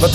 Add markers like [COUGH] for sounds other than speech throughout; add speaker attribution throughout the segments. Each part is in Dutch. Speaker 1: Wat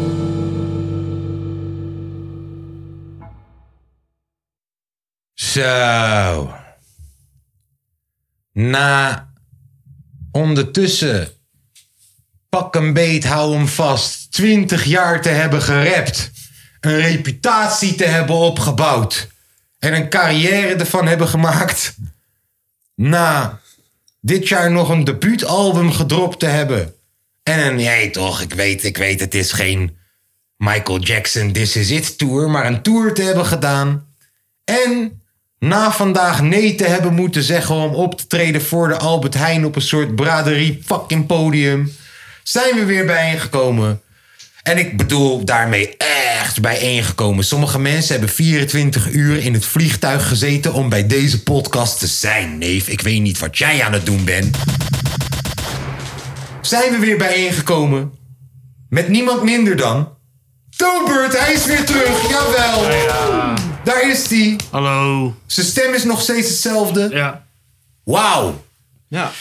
Speaker 2: Zo. Na ondertussen pak een beet, hou hem vast, 20 jaar te hebben gerept, een reputatie te hebben opgebouwd en een carrière ervan hebben gemaakt. Na dit jaar nog een debuutalbum gedropt te hebben. En een, nee toch, ik weet, ik weet, het is geen Michael Jackson This Is It tour, maar een tour te hebben gedaan. En na vandaag nee te hebben moeten zeggen om op te treden voor de Albert Heijn op een soort braderie fucking podium. Zijn we weer bijeengekomen. En ik bedoel daarmee echt bijeengekomen. Sommige mensen hebben 24 uur in het vliegtuig gezeten om bij deze podcast te zijn. Neef, ik weet niet wat jij aan het doen bent. Zijn we weer bijeengekomen. Met niemand minder dan... Tobert, hij is weer terug, jawel. Daar is hij.
Speaker 3: Hallo.
Speaker 2: Zijn stem is nog steeds hetzelfde.
Speaker 3: Ja.
Speaker 2: Wauw.
Speaker 3: Ja.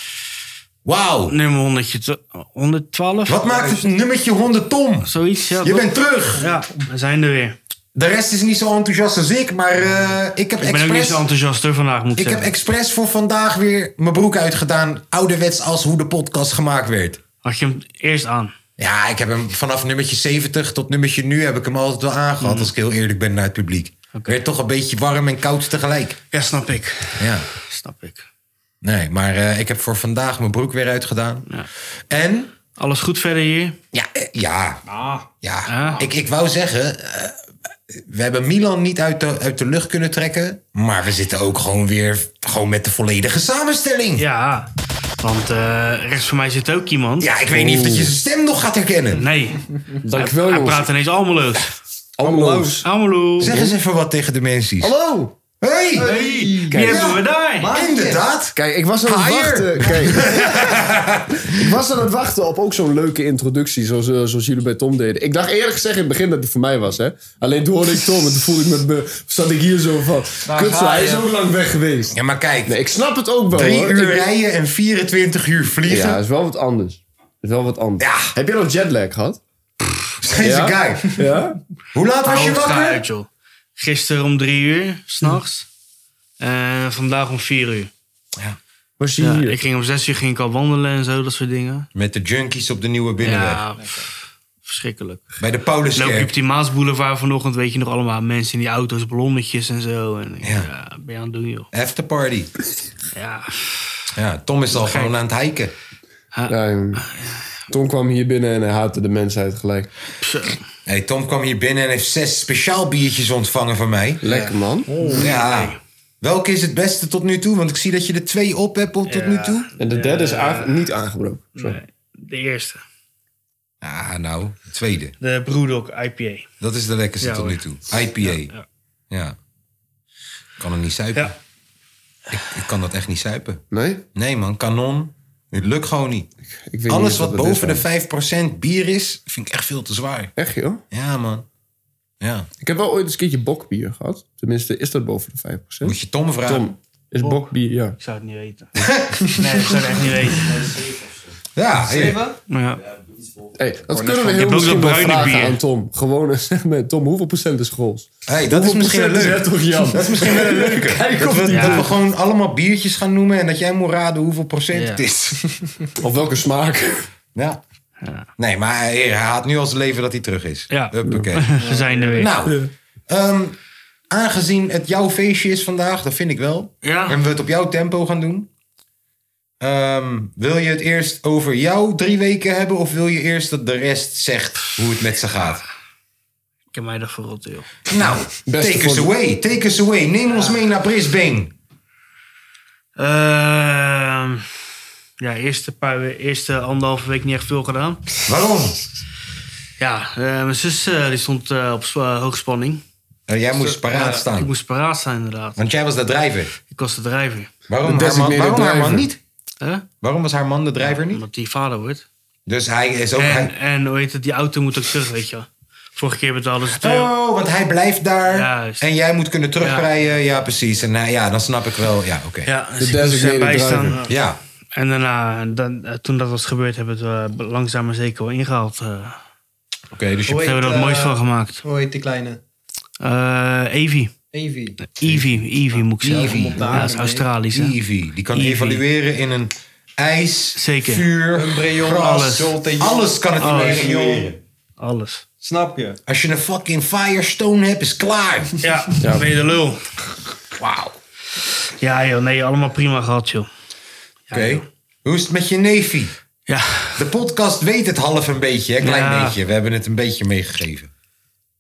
Speaker 2: Wauw.
Speaker 3: Nummer 100, 112.
Speaker 2: Wat maakt het nummertje 100 tom?
Speaker 3: Zoiets, ja.
Speaker 2: Je
Speaker 3: toch?
Speaker 2: bent terug.
Speaker 3: Ja, we zijn er weer.
Speaker 2: De rest is niet zo enthousiast als ik, maar eh, ik heb
Speaker 3: Ik ben ook niet
Speaker 2: expres...
Speaker 3: zo enthousiast hoor, vandaag, moet ik
Speaker 2: Ik heb
Speaker 3: zeggen.
Speaker 2: expres voor vandaag weer mijn broek uitgedaan. Ouderwets als hoe de podcast gemaakt werd.
Speaker 3: Had je hem eerst aan?
Speaker 2: Ja, ik heb hem vanaf nummertje 70 tot nummertje nu heb ik hem altijd wel
Speaker 3: Mhm.
Speaker 2: aangehad. Als ik heel eerlijk ben naar het publiek. Werd toch een beetje warm en koud tegelijk.
Speaker 3: Ja, snap ik.
Speaker 2: Ja.
Speaker 3: Snap ik.
Speaker 2: Nee, maar eh, ik heb voor vandaag mijn broek weer uitgedaan. En
Speaker 3: Alles goed verder hier?
Speaker 2: Ja, eh, ja. ja.
Speaker 3: Ah.
Speaker 2: Ik, ik wou zeggen, eh, we hebben Milan niet uit de, uit de lucht kunnen trekken. Maar we zitten ook gewoon weer gewoon met de volledige samenstelling. Ja,
Speaker 3: Ja. Want eh, rechts van mij zit ook iemand.
Speaker 2: ik weet niet of dat je zijn stem nog gaat herkennen.
Speaker 3: Nee.
Speaker 4: Dankjewel,
Speaker 3: Hij
Speaker 4: jongens.
Speaker 3: praat ineens almeloos.
Speaker 4: Almeloos.
Speaker 3: Almelo.
Speaker 2: Zeg eens even wat tegen de mensen.
Speaker 4: Hallo.
Speaker 2: Hey!
Speaker 3: Wie
Speaker 4: Kijk,
Speaker 3: hebben we daar?
Speaker 2: Inderdaad.
Speaker 4: kijk, ik was aan het
Speaker 2: Haier. [LAUGHS]
Speaker 4: wachten. Kijk. ik was aan het wachten op ook zo'n leuke introductie zoals, eh, zoals jullie bij Tom deden. Ik dacht eerlijk gezegd in het begin dat die voor mij was. Hè? Alleen toen hoorde ik Tom en toen voelde ik met me, zat ik hier zo van. Kut, zo, hij is ook lang weg geweest.
Speaker 2: Ja, maar kijk.
Speaker 4: Nee, ik snap het ook wel
Speaker 2: Drie
Speaker 4: hoor.
Speaker 2: uur
Speaker 4: Ik-
Speaker 2: rijden en 24 uur vliegen.
Speaker 4: Ja, is wel wat anders. Is wel wat anders.
Speaker 2: Ja.
Speaker 4: Heb jij nog jetlag gehad?
Speaker 2: Deze
Speaker 4: Ja.
Speaker 2: guy.
Speaker 4: Ja?
Speaker 2: Hoe laat was je
Speaker 3: Hoofd
Speaker 2: wakker?
Speaker 3: uit, joh. Gisteren om drie uur, s'nachts. En vandaag om vier uur.
Speaker 4: Was je
Speaker 3: Ja,
Speaker 4: hier?
Speaker 3: ik ging om zes uur ging ik al wandelen en zo, dat soort dingen.
Speaker 2: Met de junkies op de Nieuwe Binnenweg.
Speaker 3: Ja, pff, verschrikkelijk.
Speaker 2: Bij de
Speaker 3: Loop je op
Speaker 2: Pauluskerk.
Speaker 3: die Maasboulevard vanochtend, weet je nog allemaal mensen in die auto's, ballonnetjes en zo. En ik,
Speaker 2: Ja.
Speaker 3: ja. wat ben je aan het doen, joh.
Speaker 2: After party.
Speaker 3: Ja,
Speaker 2: Ja, Tom is al gewoon aan het hiken.
Speaker 4: Ja, jongen.
Speaker 3: Ah,
Speaker 4: Tom kwam hier binnen en hij haatte de mensheid gelijk.
Speaker 2: Hey, Tom kwam hier binnen en heeft zes speciaal biertjes ontvangen van mij.
Speaker 4: Lekker man.
Speaker 3: Oh,
Speaker 2: Ja. Welke is het beste tot nu toe? Want ik zie dat je er twee op hebt tot nu toe.
Speaker 4: En de derde is aange- niet aangebroken. Zo.
Speaker 3: de eerste.
Speaker 2: Ah, nou, tweede.
Speaker 3: De Broedok IPA.
Speaker 2: Dat is de lekkerste
Speaker 3: Ja,
Speaker 2: tot
Speaker 3: hoor.
Speaker 2: nu toe. IPA. Ja. Ik Kan hem niet zuipen.
Speaker 3: Ja.
Speaker 2: Ik, ik kan dat echt niet zuipen.
Speaker 4: Nee?
Speaker 2: Nee, man, kanon. Het lukt gewoon niet.
Speaker 4: Ik weet
Speaker 2: Alles
Speaker 4: niet
Speaker 2: wat
Speaker 4: het is,
Speaker 2: boven de
Speaker 4: man.
Speaker 2: 5% bier is, vind ik echt veel te zwaar.
Speaker 4: Echt joh?
Speaker 2: Ja, man. Ja.
Speaker 4: Ik heb wel ooit eens een keertje bokbier gehad. Tenminste, is dat boven de 5%?
Speaker 2: Moet je Tom vragen.
Speaker 4: Tom, is bokbier, ja.
Speaker 3: Ik zou het niet weten. [LAUGHS] nee, ik zou het echt niet weten.
Speaker 2: Ja, hey.
Speaker 3: Maar ja,
Speaker 4: Hey, dat kunnen we heel
Speaker 3: ook
Speaker 4: misschien
Speaker 3: dat
Speaker 4: wel
Speaker 3: bruine
Speaker 4: vragen
Speaker 3: bier.
Speaker 4: aan Tom. Gewoon eh, zeg maar, Tom, hoeveel procent is Grols?
Speaker 2: Hey, dat is
Speaker 4: Hoeveel
Speaker 2: misschien
Speaker 4: procent
Speaker 2: leuk.
Speaker 4: is Hertog Jan?
Speaker 2: Dat is misschien
Speaker 4: [LAUGHS]
Speaker 2: wel een leuke.
Speaker 4: Kijk
Speaker 2: dat,
Speaker 4: of
Speaker 2: we,
Speaker 4: die
Speaker 2: dat we
Speaker 4: doet.
Speaker 2: gewoon allemaal biertjes gaan noemen en dat jij moet raden hoeveel procent
Speaker 3: Ja.
Speaker 2: het is. [LAUGHS]
Speaker 4: Of welke smaak?
Speaker 2: ja. Nee, maar hij hij haat nu al zijn leven dat hij terug is.
Speaker 3: Ja.
Speaker 2: Huppakee.
Speaker 3: [LAUGHS] we zijn er weer.
Speaker 2: Nou, ehm, aangezien het jouw feestje is vandaag, dat vind ik wel.
Speaker 3: Ja.
Speaker 2: En we het op jouw tempo gaan doen. Ehm, wil je het eerst over jouw drie weken hebben of wil je eerst dat de rest zegt hoe het met ze gaat?
Speaker 3: Ik heb mij dat verrot, joh.
Speaker 2: Nou,
Speaker 4: Beste
Speaker 2: take us
Speaker 4: voor-
Speaker 2: away, take us away. Neem ons mee naar Brisbane.
Speaker 3: Ehm, ja, eerste, paar, we- eerste anderhalve week niet echt veel gedaan.
Speaker 2: Waarom?
Speaker 3: Ja, eh, mijn zus eh, die stond eh, op s- eh, hoogspanning.
Speaker 2: Eh, jij moest paraat
Speaker 3: Ik
Speaker 2: staan.
Speaker 3: moest paraat staan, inderdaad.
Speaker 2: Want jij was de drijver.
Speaker 3: Ik was de drijver.
Speaker 2: Waarom,
Speaker 4: De
Speaker 2: haar man,
Speaker 4: designated
Speaker 2: waarom haar man
Speaker 4: driver.
Speaker 2: niet?
Speaker 3: Hè?
Speaker 2: Waarom was haar man de drijver niet?
Speaker 3: Omdat die vader wordt.
Speaker 2: Dus hij is ook...
Speaker 3: En,
Speaker 2: hij-
Speaker 3: en hoe heet het, die auto moet ook terug, weet je wel. Vorige keer betaalden ze twee-
Speaker 2: Oh, want hij blijft daar.
Speaker 3: Juist.
Speaker 2: En jij moet kunnen terugrijden. Ja, precies. En nou ja, dan snap ik wel. Ja, oké.
Speaker 3: Ja, dus ik moest
Speaker 4: designated
Speaker 3: erbij staan.
Speaker 4: driver.
Speaker 2: Ja.
Speaker 3: En daarna, dan, eh, toen dat was gebeurd, hebben we het eh, langzaam maar zeker wel ingehaald. eh.
Speaker 2: Oké, dus je...
Speaker 3: Daar hebben we er wat
Speaker 5: eh,
Speaker 3: moois van gemaakt.
Speaker 5: Hoe heet die kleine?
Speaker 3: Eh Evie.
Speaker 5: Evie.
Speaker 3: Evie, Evie moet ik zeggen.
Speaker 2: Evie.
Speaker 3: Ja, dat is Australisch. hè?
Speaker 2: Evie, die kan
Speaker 3: Evie.
Speaker 2: evalueren in een ijs,
Speaker 3: Zeker.
Speaker 2: vuur,
Speaker 5: Embryon,
Speaker 2: gras.
Speaker 5: alles.
Speaker 2: Alles, kan het
Speaker 3: Alles.
Speaker 2: evalueren.
Speaker 3: Alles.
Speaker 5: Snap je?
Speaker 2: Als je een fucking Firestone hebt, is klaar.
Speaker 3: Ja, dan ben je de lul.
Speaker 2: Wauw. Oké.
Speaker 3: Ja joh, nee, allemaal prima gehad joh.
Speaker 2: Hoe is het met je neefie?
Speaker 3: Ja,
Speaker 2: De podcast weet het half een beetje, hè? klein
Speaker 3: Ja.
Speaker 2: beetje. We hebben het een beetje meegegeven.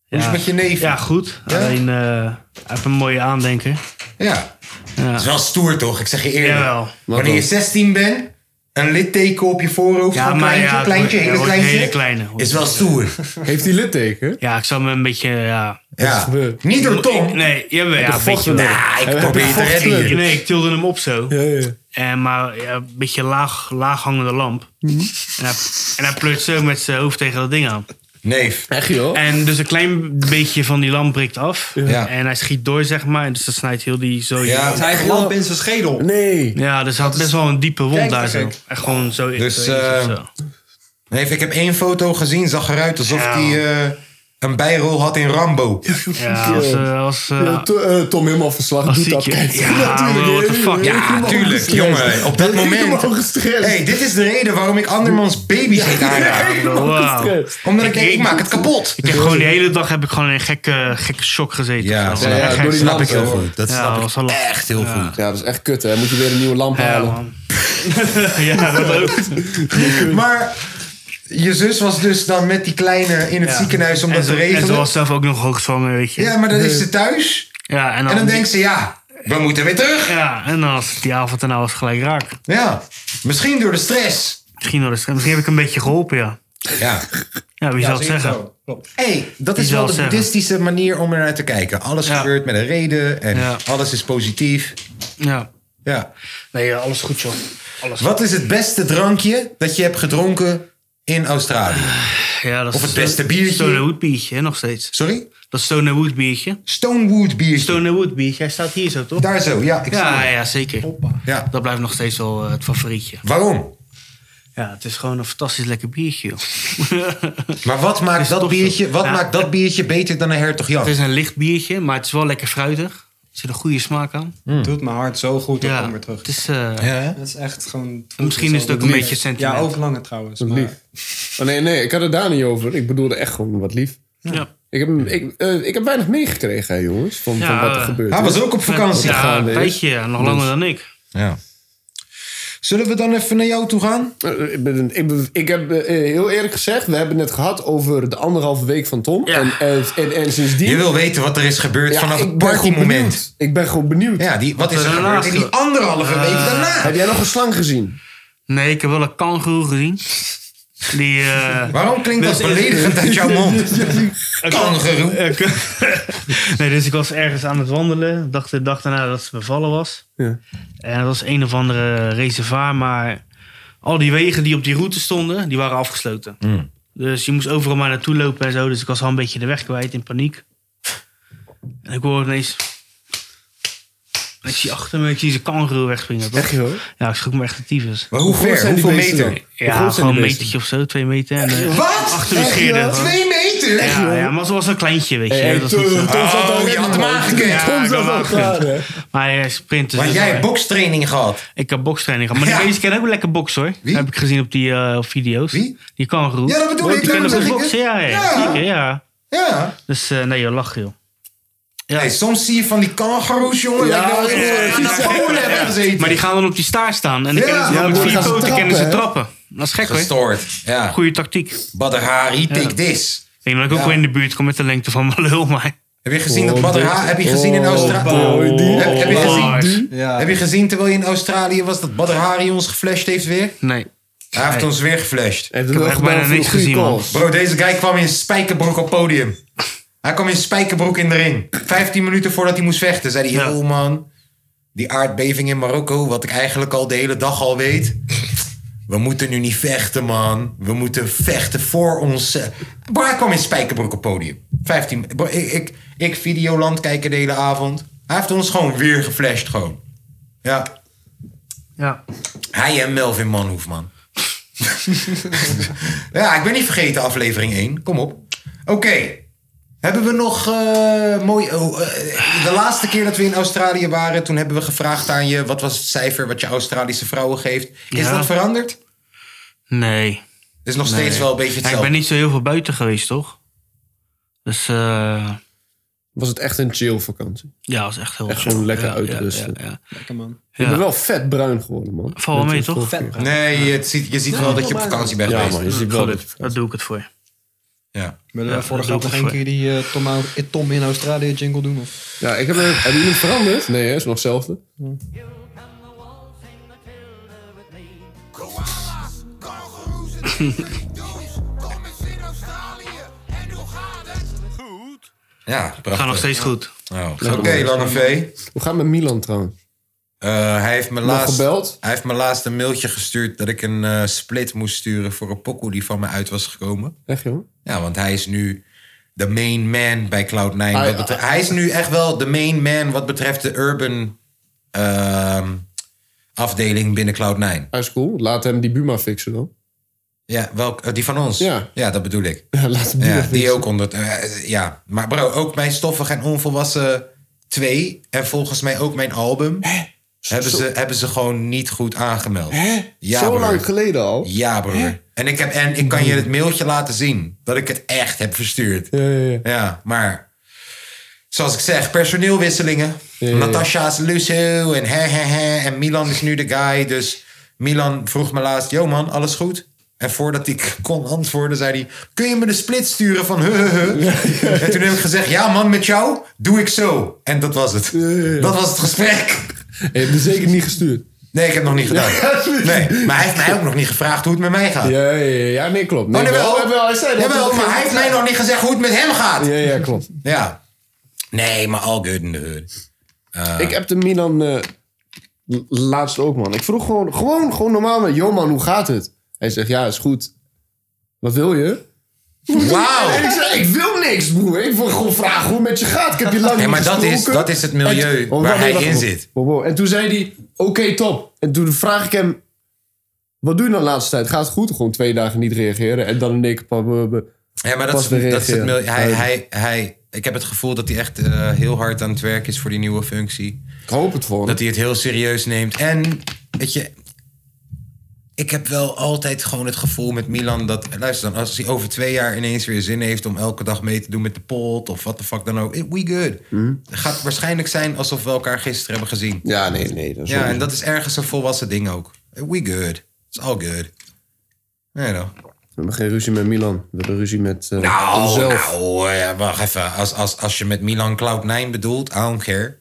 Speaker 2: Hoe is het met je neefie?
Speaker 3: ja
Speaker 2: Ja.
Speaker 3: goed. Alleen, eh, hij heeft een mooie aandenker.
Speaker 2: Het is wel stoer, toch? Ik zeg je eerlijk.
Speaker 3: Jawel.
Speaker 2: Wanneer je 16 bent, een litteken op je voorhoofd,
Speaker 3: Ja,
Speaker 2: ja,
Speaker 3: maar
Speaker 2: kleintje,
Speaker 3: ja, het
Speaker 2: kleintje,
Speaker 3: wordt- ja,
Speaker 2: hele
Speaker 3: het wordt
Speaker 2: kleintje,
Speaker 3: hele kleine.
Speaker 2: is wel stoer.
Speaker 4: Heeft hij litteken?
Speaker 3: Ja, ik zal me een beetje, ja...
Speaker 2: Ja.
Speaker 4: gebeurd?
Speaker 2: Niet door Tom.
Speaker 3: Nee, jawel, ja, een beetje...
Speaker 4: gevochten met
Speaker 3: Ja,
Speaker 2: Ah, ik
Speaker 4: Heb
Speaker 2: probeer
Speaker 4: je
Speaker 2: je te redden
Speaker 4: gevochten?
Speaker 2: hier.
Speaker 3: Nee, ik tilde hem op zo.
Speaker 4: Ja, ja.
Speaker 3: En maar ja, een beetje laag, laag hangende lamp. En, hij, en hij pleurt zo met zijn hoofd tegen dat ding aan.
Speaker 2: Neef.
Speaker 4: Echt joh?
Speaker 3: En dus een klein beetje van die lamp breekt af.
Speaker 2: Ja.
Speaker 3: En hij schiet door, zeg maar. En dus dat snijdt heel die zo.
Speaker 2: Ja,
Speaker 5: Hij heeft lamp in zijn schedel.
Speaker 4: Nee.
Speaker 3: Ja, dus hij had best wel een diepe wond
Speaker 5: Kijk,
Speaker 3: daar
Speaker 5: dat
Speaker 3: zo.
Speaker 5: is
Speaker 3: Echt gewoon zo.
Speaker 2: Dus,
Speaker 3: zo-
Speaker 2: eh,
Speaker 3: zo.
Speaker 2: neef, ik heb één foto gezien, zag eruit alsof
Speaker 3: Ja.
Speaker 2: hij eh, een bijrol had in Rambo.
Speaker 3: [LAUGHS] Ja, als... eh, als eh,
Speaker 4: Ja, to- eh, Tom helemaal verslag.
Speaker 3: Als
Speaker 4: Doet dat
Speaker 3: zieke. [LAUGHS]
Speaker 4: kijkt. [LAUGHS]
Speaker 3: Ja, maar what the fuck. Ja,
Speaker 2: tuurlijk, jongen, op
Speaker 3: [LAUGHS]
Speaker 2: dat moment. hey,
Speaker 4: Hey,
Speaker 2: dit is de reden waarom ik andermans baby's
Speaker 3: [LAUGHS]
Speaker 2: niet aanraak.
Speaker 3: wauw.
Speaker 2: Omdat ik denk, ik maak het kapot.
Speaker 3: Ik heb gewoon de hele dag heb ik gewoon in een gekke, gekke shock gezeten.
Speaker 2: Ja,
Speaker 3: Zo.
Speaker 2: ja,
Speaker 3: Echt,
Speaker 4: door die
Speaker 3: snap
Speaker 4: lamp
Speaker 3: ik
Speaker 4: zo.
Speaker 3: wel.
Speaker 2: goed. Oh, Dat
Speaker 3: Ja, was wel lastig.
Speaker 2: echt heel goed.
Speaker 4: Ja, dat is echt kut hè. Moet je weer een nieuwe lamp
Speaker 3: Ja,
Speaker 4: halen.
Speaker 3: man. [LAUGHS] ja, dat ook.
Speaker 2: Maar je zus was dus dan met die kleine in het
Speaker 3: Ja.
Speaker 2: ziekenhuis om
Speaker 3: En
Speaker 2: dat te
Speaker 3: ze, en ze
Speaker 2: regelen.
Speaker 3: was zelf ook nog hoogzwanger, weet je.
Speaker 2: Ja, maar dan is ze thuis.
Speaker 3: Ja, en dan,
Speaker 2: En dan denkt ze, ja, we moeten weer terug.
Speaker 3: Ja, en dan was het die avond en nou was het gelijk raak.
Speaker 2: Ja, misschien door de stress.
Speaker 3: Misschien, wel eens- misschien heb ik een beetje geholpen, ja.
Speaker 2: Ja.
Speaker 3: Ja, wie zou het zeggen?
Speaker 5: Klopt.
Speaker 2: hey, dat is
Speaker 3: zou
Speaker 2: wel de
Speaker 3: het zeggen?
Speaker 2: boeddhistische manier om ernaar te kijken. Alles
Speaker 3: Ja.
Speaker 2: gebeurt met een reden en
Speaker 3: Ja.
Speaker 2: alles is positief.
Speaker 3: Ja.
Speaker 2: Ja.
Speaker 3: Nee, ja, alles goed, joh. Alles
Speaker 2: Wat is het beste drankje dat je hebt gedronken in Australië?
Speaker 3: goed. Ja, dat
Speaker 2: of het beste biertje?
Speaker 3: Stonerwood biertje, hè, nog steeds.
Speaker 2: Sorry?
Speaker 3: Dat Stonerwood biertje.
Speaker 2: Stonewood biertje.
Speaker 3: Stonerwood biertje, hij staat hier zo, toch?
Speaker 2: Daar zo, ja. Ik zie
Speaker 3: Ja,
Speaker 2: het.
Speaker 3: ja, zeker.
Speaker 2: ja.
Speaker 3: Dat blijft nog steeds wel eh, het favorietje.
Speaker 2: Waarom?
Speaker 3: Ja, het is gewoon een fantastisch lekker biertje, joh.
Speaker 2: [LAUGHS] Maar wat maakt, dat
Speaker 3: toch zo.
Speaker 2: biertje, wat
Speaker 3: Ja.
Speaker 2: maakt dat biertje beter dan een hertog Jan?
Speaker 3: Het is een licht biertje, maar het is wel lekker fruitig. Er zit een goede smaak aan.
Speaker 2: Hmm.
Speaker 5: Doet mijn hart zo goed, dat ik kom weer terug.
Speaker 3: het is... eh,
Speaker 2: Ja, hè?
Speaker 5: Dat is echt gewoon... dus
Speaker 3: Misschien is het ook een beetje sentiment.
Speaker 5: Ja, overlangen trouwens.
Speaker 4: Wat
Speaker 5: maar-
Speaker 4: lief. Oh, nee, nee, ik had het daar niet over. Ik bedoelde echt gewoon wat lief.
Speaker 3: ja.
Speaker 4: Ik heb, ik, eh, ik heb weinig meegekregen, hè, jongens, van,
Speaker 3: Ja,
Speaker 4: van wat er
Speaker 3: eh,
Speaker 4: gebeurt.
Speaker 2: Hij was ook op vakantie.
Speaker 3: Ja,
Speaker 4: gaan
Speaker 3: een
Speaker 4: weer.
Speaker 3: tijdje, ja, nog langer dan ik.
Speaker 2: Ja. Zullen we dan even naar jou toe gaan?
Speaker 4: Eh, ik, ben, ik, ben- ik heb eh, heel eerlijk gezegd, we hebben het gehad over de anderhalve week van Tom.
Speaker 3: Ja.
Speaker 4: En, en, en, en sindsdien...
Speaker 2: Je wil weten wat er is gebeurd
Speaker 4: Ja,
Speaker 2: vanaf
Speaker 4: ik
Speaker 2: het
Speaker 4: ben gewoon
Speaker 2: partymoment.
Speaker 4: benieuwd. Ik ben gewoon benieuwd.
Speaker 2: Ja, die, wat is er
Speaker 3: er Eh,
Speaker 2: gebeurd
Speaker 3: daarnaast
Speaker 2: in die
Speaker 3: gebeurt.
Speaker 2: anderhalve week daarna?
Speaker 4: Heb jij nog een slang gezien?
Speaker 3: Ah. Nee, ik heb wel een kangoeroe gezien. Die... eh,
Speaker 2: Waarom klinkt dat
Speaker 3: Dus-
Speaker 2: beledigend uit jouw mond? Kangeroe.
Speaker 3: Eh, k- [LAUGHS] nee, dus ik was ergens aan het wandelen. Dacht de dag daarna dat ze bevallen was.
Speaker 4: Ja.
Speaker 3: En dat was een of andere reservoir. Maar al die wegen die op die route stonden, die waren afgesloten.
Speaker 4: Mm. Hmm.
Speaker 3: Dus je moest overal maar naartoe lopen en zo. Dus ik was al een beetje de weg kwijt in paniek. En ik hoorde ineens... Ik zie achter me, ik zie ze kangaroo wegspringen. toch?
Speaker 4: joh?
Speaker 3: Ja, ik schrok me echt de tyfus.
Speaker 2: Maar hoe ver?
Speaker 4: zijn die
Speaker 2: Hoeveel
Speaker 4: beesten
Speaker 2: meter?
Speaker 4: Hoe groot
Speaker 3: Ja,
Speaker 4: zijn
Speaker 3: gewoon een
Speaker 4: die beesten?
Speaker 3: metertje of zo, twee meter. En, eh,
Speaker 2: Wat?
Speaker 3: Achter de
Speaker 2: Echt,
Speaker 3: scheerde,
Speaker 2: joh?
Speaker 3: gewoon.
Speaker 2: Twee meter?
Speaker 3: ja, ja, maar ze was een kleintje, weet je.
Speaker 4: Hey,
Speaker 3: dat is
Speaker 4: Tom,
Speaker 3: niet zo-
Speaker 4: Tom zat al
Speaker 2: Oh, je
Speaker 4: ready,
Speaker 2: had hem
Speaker 4: man.
Speaker 2: aangekeken.
Speaker 3: Ja,
Speaker 4: Tom
Speaker 3: ik
Speaker 4: zat
Speaker 3: had
Speaker 4: al
Speaker 3: hem
Speaker 4: klaar, hè?
Speaker 3: Maar hij sprint dus.
Speaker 2: Want
Speaker 3: dus
Speaker 2: jij
Speaker 3: hij-
Speaker 2: hebt bokstraining gehad.
Speaker 3: Ik heb bokstraining gehad. Maar
Speaker 2: Ja.
Speaker 3: die beesten kennen ook lekker boksen hoor.
Speaker 2: Wie?
Speaker 3: Heb ik gezien op die eh, op video's.
Speaker 2: Wie?
Speaker 3: Die kangoeroe.
Speaker 2: Ja, dat bedoel ik,
Speaker 3: Die
Speaker 2: daarom
Speaker 3: kunnen goed
Speaker 2: zeg ik
Speaker 3: boksen,
Speaker 2: het.
Speaker 3: ja, ja,
Speaker 2: Ja.
Speaker 3: Zeker, ja.
Speaker 2: Ja.
Speaker 3: Dus eh, nee joh, lach joh. Ja.
Speaker 2: Hey, soms zie je van die kangaroes, jongen.
Speaker 4: Ja,
Speaker 2: Ja, dat ik
Speaker 4: ja,
Speaker 2: nou aan
Speaker 3: ja.
Speaker 2: de polen heb gezeten.
Speaker 3: Maar die gaan dan op die staart staan. En dan
Speaker 2: Ja.
Speaker 3: kennen ze
Speaker 2: Ja,
Speaker 3: dan met
Speaker 4: dan
Speaker 3: vier
Speaker 4: gaan ze
Speaker 3: poten kennen ze
Speaker 4: trappen,
Speaker 3: trappen. Dat is gek hoor.
Speaker 2: Gestoord. Ja.
Speaker 3: Goede tactiek. Ik
Speaker 2: Badr Hari, take this.
Speaker 3: denk dat ik ook
Speaker 2: Ja.
Speaker 3: wel in de buurt kom met de lengte van mijn lul. Maar
Speaker 2: Heb je gezien dat
Speaker 4: Oh,
Speaker 2: Badr
Speaker 4: dit-
Speaker 2: Hari... Heb je gezien in
Speaker 4: oh,
Speaker 2: Australië...
Speaker 4: boy, die-
Speaker 2: Heb- heb je
Speaker 3: Oh,
Speaker 2: gezien?
Speaker 3: Bars.
Speaker 5: Ja.
Speaker 2: Heb je gezien terwijl je in Australië was dat Badr Hari ons geflasht heeft weer?
Speaker 3: Nee.
Speaker 2: Hij heeft
Speaker 3: Nee.
Speaker 2: ons weer geflasht.
Speaker 4: Hij heeft
Speaker 3: heb
Speaker 4: het wel
Speaker 3: echt
Speaker 4: gedaan
Speaker 3: bijna
Speaker 4: voor
Speaker 3: niks
Speaker 4: de goede
Speaker 3: gezien, man.
Speaker 4: calls.
Speaker 2: Bro, deze guy kwam in spijkerbroek op podium. Hij kwam in spijkerbroek in de ring. 15 minuten voordat hij moest vechten, zei hij: Yo, man, die aardbeving in Marokko, wat ik eigenlijk al de hele dag al weet. We moeten nu niet vechten, man. We moeten vechten voor ons. eh." Bro, hij kwam in spijkerbroek op podium. 15. Bro, ik, ik, ik videoland kijken de hele avond. Hij heeft ons gewoon weer geflasht, gewoon. Ja.
Speaker 3: Ja.
Speaker 2: Hij en Melvin Manhoef, man. ja, ik ben niet vergeten, aflevering 1. Kom op. Oké. Hebben we nog eh, mooi. oh, eh, de laatste keer dat we in Australië waren, toen hebben we gevraagd aan je: wat was het cijfer wat je Australische vrouwen geeft? Is
Speaker 3: Ja.
Speaker 2: dat veranderd?
Speaker 3: Nee.
Speaker 2: Is nog steeds wel een beetje
Speaker 3: Ja,
Speaker 2: hetzelfde.
Speaker 3: ik ben niet zo heel veel buiten geweest, toch? Dus eh,
Speaker 4: Was het echt een chill vakantie?
Speaker 3: ja, was echt heel
Speaker 4: Echt
Speaker 3: chill.
Speaker 4: gewoon lekker
Speaker 3: Ja, ja,
Speaker 4: uitrusten.
Speaker 3: Ja, ja,
Speaker 5: Lekker man.
Speaker 4: Ik
Speaker 3: Ja.
Speaker 4: ben wel vet bruin geworden, man.
Speaker 3: Val wel
Speaker 4: Met
Speaker 3: mee,
Speaker 4: de
Speaker 3: toch?
Speaker 4: vorige keer.
Speaker 2: Nee, je ziet, je ziet wel dat je op vakantie bent
Speaker 4: Ja,
Speaker 2: geweest.
Speaker 4: man. Je ziet wel
Speaker 3: Goed,
Speaker 4: dat je
Speaker 3: daar doe ik het voor.
Speaker 2: Ja.
Speaker 5: Willen we
Speaker 3: Ja,
Speaker 5: eh, vorige
Speaker 3: dat is
Speaker 5: week nog één
Speaker 3: voor-
Speaker 5: keer die eh, Tom, Au- Tom in Australië jingle doen? Of?
Speaker 4: Ja, ik heb een, hebben jullie hem veranderd? Nee, hè, is nog hetzelfde.
Speaker 2: [LAUGHS] Oh, Ja, prachtig.
Speaker 3: Gaat nog steeds goed.
Speaker 2: Oh, Oké, Lange V.
Speaker 4: Hoe gaat het met Milan trouwens?
Speaker 2: Eh, hij, heeft me
Speaker 4: Nog
Speaker 2: laatst,
Speaker 4: gebeld?
Speaker 2: hij heeft me laatst een mailtje gestuurd dat ik een eh, split moest sturen voor een pokoe die van me uit was gekomen.
Speaker 4: Echt, joh?
Speaker 2: Ja, want hij is nu de main man bij Cloud9. wat betre- hij is nu echt wel de main man wat betreft de urban ehm, afdeling binnen Cloud9.
Speaker 4: Hij is cool. Laat hem die Buma fixen dan.
Speaker 2: Ja, welk, eh, die van ons.
Speaker 4: Ja.
Speaker 2: dat bedoel
Speaker 4: [LAUGHS]
Speaker 2: ik.
Speaker 4: Ja, laat hem Buma
Speaker 2: Ja,
Speaker 4: fixen.
Speaker 2: die ook onder. eh, ja, maar bro, ook mijn stoffig en onvolwassen 2 en volgens mij ook mijn album. Hebben ze, hebben ze gewoon niet goed aangemeld. Ja,
Speaker 4: Zo
Speaker 2: broer.
Speaker 4: lang geleden al.
Speaker 2: Ja, broer. En, ik heb, en ik kan je het mailtje laten zien dat ik het echt heb verstuurd.
Speaker 4: Ja, ja, ja.
Speaker 2: Ja, maar zoals ik zeg, personeelwisselingen. Natasha is Lucio en he, he, he. En Milan is nu de guy. Dus Milan vroeg me laatst, yo man, alles goed? En voordat ik [LAUGHS] kon antwoorden, zei hij... Kun je me de split sturen van he, he, he? En toen heb ik gezegd, ja man, met jou doe ik zo. En dat was het. Dat was het gesprek.
Speaker 4: Je hebt hem zeker niet gestuurd.
Speaker 2: Nee, ik heb het nog niet gedaan. Nee, maar hij heeft mij ook nog niet gevraagd hoe het met mij gaat.
Speaker 4: Ja, ja, ja, ja, nee, klopt. Nee,
Speaker 2: Oh, jawel.
Speaker 4: wel, wel, hij zei dat.
Speaker 2: Jawel, maar hij heeft mij nog niet gezegd hoe het met hem gaat.
Speaker 4: Ja, ja, klopt.
Speaker 2: Ja. Nee, maar all good in the hood.
Speaker 4: Ik heb de Milan eh, l- laatst ook, man. Ik vroeg gewoon, gewoon, gewoon normaal met... Yo, man, hoe gaat het? Hij zegt, ja, is goed. Wat wil je? En
Speaker 2: Wauw.
Speaker 4: ik zei, ik wil niks, broer. Ik wil gewoon vragen hoe het met je gaat. Ik heb je lang
Speaker 2: Nee,
Speaker 4: niet
Speaker 2: maar dat is,
Speaker 4: gesproken.
Speaker 2: dat is het
Speaker 4: En
Speaker 2: milieu
Speaker 4: toen- oh,
Speaker 2: waar
Speaker 4: wacht,
Speaker 2: hij
Speaker 4: wacht,
Speaker 2: in
Speaker 4: wacht.
Speaker 2: zit.
Speaker 4: Wow, wow. En toen zei hij, oké, top. En toen vraag ik hem, wat doe je nou de laatste tijd? Gaat het goed? Gewoon twee dagen niet reageren. En dan in één keer... pa- pa- pa-
Speaker 2: Ja, maar dat
Speaker 4: Pas
Speaker 2: is,
Speaker 4: weer
Speaker 2: dat is het milieu.
Speaker 4: reageren.
Speaker 2: Hij,
Speaker 4: Ja.
Speaker 2: hij, hij, ik heb het gevoel dat hij echt eh, heel hard aan het werk is voor die nieuwe functie.
Speaker 4: Ik hoop het voor hem.
Speaker 2: Dat hij het heel serieus neemt. En, weet je... Ik heb wel altijd gewoon het gevoel met Milan dat... Luister dan, als hij over twee jaar ineens weer zin heeft... om elke dag mee te doen met de pot of wat de fuck dan ook... We good. Het gaat waarschijnlijk zijn alsof we elkaar gisteren hebben gezien.
Speaker 4: Hm? Ja, nee, nee. Dat is
Speaker 2: Ja,
Speaker 4: wel-
Speaker 2: en dat is ergens een volwassen ding ook. We good. It's all good. Nee, dan.
Speaker 4: We hebben geen ruzie met Milan. We hebben ruzie met eh
Speaker 2: Nou,
Speaker 4: onszelf.
Speaker 2: nou, eh, wacht even. Als, als, als je met Milan Cloud9 bedoelt, I don't care.
Speaker 4: we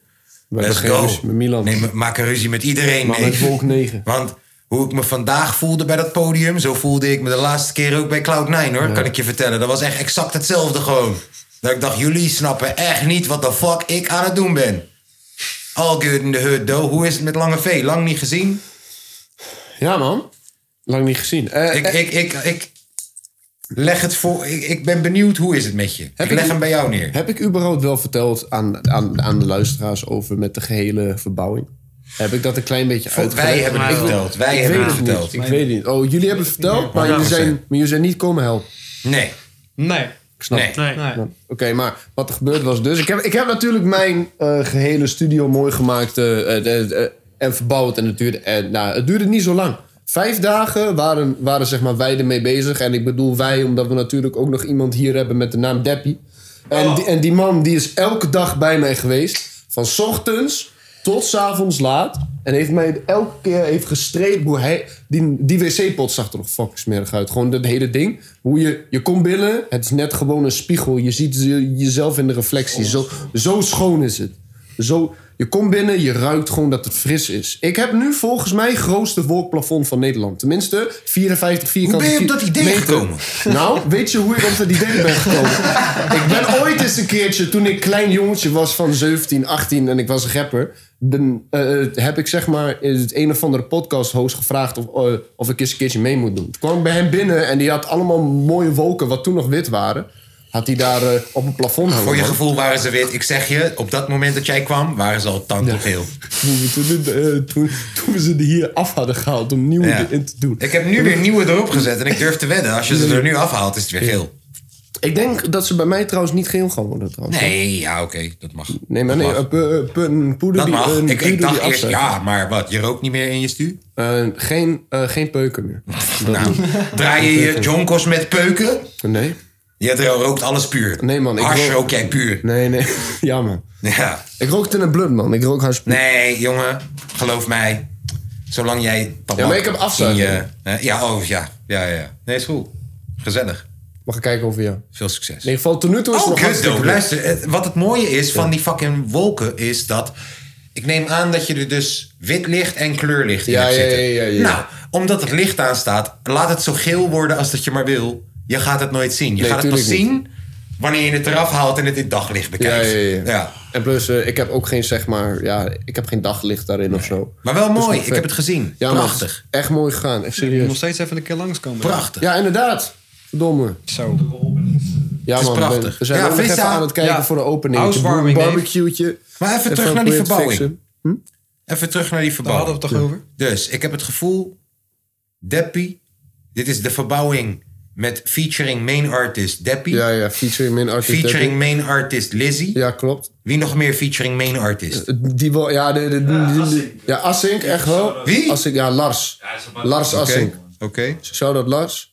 Speaker 4: hebben
Speaker 2: Let's
Speaker 4: geen
Speaker 2: go.
Speaker 4: ruzie met Milan.
Speaker 2: Nee, ma- maak een ruzie met iedereen
Speaker 4: maar
Speaker 2: mee.
Speaker 4: met Volk 9.
Speaker 2: [LAUGHS] Want hoe ik me vandaag voelde bij dat podium... zo voelde ik me de laatste keer ook bij Cloud9, hoor. Kan ik je vertellen. Dat was echt exact hetzelfde gewoon. Dat ik dacht, jullie snappen echt niet wat de fuck ik aan het doen ben. All good in the hood, though. Hoe is het met Lange V? Lang niet gezien?
Speaker 4: Ja, man. Lang niet gezien. Eh,
Speaker 2: Ik,
Speaker 4: eh,
Speaker 2: ik, ik, ik leg het voor. Ik, ik ben benieuwd hoe is het met je. ik
Speaker 4: ik-
Speaker 2: leg hem bij jou neer.
Speaker 4: heb ik überhaupt wel verteld aan, aan, aan de luisteraars over met de gehele verbouwing? Heb ik dat een klein beetje uitgelegd?
Speaker 2: Wij hebben het
Speaker 3: maar-
Speaker 2: verteld. Wij
Speaker 4: Ik
Speaker 2: hebben
Speaker 4: weet
Speaker 2: het
Speaker 4: het
Speaker 2: verteld.
Speaker 4: niet. Ik weet het niet. Oh, jullie hebben het verteld, maar
Speaker 2: Ja.
Speaker 4: jullie zijn, maar jullie zijn niet komen helpen.
Speaker 2: Nee.
Speaker 5: Nee.
Speaker 4: Ik snap
Speaker 2: Nee.
Speaker 4: het.
Speaker 3: Nee.
Speaker 5: nee.
Speaker 4: Oké, maar wat er gebeurd was dus... Ik heb, ik heb natuurlijk mijn eh, gehele studio mooi gemaakt eh, eh, eh, eh, en verbouwd. En het duurde, en, nou, het duurde niet zo lang. Vijf dagen waren, waren zeg maar, wij ermee bezig. En ik bedoel wij, omdat we natuurlijk ook nog iemand hier hebben met de naam Deppie. En, die, en die man die is elke dag bij mij geweest. Van 's ochtends tot 's avonds laat. En heeft mij elke keer even gestreept. Hoe hij, die die wc-pot zag er nog fucking smerig uit. Gewoon dat hele ding. Hoe je, je komt binnen, het is net gewoon een spiegel. Je ziet je- jezelf in de reflectie. Zo, zo schoon is het. Zo, je komt binnen, je ruikt gewoon dat het fris is. Ik heb nu volgens mij grootste wolkplafond van Nederland. Tenminste, 54 vierkante
Speaker 2: ben je op dat idee
Speaker 4: meter.
Speaker 2: gekomen?
Speaker 4: Nou, weet je hoe ik op dat idee ben gekomen? [LAUGHS] ik ben ooit eens een keertje, toen ik klein jongetje was van 17, 18 en ik was een rapper... ben, eh, eh, heb ik zeg maar in het een of andere podcast-host gevraagd of, eh, of ik eens een keertje mee moet doen. Toen kwam ik bij hem binnen en die had allemaal mooie wolken wat toen nog wit waren. Had hij daar eh, op een plafond hangen.
Speaker 2: Voor je
Speaker 4: man.
Speaker 2: gevoel waren ze wit. Ik zeg je, op dat moment dat jij kwam, waren ze al tantelgeel.
Speaker 4: Toen we, toen, eh, toen, toen we ze er hier af hadden gehaald om nieuwe
Speaker 2: Ja.
Speaker 4: in te doen.
Speaker 2: Ik heb nu weer nieuwe erop gezet en ik durf te wedden. Als je ze er nu afhaalt, is het weer geel.
Speaker 4: Ik denk dat ze bij mij trouwens niet geel gaan worden. Trouwens.
Speaker 2: Nee, ja, oké, dat mag.
Speaker 4: Nee, maar nee,
Speaker 2: Dat mag.
Speaker 4: een pu- een pu- een poeder
Speaker 2: Dat
Speaker 4: die,
Speaker 2: mag.
Speaker 4: een
Speaker 2: Ik,
Speaker 4: poeder
Speaker 2: ik
Speaker 4: die
Speaker 2: dacht eerst,
Speaker 4: afzet.
Speaker 2: ja, maar wat? Je rookt niet meer in je stuur?
Speaker 4: Eh, geen, eh, geen peuken meer. Dat
Speaker 2: [LAUGHS] Nou, draai je
Speaker 4: [LAUGHS]
Speaker 2: je jonkos met peuken?
Speaker 4: niet. Nee,
Speaker 2: Je rookt alles puur.
Speaker 4: Nee, man, ik
Speaker 2: Hars
Speaker 4: rook-
Speaker 2: rook jij puur.
Speaker 4: nee, nee. ja, man.
Speaker 2: Ja.
Speaker 4: Ik rook het in een blunt, man. Ik rook hartstikke...
Speaker 2: Nee, jongen, geloof mij. Zolang jij tabak
Speaker 4: Ja, maar ik heb afzuiging.
Speaker 2: in je- hè? ja, oh ja. Ja, ja, ja. Nee, is goed. Gezellig.
Speaker 4: Mag ik kijken over jou? In
Speaker 2: Veel succes.
Speaker 4: ieder geval, tot nu toe is
Speaker 2: Oh,
Speaker 4: het nog
Speaker 2: kut,
Speaker 4: hartstikke
Speaker 2: dope.
Speaker 4: leuk.
Speaker 2: Luister, eh, wat het mooie is van die fucking wolken is dat... Ik neem aan dat je er dus wit licht en kleurlicht in
Speaker 4: Ja,
Speaker 2: hebt
Speaker 4: ja,
Speaker 2: zitten.
Speaker 4: ja, ja, ja.
Speaker 2: Nou, omdat het licht aanstaat, laat het zo geel worden als dat je maar wil. Je gaat het nooit zien. Je
Speaker 4: Nee,
Speaker 2: gaat het pas
Speaker 4: tuurlijk niet.
Speaker 2: zien wanneer je het eraf haalt en het in het daglicht
Speaker 4: Ja,
Speaker 2: bekijkt.
Speaker 4: ja, ja.
Speaker 2: Ja.
Speaker 4: En plus, eh, ik heb ook geen, zeg maar... Ja, ik heb geen daglicht daarin of zo.
Speaker 2: Maar wel
Speaker 4: nog
Speaker 2: mooi, ik
Speaker 4: vet.
Speaker 2: heb het gezien.
Speaker 4: Ja, man,
Speaker 2: Prachtig.
Speaker 4: het is Echt mooi gegaan, echt
Speaker 5: Je moet nog
Speaker 4: serieus.
Speaker 5: steeds even een keer langskomen.
Speaker 2: Prachtig.
Speaker 4: Ja, inderdaad. Verdomme.
Speaker 5: Zo.
Speaker 4: Ja,
Speaker 2: Het is
Speaker 4: man, we-
Speaker 2: prachtig.
Speaker 4: We zijn
Speaker 2: Ja,
Speaker 4: ook nog
Speaker 2: Vista.
Speaker 4: even aan het kijken
Speaker 5: Ja.
Speaker 4: voor de opening.
Speaker 5: Housewarming,
Speaker 4: Een
Speaker 5: Dave.
Speaker 4: barbecue'tje.
Speaker 2: Maar even terug naar die
Speaker 4: proberen te
Speaker 2: verbouwing.
Speaker 4: fixen. Hm?
Speaker 2: Even terug naar die
Speaker 5: Daar hadden we
Speaker 2: verbouwing.
Speaker 5: het toch over?
Speaker 2: Dus ik heb het gevoel, Deppie, dit is de verbouwing met featuring main artist Deppie.
Speaker 4: Ja, ja, featuring min artiest.
Speaker 2: featuring main artist Lizzie.
Speaker 4: Ja, klopt. Eh,
Speaker 2: Wie nog meer featuring main artist?
Speaker 4: Die wel, ja, de, de, de- de- ja, Assink, echt wel.
Speaker 2: Wie?
Speaker 4: Assink, ja, Lars. Lars
Speaker 2: Oké,
Speaker 4: Assink.
Speaker 2: Oké.
Speaker 4: Shout-out Lars.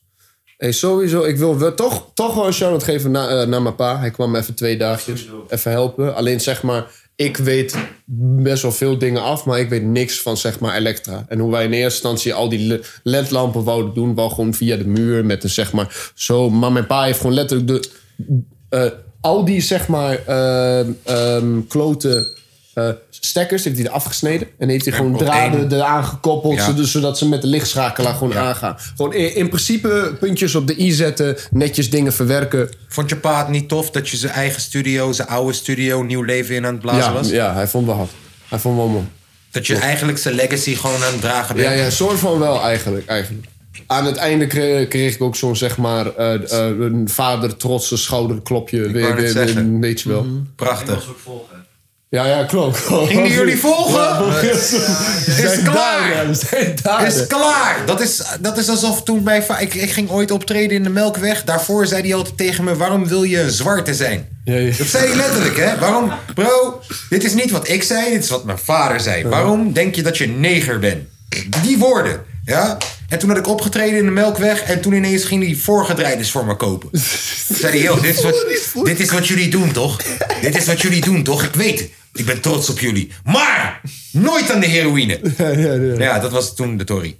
Speaker 4: Hey, sowieso, ik wil wel, toch, toch wel een shout-out geven na, eh, naar mijn pa. Hij kwam even twee dagjes, even helpen. Alleen zeg maar, ik weet best wel veel dingen af, maar ik weet niks van zeg maar Elektra. En hoe wij in eerste instantie al die le- ledlampen wouden doen, wel gewoon via de muur met een zeg maar zo. Maar mijn pa heeft gewoon letterlijk de, eh, al die zeg maar ehm ehm, klote eh, stekkers heeft hij er afgesneden. En heeft hij
Speaker 2: En
Speaker 4: gewoon
Speaker 2: op één.
Speaker 4: draden eraan gekoppeld,
Speaker 2: Ja.
Speaker 4: zodat- zodat ze met de lichtschakelaar gewoon aangaan. Gewoon in, in principe puntjes op de i zetten, netjes dingen verwerken.
Speaker 2: Vond je pa het niet tof dat je zijn eigen studio, zijn oude studio, nieuw leven in aan het blazen
Speaker 4: Ja,
Speaker 2: was?
Speaker 4: ja, hij vond wel hard. Hij vond wel mooi.
Speaker 2: Dat je eigenlijk zijn legacy gewoon aan het dragen bent?
Speaker 4: Ja, ja, soort van wel eigenlijk, eigenlijk. Aan het einde kreeg, kreeg ik ook zo'n zeg maar eh eh, een vader trotse schouderklopje. Weet-
Speaker 2: net
Speaker 4: weet- weet-
Speaker 2: zeggen.
Speaker 4: weet je wel.
Speaker 2: Prachtig.
Speaker 4: Ja, ja, klopt.
Speaker 2: Gingen
Speaker 4: [LAUGHS]
Speaker 2: jullie volgen?
Speaker 4: Is
Speaker 2: klaar.
Speaker 4: Is
Speaker 2: Is klaar. Dat is, dat is alsof toen bij... Ik, ik ging ooit optreden in de Melkweg. Daarvoor zei hij altijd tegen me... Waarom wil je een zwarte zijn?
Speaker 4: Ja, ja.
Speaker 2: Dat zei hij letterlijk, hè? Waarom... Bro, dit is niet wat ik zei. Dit is wat mijn vader zei. Waarom denk je dat je neger bent? Die woorden, ja? En toen had ik opgetreden in de Melkweg... en toen ineens ging hij voorgedraaiders voor me kopen. Toen zei hij, joh, dit is, wat, dit is wat jullie doen, toch? Dit is wat jullie doen, toch? Ik weet het. Ik ben trots op jullie. Maar nooit aan de
Speaker 4: [LAUGHS]
Speaker 2: heroïne. Ja, dat was toen de Tory.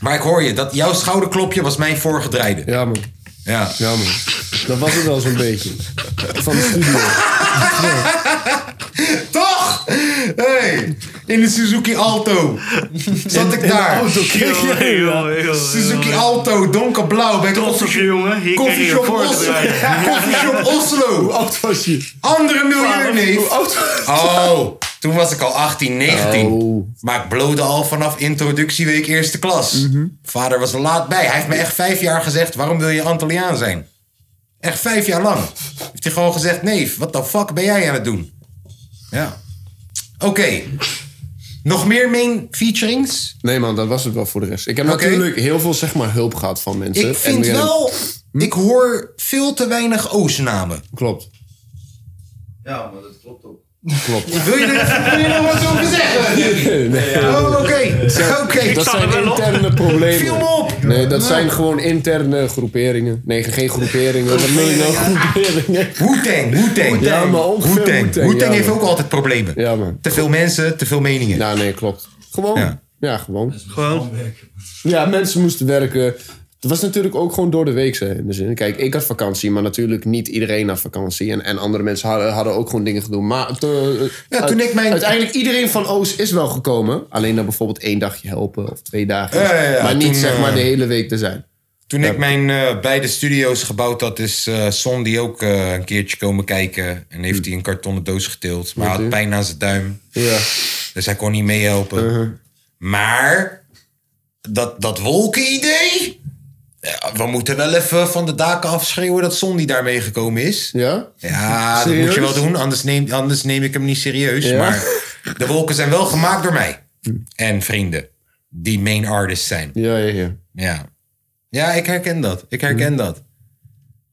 Speaker 2: Maar ik hoor je, dat jouw schouderklopje was mijn voorgedraaide.
Speaker 4: Ja, man.
Speaker 2: Ja.
Speaker 4: Ja, man. Dat was het wel zo'n beetje. Van de studio.
Speaker 2: [LAUGHS] Toch? Hey, in de Suzuki Alto zat ik daar.
Speaker 3: [LAUGHS]
Speaker 2: Suzuki Alto, donkerblauw, bij
Speaker 3: Trots op je, jongen. Hier krijg je
Speaker 2: Coffeeshop
Speaker 3: een
Speaker 2: Oslo. [LAUGHS]
Speaker 3: voordraaien.
Speaker 4: [LAUGHS]
Speaker 2: Coffeeshop Oslo.
Speaker 4: oud was je?
Speaker 2: Andere miljonair, nee.
Speaker 4: Hoe oud was
Speaker 2: Oh, toen was ik al 18, 19.
Speaker 4: Oh.
Speaker 2: Maar ik blode al vanaf introductieweek eerste klas.
Speaker 4: Mhm.
Speaker 2: Vader was er laat bij. Hij heeft me echt vijf jaar gezegd, waarom wil je Antilliaan zijn? Echt vijf jaar lang. Heeft hij gewoon gezegd, neef, wat de fuck ben jij aan het doen? Ja. Oké. Nog meer main featurings?
Speaker 4: Nee, man, dat was het wel voor de rest. Ik heb
Speaker 2: Oké.
Speaker 4: natuurlijk heel veel zeg maar, hulp gehad van mensen.
Speaker 2: Ik vind
Speaker 4: En- Hm?
Speaker 2: wel... Ik hoor veel te weinig Oostnamen.
Speaker 4: Klopt.
Speaker 6: Ja, maar dat klopt ook.
Speaker 2: Wil je er, wil je er wat over zeggen?
Speaker 4: [LAUGHS] Nee,
Speaker 2: Oh, oké. Oké.
Speaker 4: dat
Speaker 3: sta er
Speaker 4: zijn
Speaker 3: wel op.
Speaker 4: interne
Speaker 2: Viel me
Speaker 4: problemen.
Speaker 2: op.
Speaker 4: Nee, dat zijn gewoon interne groeperingen. Nee, geen groeperingen. Wat meen je nou? Groeperingen.
Speaker 2: Wu-Tang, Wu-Tang.
Speaker 4: Ja, maar ongeveer
Speaker 2: Wu-Tang.
Speaker 4: Wu-Tang,
Speaker 2: Wu-Tang
Speaker 4: ja,
Speaker 2: heeft
Speaker 4: man.
Speaker 2: ook altijd problemen.
Speaker 4: Ja, man.
Speaker 2: Te veel mensen, te veel meningen.
Speaker 4: Ja, nee, klopt. Gewoon.
Speaker 2: Ja.
Speaker 4: Ja, gewoon.
Speaker 3: Gewoon.
Speaker 4: Ja, mensen moesten werken. Het was natuurlijk ook gewoon door de week zijn. In de zin. Kijk, ik had vakantie, maar natuurlijk niet iedereen had vakantie. En, en andere mensen hadden, hadden ook gewoon dingen gedaan. Maar te-
Speaker 2: Ja, toen ik mijn-
Speaker 4: uiteindelijk iedereen van Oost is wel gekomen. Alleen dan bijvoorbeeld één dagje helpen of twee dagen.
Speaker 2: Ja, ja, ja.
Speaker 4: maar niet
Speaker 2: Toen,
Speaker 4: zeg maar
Speaker 2: eh,
Speaker 4: de hele week te zijn.
Speaker 2: Toen ik mijn eh, beide studio's gebouwd had, is eh, Son die ook eh, een keertje komen kijken. En heeft hij een kartonnen doos getild. Maar hij had pijn aan zijn duim.
Speaker 4: Hm. Ja. Uh-huh.
Speaker 2: Dus hij kon niet meehelpen. Maar dat, dat wolken-idee. Ja, we moeten wel even van de daken afschreeuwen dat Son die daarmee gekomen is.
Speaker 4: Ja?
Speaker 2: Ja,
Speaker 4: [LAUGHS]
Speaker 2: dat moet je wel
Speaker 4: Serieus?
Speaker 2: doen, anders neem, anders neem ik hem niet serieus.
Speaker 4: Ja. Hm.
Speaker 2: Maar de wolken zijn wel gemaakt door mij. En vrienden, die main artists zijn.
Speaker 4: Ja, ja, ja.
Speaker 2: Ja. Ja, ik herken dat. Ik herken
Speaker 4: Mhm.
Speaker 2: dat.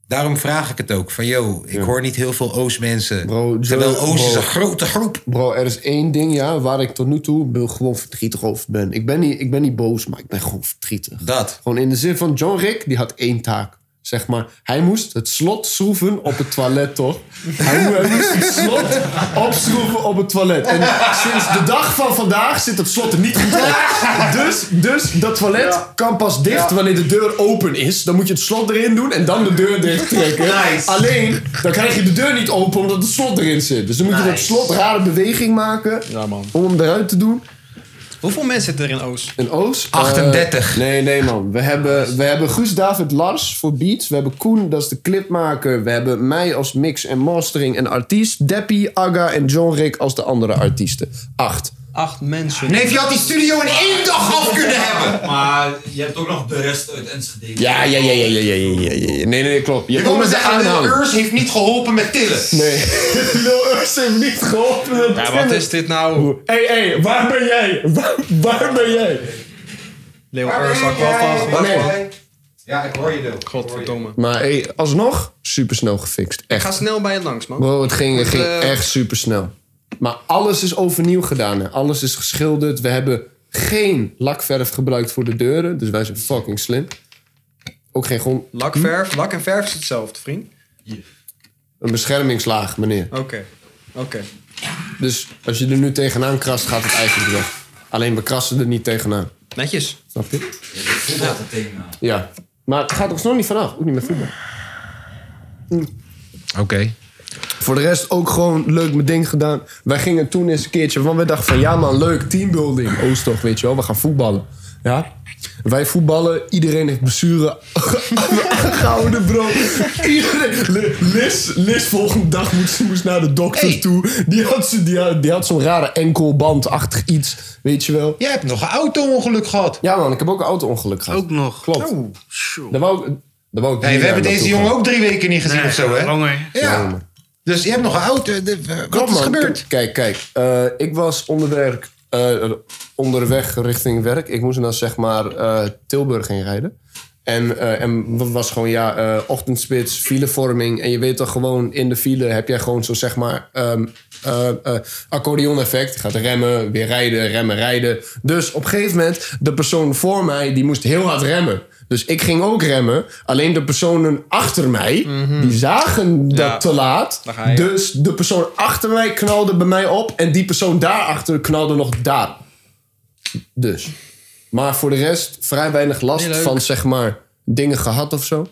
Speaker 2: Daarom vraag ik het ook. Van, yo, ik hoor niet heel veel Oost-mensen.
Speaker 4: Bro,
Speaker 2: terwijl
Speaker 4: Joe-
Speaker 2: Oost is
Speaker 4: bro.
Speaker 2: een grote groep.
Speaker 4: Bro, er is één ding ja, waar ik tot nu toe be- gewoon verdrietig over ben. Ik ben, niet, ik ben niet boos, maar ik ben gewoon verdrietig.
Speaker 2: Dat.
Speaker 4: Gewoon in de zin van John Rick, die had één taak. Zeg maar, hij moest het slot schroeven op het toilet, toch? Hij, mo- hij moest het slot opschroeven op het toilet. En sinds de dag van vandaag zit het slot er niet goed op. Dus, dus dat toilet kan pas dicht wanneer de deur open is. Dan moet je het slot erin doen en dan de deur dicht trekken. Alleen, dan krijg je de deur niet open omdat het slot erin zit. Dus dan moet je dat slot rare beweging maken
Speaker 5: Ja, man.
Speaker 4: om hem eruit te doen.
Speaker 5: Hoeveel mensen zitten er in Oost?
Speaker 4: Een Oost?
Speaker 2: 38.
Speaker 4: Eh, nee, nee man. We hebben, we hebben Guus David Lars voor beats. We hebben Koen, dat is de clipmaker. We hebben mij als mix en mastering en artiest. Deppie, Aga en John Rick als de andere artiesten. Acht.
Speaker 5: Acht mensen.
Speaker 2: Nee, je had die studio in één dag af
Speaker 5: [LAUGHS]
Speaker 2: kunnen hebben.
Speaker 6: Maar je hebt ook nog de rest uit Enschede.
Speaker 4: Ja, ja, ja, ja, ja, ja, ja, ja, ja. Nee, nee, nee, klopt. Je
Speaker 2: Ik
Speaker 4: komt
Speaker 2: wil maar
Speaker 4: met de
Speaker 2: zeggen, Lil
Speaker 4: aanhang.
Speaker 2: Urs heeft niet geholpen met tillen.
Speaker 4: Nee. [LAUGHS] Lil Urs heeft niet geholpen.
Speaker 5: Ja, wat is dit nou?
Speaker 4: Hé, hé, waar ben jij? Waar, waar ben jij?
Speaker 5: Leo Urs, Aquafas.
Speaker 4: Waar ben jij?
Speaker 6: Ja, ik hoor je deel.
Speaker 5: Godverdomme.
Speaker 4: Maar hé, alsnog, supersnel gefixt. Echt.
Speaker 5: Ga snel bij je langs, man.
Speaker 4: Bro, het ging, het ging
Speaker 5: Eh.
Speaker 4: echt super snel. Maar alles is overnieuw gedaan. Hè. Alles is geschilderd. We hebben geen lakverf gebruikt voor de deuren. Dus wij zijn fucking slim. Ook geen grond.
Speaker 5: Lak, verf. Lak en verf is hetzelfde, vriend.
Speaker 4: Een beschermingslaag, meneer.
Speaker 5: Oké. Oké.
Speaker 4: Dus als je er nu tegenaan krast, gaat het eigenlijk weg. Alleen we krassen er niet tegenaan.
Speaker 5: Netjes.
Speaker 4: Snap je?
Speaker 6: Voetbal te thema.
Speaker 4: Ja. Maar het gaat ons nog niet vanaf. Ook niet met voetbal.
Speaker 2: Oké.
Speaker 4: Voor de rest ook gewoon leuk mijn ding gedaan. Wij gingen toen eens een keertje, want we dachten van ja man, leuk teambuilding. Oost toch, weet je wel, we gaan voetballen. Ja? Wij voetballen, iedereen heeft blessure [LAUGHS] aangehouden, bro. Iedereen, Li- Liz, Liz volgende dag moest, moest naar de dokter toe. Die had, ze- die had, die had zo'n rare enkelbandachtig iets, weet je wel.
Speaker 2: Jij hebt nog een auto-ongeluk gehad. Oh.
Speaker 4: Ja man, ik heb ook een auto-ongeluk gehad.
Speaker 3: Ook nog.
Speaker 4: Klopt. Daar wou ik, daar wou ik
Speaker 2: Hey,
Speaker 4: niet
Speaker 2: we hebben deze
Speaker 4: aan naartoe
Speaker 2: jongen ook drie weken niet gezien
Speaker 3: Nee,
Speaker 2: of zo, hè?
Speaker 3: Langer.
Speaker 2: Ja. Dus je hebt nog een auto. De- Wat
Speaker 4: Klopt,
Speaker 2: is
Speaker 4: man.
Speaker 2: gebeurd?
Speaker 4: K- Kijk, kijk. eh, ik was onderweg, eh, onderweg richting werk. Ik moest naar zeg maar eh, Tilburg heen rijden. En, eh, en wat was gewoon, ja, eh, ochtendspits, filevorming. En je weet toch gewoon, in de file heb jij gewoon zo zeg maar ehm eh, eh, accordeon-effect. Je Gaat remmen, weer rijden, remmen, rijden. Dus op een gegeven moment, de persoon voor mij, die moest heel hard remmen. Dus ik ging ook remmen. Alleen de personen achter mij, die zagen dat
Speaker 5: Mhm. Ja.
Speaker 4: te laat.
Speaker 5: Daar ga je.
Speaker 4: Dus de persoon achter mij knalde bij mij op. En die persoon daarachter knalde nog daar. Dus. Maar voor de rest vrij weinig last
Speaker 5: Nee, leuk.
Speaker 4: van zeg maar dingen gehad of zo.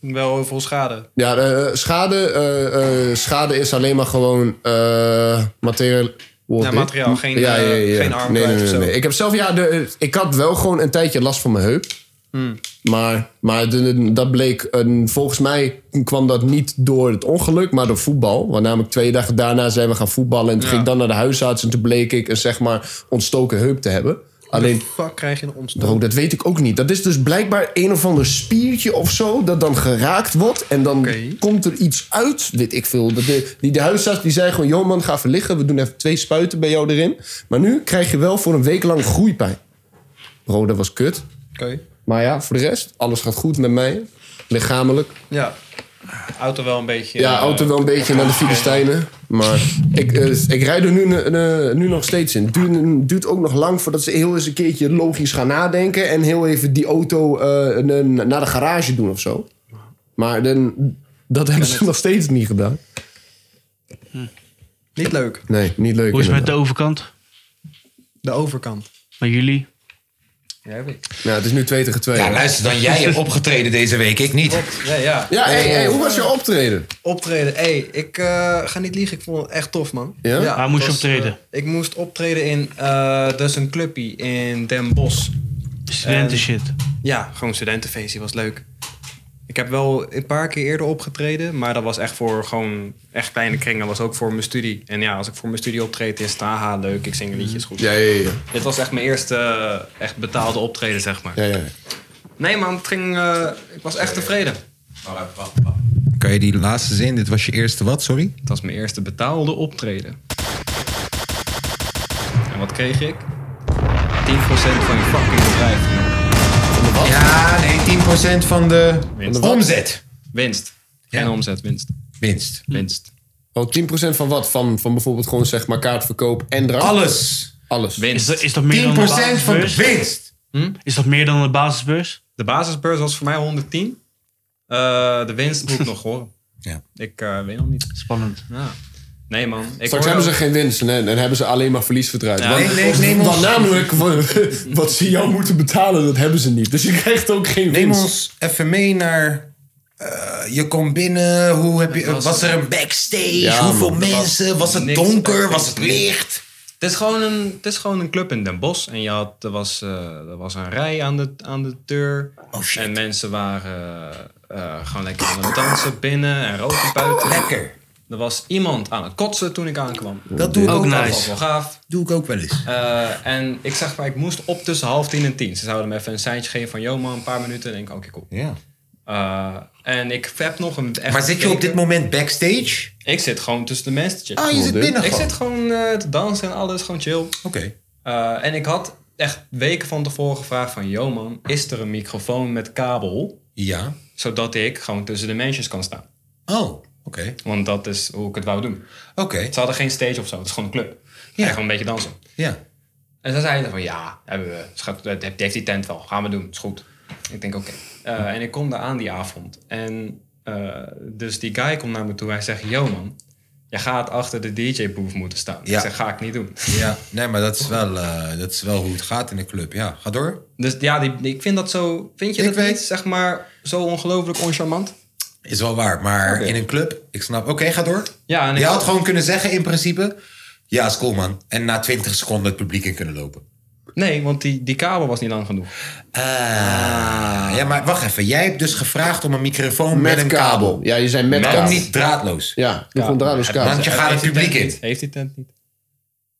Speaker 5: Wel heel veel schade.
Speaker 4: Ja, eh, schade, eh, eh, schade is alleen maar gewoon eh materiaal.
Speaker 5: Ja, materiaal, geen, eh, geen arm
Speaker 4: nee, nee,
Speaker 5: kwijt
Speaker 4: nee,
Speaker 5: of zo.
Speaker 4: nee. Ik heb zelf, ja, de, ik had wel gewoon een tijdje last van mijn heup.
Speaker 5: Hmm.
Speaker 4: Maar, maar de- de- dat bleek, een, volgens mij kwam dat niet door het ongeluk, maar door voetbal. Want namelijk twee dagen daarna zijn we gaan voetballen. En toen
Speaker 5: Ja.
Speaker 4: ging ik dan naar de huisarts en toen bleek ik een zeg maar ontstoken heup te hebben. Alleen,
Speaker 5: Fuck, krijg je een ontstoken.
Speaker 4: Bro, dat weet ik ook niet. Dat is dus blijkbaar een of ander spiertje of zo dat dan geraakt wordt. En dan
Speaker 5: Oké.
Speaker 4: komt er iets uit, weet ik veel. Dat de, die, de huisarts die zei gewoon, joh man, ga even liggen. We doen even twee spuiten bij jou erin. Maar nu krijg je wel voor een week lang groeipijn. Bro, dat was kut.
Speaker 5: Oké.
Speaker 4: Maar ja, voor de rest, alles gaat goed met mij. Lichamelijk.
Speaker 5: Ja. Auto wel een beetje. eh,
Speaker 4: Ja, auto wel een beetje naar de Filistijnen. Maar ik, eh, ik rijd er nu, eh, nu nog steeds in. Het duurt, duurt ook nog lang voordat ze heel eens een keertje logisch gaan nadenken. En heel even die auto eh, een- naar de garage doen of zo. Maar dan, dat hebben ze nog steeds niet gedaan.
Speaker 5: Niet leuk.
Speaker 4: Nee, niet leuk.
Speaker 3: Hoe is het met de
Speaker 4: inderdaad.
Speaker 3: overkant?
Speaker 5: De overkant.
Speaker 3: Bij jullie?
Speaker 5: Ja, heb ik.
Speaker 4: Nou, het is nu 2 tegen 2.
Speaker 2: Ja, luister dan. Jij hebt opgetreden deze week, ik niet.
Speaker 5: Ja, ja.
Speaker 4: Ja, hey, hey, hoe was je optreden?
Speaker 5: Optreden. Hé, hey, ik eh, ga niet liegen. Ik vond het echt tof, man.
Speaker 4: Ja?
Speaker 3: Waar moest je
Speaker 5: het was,
Speaker 3: optreden?
Speaker 5: eh, ik moest optreden in... eh dat is een clubje in Den Bosch. Ehm,
Speaker 3: Studenten shit.
Speaker 5: Ja, gewoon studentenfeestje. Was leuk. Ik heb wel een paar keer eerder opgetreden. Maar dat was echt voor gewoon... Echt kleine kringen. was ook voor mijn studie. En ja, als ik voor mijn studie optreed is het... Haha, leuk. Ik zing liedjes goed.
Speaker 4: Ja, ja, ja.
Speaker 5: Dit was echt mijn eerste eh, echt betaalde optreden, zeg maar.
Speaker 4: ja, ja.
Speaker 5: Nee, man. Het ging... eh, ik was echt tevreden.
Speaker 4: Oh,
Speaker 6: Wacht, wacht, wacht.
Speaker 2: Kan je die laatste zin? Dit was je eerste wat, sorry?
Speaker 5: Het was mijn eerste betaalde optreden. En wat kreeg ik? 10% van je fucking bedrijf.
Speaker 2: Ja, nee, 10% van de
Speaker 5: Winst.
Speaker 2: omzet.
Speaker 5: Winst.
Speaker 2: Ja.
Speaker 5: En omzet, winst.
Speaker 2: Winst.
Speaker 5: Winst.
Speaker 4: Oh, 10% van wat? Van, van bijvoorbeeld gewoon zeg maar kaartverkoop en drank?
Speaker 2: Alles. 10%
Speaker 4: Alles.
Speaker 3: Is
Speaker 5: Winst.
Speaker 3: dat, is dat meer dan de
Speaker 2: van de
Speaker 3: basisbeurs?
Speaker 2: winst.
Speaker 3: Is dat meer dan de basisbeurs?
Speaker 5: De basisbeurs was voor mij 110. Eh, de winst
Speaker 3: [LAUGHS]
Speaker 5: moet ik nog horen.
Speaker 2: Ja.
Speaker 5: Ik eh, weet nog niet.
Speaker 3: Spannend.
Speaker 5: Ja. Nee, man. Ik
Speaker 4: Straks
Speaker 5: hoor
Speaker 4: hebben ze
Speaker 5: ook-
Speaker 4: geen winst en, en hebben ze alleen maar verlies verdraaid.
Speaker 5: Ja.
Speaker 4: Want,
Speaker 2: Nee, nee, neem
Speaker 4: want
Speaker 2: ons-
Speaker 4: namelijk, wa- [LAUGHS] wat ze jou moeten betalen, dat hebben ze niet. Dus je krijgt ook geen
Speaker 2: Neem
Speaker 4: winst.
Speaker 2: ons even mee naar. eh, je komt binnen, hoe heb je, was, er een backstage?
Speaker 4: Ja,
Speaker 2: Hoeveel
Speaker 4: man,
Speaker 2: mensen? Was het
Speaker 5: niks
Speaker 2: donker? Was het
Speaker 5: backstage, niks.
Speaker 2: licht?
Speaker 5: Het is, gewoon een, het is gewoon een club in Den Bosch. En je had, er, was, eh, er was een rij aan de, aan de deur.
Speaker 2: Oh, shit.
Speaker 5: En mensen waren eh, gewoon lekker aan het dansen binnen en roken buiten.
Speaker 2: Lekker.
Speaker 5: Er was iemand aan het kotsen toen ik aankwam.
Speaker 2: Dat doe ik ook,
Speaker 3: Ook
Speaker 2: wel
Speaker 5: Dat
Speaker 3: nice.
Speaker 5: was
Speaker 2: eens.
Speaker 5: wel gaaf.
Speaker 2: Doe ik ook wel eens.
Speaker 5: Eh, en ik zeg maar, ik moest op tussen half tien en tien. Ze zouden me even een seintje geven van, yo man, een paar minuten. En ik, oké, cool.
Speaker 2: Ja.
Speaker 5: Eh, en ik heb nog een... echt
Speaker 2: Maar zit je op dit
Speaker 5: gekeken.
Speaker 2: moment backstage?
Speaker 5: Ik zit gewoon tussen de mensen. te
Speaker 2: Ah,
Speaker 5: chillen.
Speaker 2: je zit binnen
Speaker 5: ik
Speaker 2: gewoon.
Speaker 5: zit gewoon eh, te dansen en alles, gewoon chill.
Speaker 2: Oké.
Speaker 5: Eh, en ik had echt weken van tevoren gevraagd van... Yo man, is er een microfoon met kabel?
Speaker 2: Ja.
Speaker 5: Zodat ik gewoon tussen de mensjes kan staan.
Speaker 2: Oh, oké.
Speaker 5: Want dat is hoe ik het wou doen.
Speaker 2: Oké.
Speaker 5: Ze hadden geen stage of zo. Het is gewoon een club. Ja. gewoon een beetje dansen.
Speaker 2: Ja.
Speaker 5: En ze zeiden van... Ja, hebben we. Ze gaat- het heeft- die heeft die tent wel. Gaan we doen. Is goed. Ik denk oké. Eh, en ik kom daar aan die avond. En eh, dus die guy komt naar me toe. Hij zegt... Yo man, je gaat achter de DJ-booth moeten staan.
Speaker 2: Ja.
Speaker 5: Ik zeg, ga ik niet doen.
Speaker 2: Ja. Nee, maar dat is, wel, eh, dat is wel hoe het gaat in de club. Ja, ga door.
Speaker 5: Dus ja, die, die- ik vind dat zo. Vind je
Speaker 2: Ik
Speaker 5: dat
Speaker 2: weet-
Speaker 5: niet, zeg maar, zo ongelooflijk oncharmant?
Speaker 2: Is wel waar, maar in een club, ik snap. Oké, ga door.
Speaker 5: Ja, en ik-
Speaker 2: Je had gewoon kunnen zeggen in principe, ja, is cool man. En na 20 seconden het publiek in kunnen lopen.
Speaker 5: Nee, want die, die kabel was niet lang genoeg.
Speaker 2: Ah. Ja, maar wacht even. Jij hebt dus gevraagd om een microfoon met,
Speaker 4: Met
Speaker 2: een
Speaker 4: kabel.
Speaker 2: kabel.
Speaker 4: Ja, je zei met,
Speaker 2: Waarom
Speaker 4: kabel.
Speaker 2: niet draadloos?
Speaker 4: Ja, doe gewoon draadloos kabel.
Speaker 2: Want je gaat het
Speaker 5: Heeft die
Speaker 2: publiek
Speaker 5: tent
Speaker 2: in.
Speaker 5: niet. Heeft die tent niet?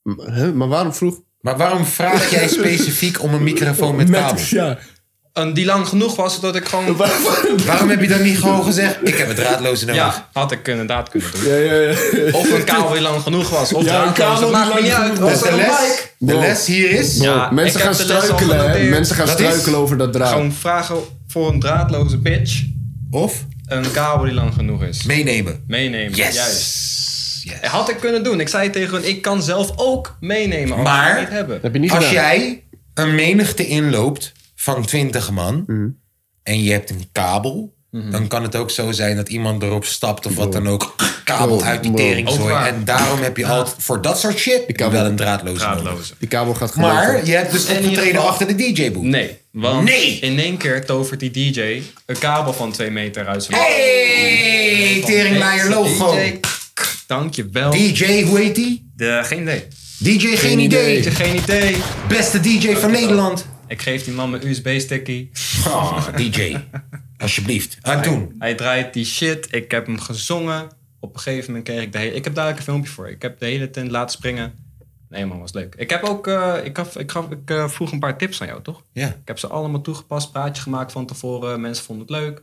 Speaker 4: nou- Huh, Maar waarom vroeg...
Speaker 2: Maar waarom vraag
Speaker 4: [LAUGHS]
Speaker 2: jij specifiek om een microfoon met kabel?
Speaker 4: Ja.
Speaker 5: En die lang genoeg was dat ik gewoon.
Speaker 2: Waarom heb je dan niet gewoon gezegd, ik heb het draadloos in de hand?
Speaker 5: Ja, had ik inderdaad kunnen doen.
Speaker 4: Ja, ja, ja.
Speaker 5: Of een kabel die lang genoeg was. Of
Speaker 4: Ja,
Speaker 5: ja,
Speaker 4: een
Speaker 5: een kabel.
Speaker 4: kabel
Speaker 5: Het maakt me
Speaker 4: die lang
Speaker 5: niet uit.
Speaker 4: genoeg
Speaker 5: Was
Speaker 4: was.
Speaker 5: er
Speaker 2: De
Speaker 5: een
Speaker 2: les,
Speaker 5: mic?
Speaker 2: de
Speaker 4: Wow.
Speaker 2: les hier is...
Speaker 5: Ja,
Speaker 4: Mensen
Speaker 5: ik
Speaker 4: gaan
Speaker 5: heb de les al
Speaker 4: struikelen, hè.
Speaker 5: genoteerd.
Speaker 4: Mensen gaan
Speaker 2: Dat is-
Speaker 4: struikelen over dat draad.
Speaker 5: Gewoon vragen voor een draadloze bitch.
Speaker 2: Of
Speaker 5: Een kabel die lang genoeg is.
Speaker 2: meenemen.
Speaker 5: Meenemen.
Speaker 2: Yes.
Speaker 5: Juist.
Speaker 2: Yes.
Speaker 5: Had ik kunnen doen. Ik zei tegen hun, ik kan zelf ook meenemen. Als
Speaker 2: Maar-
Speaker 5: maar... Niet hebben.
Speaker 4: Heb je niet
Speaker 2: Als
Speaker 4: gedaan.
Speaker 2: jij een menigte inloopt van 20 man en je hebt een kabel,
Speaker 5: Mhm.
Speaker 6: Mm.
Speaker 2: dan kan het ook zo zijn dat iemand erop stapt of wat dan ook. Kabel
Speaker 4: Bro,
Speaker 2: uit die
Speaker 4: bro.
Speaker 5: Ook
Speaker 2: teringzooi.
Speaker 5: waar.
Speaker 2: En daarom heb je altijd voor dat soort shit heb je wel een draadloze. nodig.
Speaker 5: Draadloze.
Speaker 4: Die kabel gaat gewoon...
Speaker 2: Maar je hebt dus
Speaker 5: In ieder
Speaker 2: opgetreden
Speaker 5: geval-
Speaker 2: achter de DJ-boot.
Speaker 5: Nee, want
Speaker 2: Nee!
Speaker 5: in één keer tovert die DJ een kabel van twee meter uit zijn
Speaker 2: Hey, teringlaaier logo.
Speaker 5: DJ, dankjewel.
Speaker 2: DJ, hoe heet die?
Speaker 5: De, geen idee.
Speaker 2: DJ, geen
Speaker 5: Weet je,
Speaker 2: idee.
Speaker 5: geen idee.
Speaker 2: Beste DJ van Nederland.
Speaker 5: Ik geef die man mijn USB-stickie. [LAUGHS]
Speaker 2: Oh, DJ. Alsjeblieft. Aan het doen.
Speaker 5: Hij draait die shit. Ik heb hem gezongen. Op een gegeven moment kreeg ik de hele... Ik heb daar ook een filmpje voor. Ik heb de hele tent laten springen. Nee man, was leuk. Ik heb ook... eh, ik, gaf, ik, gaf, ik eh, vroeg een paar tips aan jou, toch?
Speaker 2: Ja.
Speaker 5: Ik heb ze allemaal toegepast, praatje gemaakt van tevoren. Mensen vonden het leuk.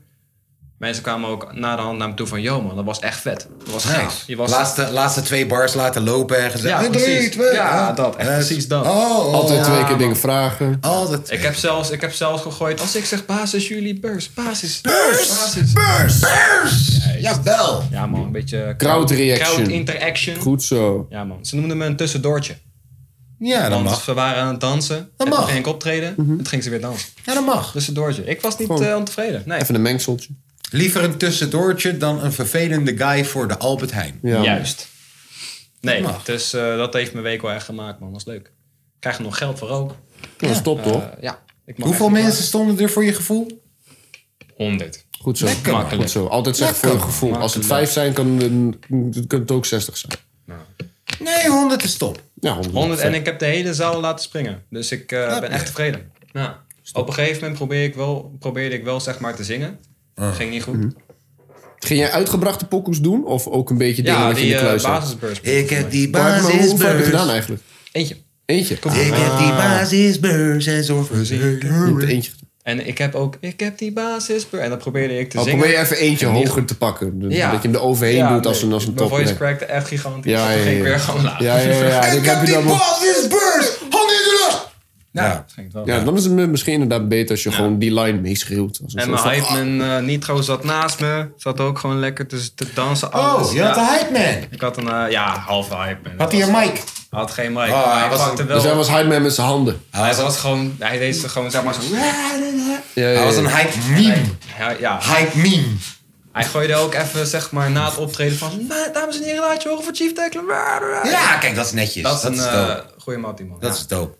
Speaker 5: Mensen kwamen ook na de hand naar me toe van... Yo man, dat was echt vet. Dat was gaaf.
Speaker 2: Nice.
Speaker 5: Je was
Speaker 2: laatste, laatste twee bars laten lopen en gezegd...
Speaker 5: Ja,
Speaker 2: "Hey,
Speaker 5: precies.
Speaker 2: drie, twee,
Speaker 5: Ja,
Speaker 2: ah."
Speaker 5: dat, echt precies dat.
Speaker 2: Oh, oh,
Speaker 4: Altijd
Speaker 2: ja.
Speaker 4: twee keer dingen vragen.
Speaker 2: Altijd twee.
Speaker 5: Ik heb, zelfs, ik heb zelfs gegooid, als ik zeg basis, jullie beurs, basis.
Speaker 2: Beurs! Beurs! Beurs! Jawel!
Speaker 5: Ja man, een beetje...
Speaker 4: Crowd reaction.
Speaker 5: Crowd interaction.
Speaker 4: Goed zo.
Speaker 5: Ja man, ze noemden me een tussendoortje.
Speaker 2: Ja, dat
Speaker 5: Want
Speaker 2: mag.
Speaker 5: ze waren aan het dansen. en
Speaker 2: mag.
Speaker 5: Toen ging ik optreden, en toen ging ze weer dansen.
Speaker 2: Ja, dat mag.
Speaker 5: Tussendoortje. Ik was niet eh, ontevreden. Nee.
Speaker 4: Even een mengseltje.
Speaker 2: Liever een tussendoortje dan een vervelende guy voor de Albert Heijn.
Speaker 4: Ja.
Speaker 5: Juist. Nee,
Speaker 2: Dat mag.
Speaker 5: dus eh, dat heeft mijn week wel echt gemaakt man, dat is leuk. Ik krijg er nog geld voor ook.
Speaker 4: Ja, Dat is top, toch?
Speaker 5: Eh, ja. Ik mag
Speaker 2: Hoeveel
Speaker 5: echt niet
Speaker 2: mensen stonden er voor je gevoel?
Speaker 5: praten. 100.
Speaker 4: Goed zo.
Speaker 2: Lekker, man.
Speaker 4: Goed zo. Altijd zeggen voor je
Speaker 2: Lekker.
Speaker 4: gevoel. Als het vijf zijn, kan, eh, kan het ook 60 zijn.
Speaker 2: Nee, 100 is top.
Speaker 4: Ja, 100.
Speaker 5: 100 en ik heb de hele zaal laten springen. Dus ik eh, ben echt tevreden. Ja. Op een gegeven moment probeer ik wel, probeerde ik wel zeg maar te zingen. Ging niet goed.
Speaker 4: Mhm. Ging jij uitgebrachte pokoes doen? Of ook een beetje dingen
Speaker 5: Ja,
Speaker 4: wat je in
Speaker 5: die
Speaker 4: de
Speaker 5: eh,
Speaker 4: kluis had?
Speaker 5: basisbeurs.
Speaker 2: Ik heb die
Speaker 4: Maar, maar hoeveel heb je
Speaker 2: basisbeurs.
Speaker 4: gedaan eigenlijk? Ah.
Speaker 5: Eentje.
Speaker 4: Eentje.
Speaker 2: Ik heb die basisbeurs en zorg voor
Speaker 4: Je
Speaker 2: zekerheid.
Speaker 4: hebt eentje.
Speaker 5: En ik heb ook, ik heb die basisbeurs. En dan probeerde ik te
Speaker 4: Oh,
Speaker 5: zingen.
Speaker 4: probeer je even eentje
Speaker 5: Ging niet
Speaker 4: hoger te pakken. Dat je hem er overheen
Speaker 5: Ja,
Speaker 4: doet als
Speaker 5: nee.
Speaker 4: een, als een
Speaker 5: Mijn
Speaker 4: top.
Speaker 5: voice
Speaker 4: Nee.
Speaker 5: crackte echt gigantisch.
Speaker 4: Ja,
Speaker 5: Ja,
Speaker 4: ja,
Speaker 5: ging
Speaker 4: ja.
Speaker 5: ik weer gewoon laag. [LAUGHS]
Speaker 4: Ja, ja, ja. ja. Dan
Speaker 2: Ik heb
Speaker 4: heb je
Speaker 2: die
Speaker 4: dan wel-
Speaker 2: basisbeurs! Hand in de lucht!
Speaker 5: Ja, dat ging het wel.
Speaker 4: Ja, dan is het misschien inderdaad beter als je gewoon die line meeschreeuwt. Als een
Speaker 5: En
Speaker 4: soort
Speaker 5: mijn
Speaker 4: van-
Speaker 5: hype man eh, Nitro zat naast me. Zat ook gewoon lekker te, te dansen. alles.
Speaker 2: Oh, je had de
Speaker 5: ja.
Speaker 2: hype man.
Speaker 5: Ik had een eh, ja, halve hype man.
Speaker 2: Had hij een mic?
Speaker 5: Had geen mic.
Speaker 2: hij
Speaker 5: maar hij
Speaker 2: was
Speaker 5: pakte
Speaker 2: een-
Speaker 4: Dus Ah, hij
Speaker 5: wel.
Speaker 4: was hype man met zijn handen.
Speaker 5: Hij was gewoon, hij deed ze gewoon zeg maar zo.
Speaker 4: Ja, ja,
Speaker 2: Hij was een
Speaker 4: ja.
Speaker 2: hype meme.
Speaker 5: Ja, ja.
Speaker 2: Hype meme.
Speaker 5: Hij gooide ook even zeg maar na het optreden van. "Nou, Dames en heren, laat je horen voor Chief Tackler.
Speaker 2: Ja, kijk, dat is netjes.
Speaker 5: Dat is een
Speaker 2: dope.
Speaker 5: eh, goede mat, die man.
Speaker 2: Dat
Speaker 5: Ja.
Speaker 2: is dope.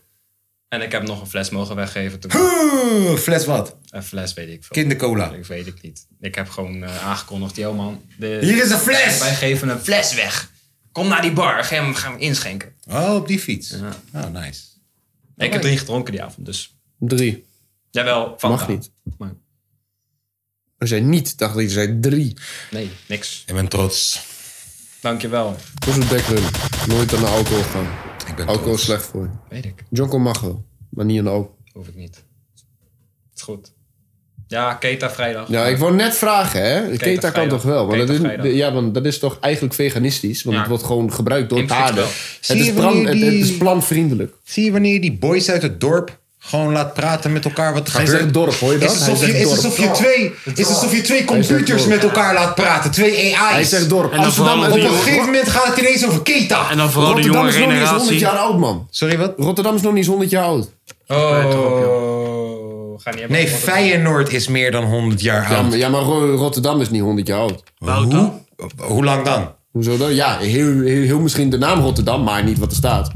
Speaker 5: En ik heb nog een fles mogen weggeven. Toen.
Speaker 2: Oeh, fles wat?
Speaker 5: Een fles weet ik veel.
Speaker 2: Kindercola.
Speaker 5: Ik weet het niet. Ik heb gewoon eh, aangekondigd, yo man. de-
Speaker 2: Hier is een fles!
Speaker 5: Wij geven een fles weg. Kom naar die bar, ga hem, ga hem inschenken.
Speaker 2: Oh, op die fiets. Oh, nice.
Speaker 5: ik heb er niet gedronken die avond, dus.
Speaker 4: Drie.
Speaker 5: Jawel, Fanta.
Speaker 4: Mag niet.
Speaker 5: Maar
Speaker 4: Hij zei niet, dacht ik, hij zei drie.
Speaker 5: nee, niks.
Speaker 2: Ik ben trots.
Speaker 5: Dankjewel.
Speaker 4: Dat is een backrun. Nooit aan de alcohol gaan.
Speaker 2: Ik ben
Speaker 4: Alcohol
Speaker 2: trots.
Speaker 4: is slecht voor je.
Speaker 5: Weet ik.
Speaker 4: Jonko mag wel, maar niet aan de alcohol.
Speaker 5: Hoef ik niet. Is goed. Ja, Keta vrijdag.
Speaker 4: Ja, ik wou net vragen, hè. Keta kan
Speaker 5: vrijdag.
Speaker 4: toch wel? Maar
Speaker 5: Keta
Speaker 4: dat
Speaker 5: vrijdag.
Speaker 4: is, ja, want dat is toch eigenlijk veganistisch? Want
Speaker 5: Ja.
Speaker 4: het wordt gewoon gebruikt door
Speaker 5: In
Speaker 4: het
Speaker 5: principe
Speaker 4: aarde.
Speaker 5: wel.
Speaker 4: Het
Speaker 2: Zie
Speaker 4: is,
Speaker 2: je
Speaker 4: plan,
Speaker 2: wanneer
Speaker 4: het, het is
Speaker 2: die-
Speaker 4: planvriendelijk.
Speaker 2: Zie je wanneer je die boys uit het dorp gewoon laat praten met elkaar wat er
Speaker 4: Hij
Speaker 2: gebeurt?
Speaker 4: zegt dorp, hoor je dat?
Speaker 2: Is
Speaker 4: Hij
Speaker 2: alsof
Speaker 4: zegt
Speaker 2: je, is
Speaker 4: dorp.
Speaker 2: alsof je twee, is alsof je twee computers
Speaker 4: dorp.
Speaker 2: met elkaar laat praten. Twee AI's.
Speaker 4: Hij zegt dorp.
Speaker 3: dan
Speaker 4: Amsterdam,
Speaker 3: vooral
Speaker 2: Op
Speaker 4: op
Speaker 3: die-
Speaker 2: een gegeven moment gaat het ineens over Keta.
Speaker 3: En dan vooral de
Speaker 4: Rotterdam
Speaker 3: jonge
Speaker 4: is nog niet eens 100
Speaker 3: generatie.
Speaker 4: jaar oud, man.
Speaker 2: Sorry, wat?
Speaker 4: Rotterdam is nog niet eens 100 jaar oud.
Speaker 5: Oh, ga niet hebben.
Speaker 2: Nee, Feyenoord is meer dan 100 jaar
Speaker 4: Ja,
Speaker 2: oud.
Speaker 4: maar, ja, maar Ro- Rotterdam is niet 100 jaar oud.
Speaker 3: Wouter.
Speaker 2: Hoe lang dan?
Speaker 4: Hoezo dan? Ja, heel, heel, heel misschien de naam Rotterdam, maar niet wat er staat.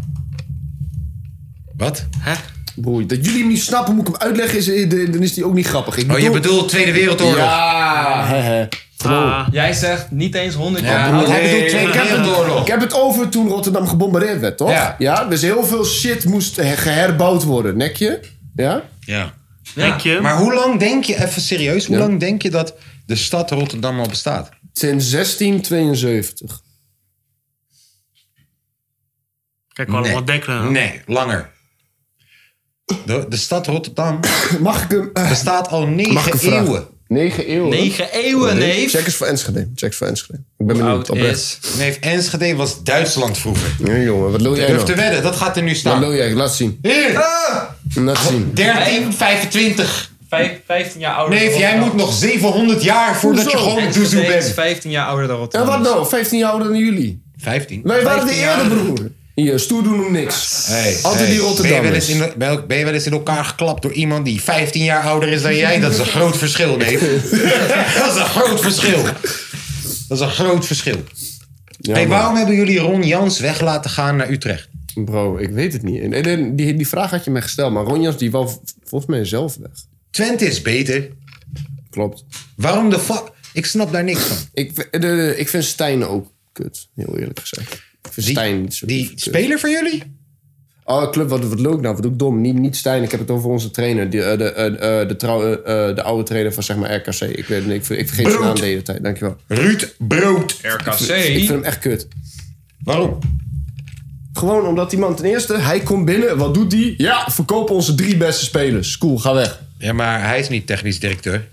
Speaker 2: Wat?
Speaker 3: Hè?
Speaker 4: Broer, dat jullie hem niet snappen, moet ik hem uitleggen, is, eh, de- dan is die ook niet grappig. Ik
Speaker 2: Oh, je
Speaker 4: bedoel-
Speaker 2: bedoelt Tweede Wereldoorlog?
Speaker 4: Ja, hè, hè.
Speaker 3: Ah,
Speaker 5: Jij zegt niet eens 100 jaar
Speaker 2: broer,
Speaker 5: oud.
Speaker 2: hij
Speaker 5: Nee,
Speaker 2: bedoelt Tweede
Speaker 4: Ik heb, het,
Speaker 2: Wereldoorlog.
Speaker 4: ik heb het over toen Rotterdam gebombardeerd werd, toch?
Speaker 2: Ja.
Speaker 4: dus heel veel shit moest eh, geherbouwd worden. Nekje? Ja?
Speaker 2: Ja.
Speaker 3: Denk je?
Speaker 2: Maar hoe lang denk je, even serieus, hoe
Speaker 4: Ja.
Speaker 2: lang denk je dat de stad Rotterdam al bestaat?
Speaker 4: Sinds 1672.
Speaker 3: Kijk, we allemaal dekken.
Speaker 2: Nee, langer. De, de stad Rotterdam
Speaker 4: [COUGHS] Mag ik hem... eh,
Speaker 2: bestaat al
Speaker 4: mag ik
Speaker 2: negen
Speaker 4: hem vragen?
Speaker 2: eeuwen.
Speaker 4: Negen eeuwen?
Speaker 5: 9 eeuwen, nee.
Speaker 4: Check eens voor Enschede. Check eens voor Enschede. Ik
Speaker 2: Nou,
Speaker 4: ben benieuwd.
Speaker 5: Oud
Speaker 4: Oprecht.
Speaker 5: is.
Speaker 2: Nee, Enschede was Duitsland vroeger.
Speaker 4: Nee, jongen, wat wil jij
Speaker 2: Durf te
Speaker 4: nou?
Speaker 2: wedden, dat gaat er nu
Speaker 4: Wat
Speaker 2: staan.
Speaker 4: wil jij? Laat zien.
Speaker 2: Hier,
Speaker 4: Laat zien.
Speaker 2: 1325.
Speaker 5: Vijf- 15 jaar ouder.
Speaker 2: Nee,
Speaker 5: dan
Speaker 2: jij moet
Speaker 5: Rotterdam.
Speaker 2: nog 700 jaar voordat je
Speaker 4: Hoezo?
Speaker 2: gewoon
Speaker 5: Enschede
Speaker 2: doezoe
Speaker 5: is
Speaker 2: bent.
Speaker 5: 15 jaar ouder dan
Speaker 4: En
Speaker 5: Rotterdam.
Speaker 4: wat nou? 15 jaar ouder dan jullie.
Speaker 2: 15.
Speaker 4: Wij waren de
Speaker 5: 15 jaar
Speaker 4: eerder, broer. Hier, stoer doen om niks. Altijd die
Speaker 2: Ben je, wel
Speaker 4: Rotterdammers.
Speaker 2: eens in, ben je- ben je wel eens in elkaar geklapt door iemand die 15 jaar ouder is dan jij? Dat is een groot verschil, nee.
Speaker 4: [LAUGHS]
Speaker 2: dat is een groot verschil. Dat is een groot verschil.
Speaker 4: Ja,
Speaker 2: hey,
Speaker 4: man.
Speaker 2: waarom hebben jullie Ron Jans weg laten gaan naar Utrecht?
Speaker 4: Bro, ik weet het niet. En, en- en die, die vraag had je mij gesteld, maar Ronjas die wou v- volgens mij zelf weg.
Speaker 2: Twente is beter.
Speaker 4: Klopt.
Speaker 2: Waarom de fuck? Ik snap daar niks van.
Speaker 4: Ik, v- de, de- ik vind Stijn ook kut, heel eerlijk gezegd. Ik vind Stijn
Speaker 2: Die,
Speaker 4: niet zo
Speaker 2: die
Speaker 4: kut.
Speaker 2: speler van jullie?
Speaker 4: Oh, club, wat, wat leuk nou, wat doe ik dom. Niet, niet Stijn, ik heb het over onze trainer. Die, eh, de, eh, eh, de, trouw, eh, eh, de oude trainer van zeg maar RKC. Ik, weet, ik, ver- ik vergeet zijn
Speaker 2: Brood.
Speaker 4: naam de hele tijd, dankjewel.
Speaker 2: Ruud Brood.
Speaker 5: RKC.
Speaker 4: Ik vind hem echt kut.
Speaker 2: Waarom?
Speaker 4: Gewoon omdat die man ten eerste, hij komt binnen, wat doet die? Ja, verkoop onze drie beste spelers. Cool, ga weg.
Speaker 2: Ja, maar hij is niet technisch directeur.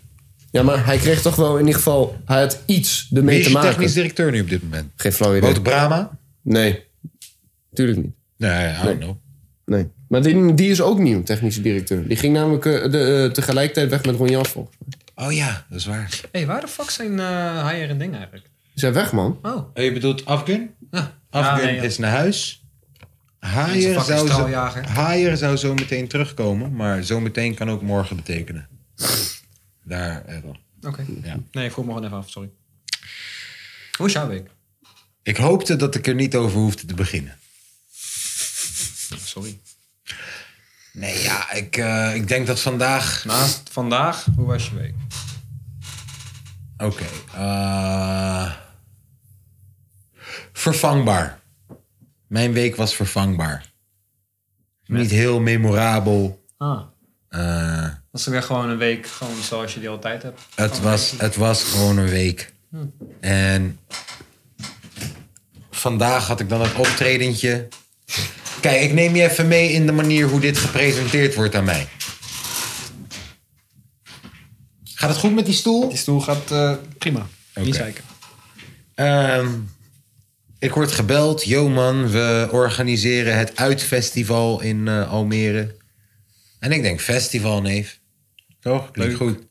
Speaker 4: Ja, maar hij kreeg toch wel in ieder geval, hij had iets
Speaker 2: Wie
Speaker 4: ermee
Speaker 2: is
Speaker 4: te
Speaker 2: je
Speaker 4: maken.
Speaker 2: technisch directeur nu op dit moment?
Speaker 4: Geen flauw idee.
Speaker 2: Boot Brama?
Speaker 4: Nee, tuurlijk niet.
Speaker 2: Nee, I don't know.
Speaker 4: Nee. Maar die, die is ook nieuw, technische directeur. Die ging namelijk eh, de, eh, tegelijkertijd weg met Ron Jans volgens mij.
Speaker 2: Oh ja, dat is waar.
Speaker 5: Hé, hey, waar de fuck zijn eh Haier en Ding eigenlijk?
Speaker 4: Die zijn weg, man.
Speaker 2: Oh. je bedoelt Afgun?
Speaker 5: Ja.
Speaker 2: Afgun
Speaker 5: Ah, nee, ja.
Speaker 2: is naar huis.
Speaker 5: Deze
Speaker 2: Haier
Speaker 5: fucking
Speaker 2: zou, zo,
Speaker 5: straaljager.
Speaker 2: Haier zou zo meteen terugkomen, maar zo meteen kan ook morgen betekenen. Daar, eh, wel.
Speaker 5: Oké.
Speaker 2: Ja.
Speaker 5: Nee, ik voel me gewoon even af, sorry. Hoe is jouw week?
Speaker 2: Ik hoopte dat ik er niet over hoefde te beginnen.
Speaker 5: Sorry.
Speaker 2: Nee, ja, ik, eh, ik denk dat vandaag...
Speaker 5: Naast vandaag, hoe was je week?
Speaker 2: Oké. eh, vervangbaar. Mijn week was vervangbaar. Niet heel memorabel.
Speaker 5: Ah.
Speaker 2: Eh,
Speaker 5: Was er weer gewoon een week gewoon zoals je die altijd hebt?
Speaker 2: het, was, het was gewoon een week. En vandaag had ik dan het optredentje. Kijk, ik neem je even mee in de manier hoe dit gepresenteerd wordt aan mij. Gaat het goed met die stoel?
Speaker 5: Die stoel gaat eh, prima. Niet zeiken.
Speaker 2: Ehm, ik word gebeld. Yo man, we organiseren het Uitfestival in eh, Almere. En ik denk, festival neef. Toch? Klinkt goed.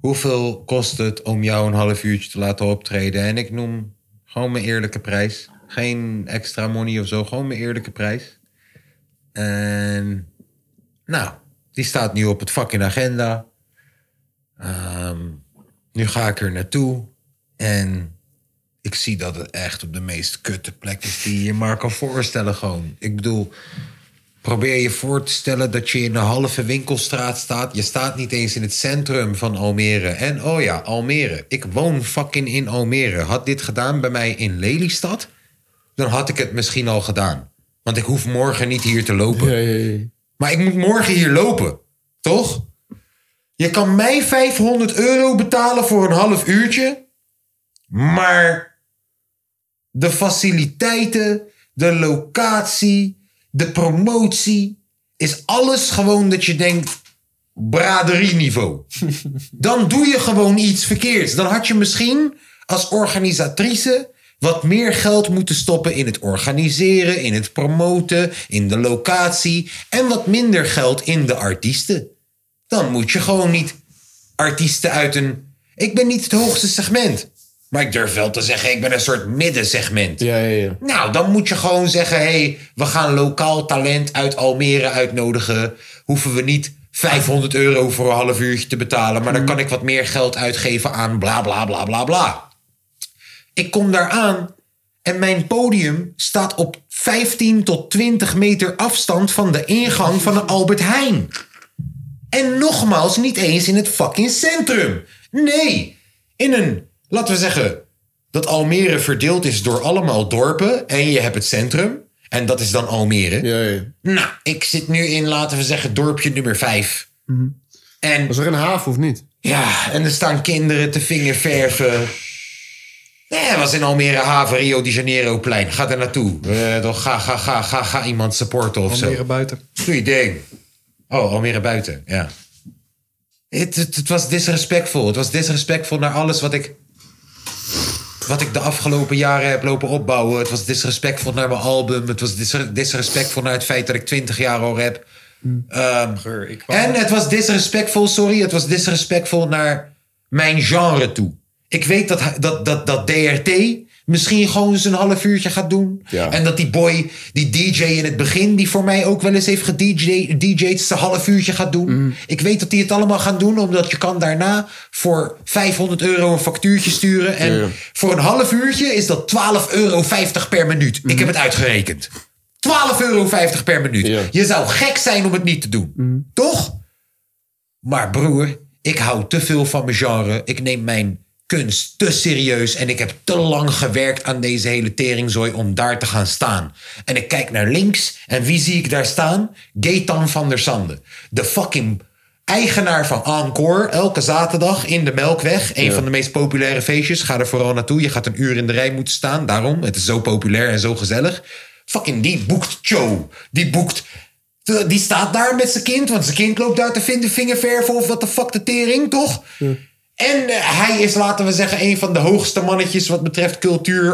Speaker 2: Hoeveel kost het om jou een half uurtje te laten optreden? En ik noem gewoon mijn eerlijke prijs. Geen extra money of zo. Gewoon mijn eerlijke prijs. En nou, die staat nu op het vak in de agenda. Ehm, nu ga ik er naartoe. En ik zie dat het echt op de meest kutte plek is die je je maar kan voorstellen gewoon. Ik bedoel, probeer je voor te stellen dat je in een halve winkelstraat staat. Je staat niet eens in het centrum van Almere. En oh ja, Almere. Ik woon fucking in Almere. Had dit gedaan bij mij in Lelystad, dan had ik het misschien al gedaan. Want ik hoef morgen niet hier te lopen. Maar ik moet morgen hier lopen, toch? Je kan mij 500 euro betalen voor een half uurtje. Maar de faciliteiten, de locatie, de promotie, is alles gewoon dat je denkt braderieniveau. Dan doe je gewoon iets verkeerds. Dan had je misschien als organisatrice wat meer geld moeten stoppen in het organiseren, in het promoten, in de locatie en wat minder geld in de artiesten. Dan moet je gewoon niet artiesten uit een. Ik ben niet het hoogste segment. Maar ik durf wel te zeggen, ik ben een soort middensegment.
Speaker 4: Ja, ja, ja.
Speaker 2: Nou, dan moet je gewoon zeggen: hé, hey, we gaan lokaal talent uit Almere uitnodigen. Hoeven we niet 500 euro voor een half uurtje te betalen, maar dan
Speaker 4: Mm.
Speaker 2: kan ik wat meer geld uitgeven aan bla bla bla bla bla. Ik kom daar aan en mijn podium staat op 15 tot 20 meter afstand van de ingang van de Albert Heijn. En nogmaals, niet eens in het fucking centrum. Nee, in een, laten we zeggen, dat Almere verdeeld is door allemaal dorpen en je hebt het centrum. En dat is dan Almere.
Speaker 4: ja, ja.
Speaker 2: Nou, ik zit nu in, laten we zeggen, dorpje nummer 5.
Speaker 4: Mhm.
Speaker 2: En
Speaker 4: Was er een haven of niet?
Speaker 2: ja, en er staan kinderen te vingerverven. Nee, dat was in Almere Haven, Rio de Janeiro plein. Ga daar naartoe. Eh, toch, ga, ga, ga, ga, ga iemand supporten of zo.
Speaker 5: Almere buiten.
Speaker 2: Doe je ding. Oh, Almere buiten, ja. Het, het, het was disrespectvol. Het was disrespectvol naar alles wat ik... Wat ik de afgelopen jaren heb lopen opbouwen. Het was disrespectvol naar mijn album. Het was disre- disrespectvol naar het feit dat ik 20 jaar al rap. Ehm,
Speaker 5: Hmm. Geur, ik kwam.
Speaker 2: en het was disrespectvol, sorry, het was disrespectvol naar mijn genre toe. Ik weet dat, dat, dat, dat DRT misschien gewoon eens een half uurtje gaat doen.
Speaker 4: Ja.
Speaker 2: En dat die boy, die DJ in het begin, die voor mij ook wel eens heeft gedj'd, zijn half uurtje gaat doen. Ik weet dat die het allemaal gaan doen, omdat je kan daarna voor 500 euro een factuurtje sturen. En voor een half uurtje is dat 12,50 euro per minuut.
Speaker 4: Mm-hmm.
Speaker 2: Ik
Speaker 4: Mhm.
Speaker 2: heb het uitgerekend. 12,50 euro per minuut.
Speaker 4: Ja.
Speaker 2: Je zou gek zijn om het niet te doen. Toch? Maar broer, ik hou te veel van mijn genre. Ik neem mijn kunst te serieus. En ik heb te lang gewerkt aan deze hele teringzooi om daar te gaan staan. En ik kijk naar links. En wie zie ik daar staan? Gaetan van der Sande. De fucking eigenaar van Encore. Elke zaterdag in de Melkweg. Een van de meest populaire feestjes. Ga er vooral naartoe. Je gaat een uur in de rij moeten staan. Daarom, het is zo populair en zo gezellig. Fucking die boekt Joe. Die boekt Terwijl Die staat daar met zijn kind, want zijn kind loopt daar te vinden, vingerverven of wat de fuck de tering, toch? En eh, hij is, laten we zeggen, een van de hoogste mannetjes wat betreft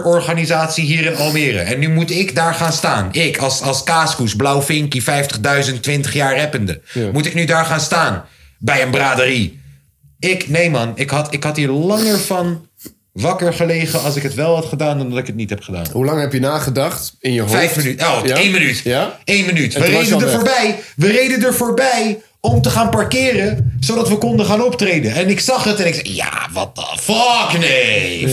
Speaker 2: cultuurorganisatie hier in Almere. En nu moet ik daar gaan staan. Ik, als, als kaaskoes, blauw vinkie, 50.000, 20 jaar rappende. Moet ik nu daar gaan staan? Bij een braderie. Ik, nee man, ik had, ik had hier langer van wakker gelegen als ik het wel had gedaan dan dat ik het niet heb gedaan.
Speaker 4: Hoe lang heb je nagedacht in je hoofd?
Speaker 2: Vijf minuten. Oh,
Speaker 4: Ja?
Speaker 2: één minuut.
Speaker 4: Ja?
Speaker 2: Eén minuut.
Speaker 4: En
Speaker 2: We
Speaker 4: toen was je
Speaker 2: reden
Speaker 4: al
Speaker 2: er
Speaker 4: weg.
Speaker 2: voorbij. We reden er voorbij om te gaan parkeren, zodat we konden gaan optreden. En ik zag het en ik zei, ja, wat de fuck, neef.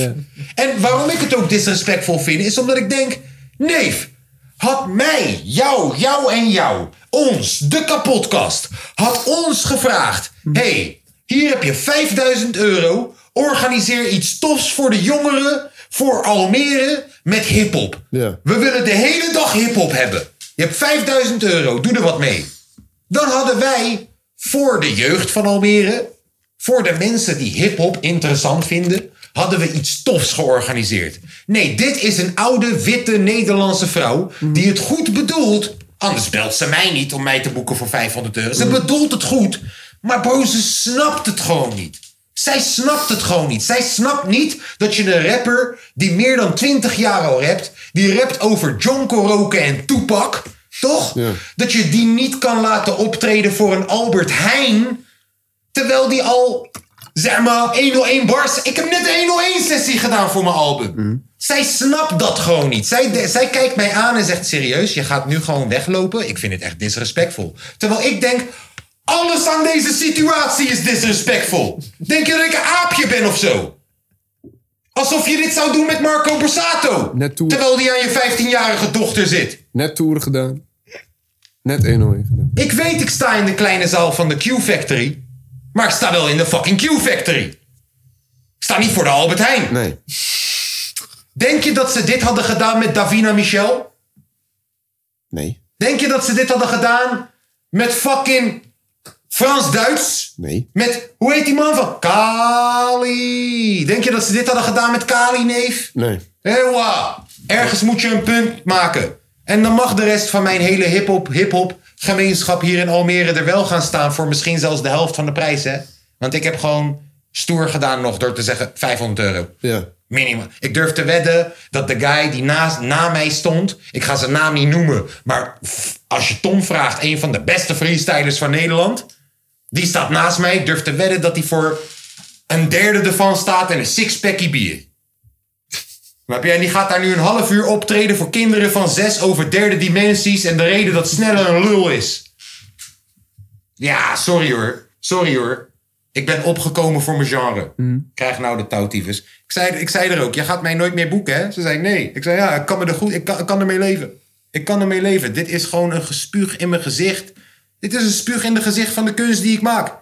Speaker 2: En waarom ik het ook disrespectvol vind, is omdat ik denk, neef, had mij, jou, jou en jou ons, de kapotkast, had ons gevraagd: hey, hier heb je 5000 euro. Organiseer iets tofs voor de jongeren, voor Almere, met hip-hop.
Speaker 4: Ja.
Speaker 2: We willen de hele dag hip-hop hebben. Je hebt 5000 euro, doe er wat mee. Dan hadden wij voor de jeugd van Almere, voor de mensen die hip-hop interessant vinden, hadden we iets tofs georganiseerd. Nee, dit is een oude, witte Nederlandse vrouw die het goed bedoelt. Anders belt ze mij niet om mij te boeken voor 500 euro. Ze bedoelt het goed, maar bro, ze snapt het gewoon niet. Zij snapt het gewoon niet. Zij snapt niet dat je een rapper die meer dan 20 jaar al rapt, die rapt over John Coroke en Tupac, toch? Dat je die niet kan laten optreden voor een Albert Heijn, terwijl die al, zeg maar, 101 bars. Ik heb net een 101 sessie gedaan voor mijn album.
Speaker 4: Mm.
Speaker 2: Zij snapt dat gewoon niet. Zij, de- zij kijkt mij aan en zegt serieus, je gaat nu gewoon weglopen. Ik vind het echt disrespectvol. Terwijl ik denk, alles aan deze situatie is disrespectvol. Denk je dat ik een aapje ben of zo? Alsof je dit zou doen met Marco Borsato.
Speaker 4: Net toe.
Speaker 2: Terwijl die aan je 15-jarige dochter zit.
Speaker 4: Net toeren gedaan. Net 1-0 gedaan.
Speaker 2: Ik weet, ik sta in de kleine zaal van de Q-Factory. Maar ik sta wel in de fucking Q-Factory. Ik sta niet voor de Albert Heijn.
Speaker 4: Nee.
Speaker 2: Denk je dat ze dit hadden gedaan met Davina Michel?
Speaker 4: Nee.
Speaker 2: Denk je dat ze dit hadden gedaan met fucking Frans-Duits?
Speaker 4: Nee.
Speaker 2: Met, hoe heet die man van? Kali. Denk je dat ze dit hadden gedaan met Kali, neef?
Speaker 4: Nee.
Speaker 2: Ewa, ergens moet je een punt maken. En dan mag de rest van mijn hele hip-hop hip gemeenschap hier in Almere er wel gaan staan voor misschien zelfs de helft van de prijs, hè? Want ik heb gewoon stoer gedaan nog door te zeggen 500 euro.
Speaker 4: Ja.
Speaker 2: Minimaal. Ik durf te wedden dat de guy die naast, na mij stond, ik ga zijn naam niet noemen, maar f- als je Tom vraagt, een van de beste freestylers van Nederland, die staat naast mij. Ik durf te wedden dat hij voor een derde ervan staat en een sixpackie bier. Snap je? En die gaat daar nu een half uur optreden voor kinderen van zes over derde dimensies. En de reden dat sneller een lul is. Ja, sorry hoor. Sorry hoor. Ik ben opgekomen voor mijn genre. [LAUGHS] Krijg nou de touwtyfus. Ik zei, ik zei er ook, je gaat mij nooit meer boeken hè? Ze zei nee. Ik zei ja, ik kan, me er goed, ik kan, ik kan ermee leven. Ik kan ermee leven. Dit is gewoon een gespuug in mijn gezicht. Dit is een spuug in het gezicht van de kunst die ik maak.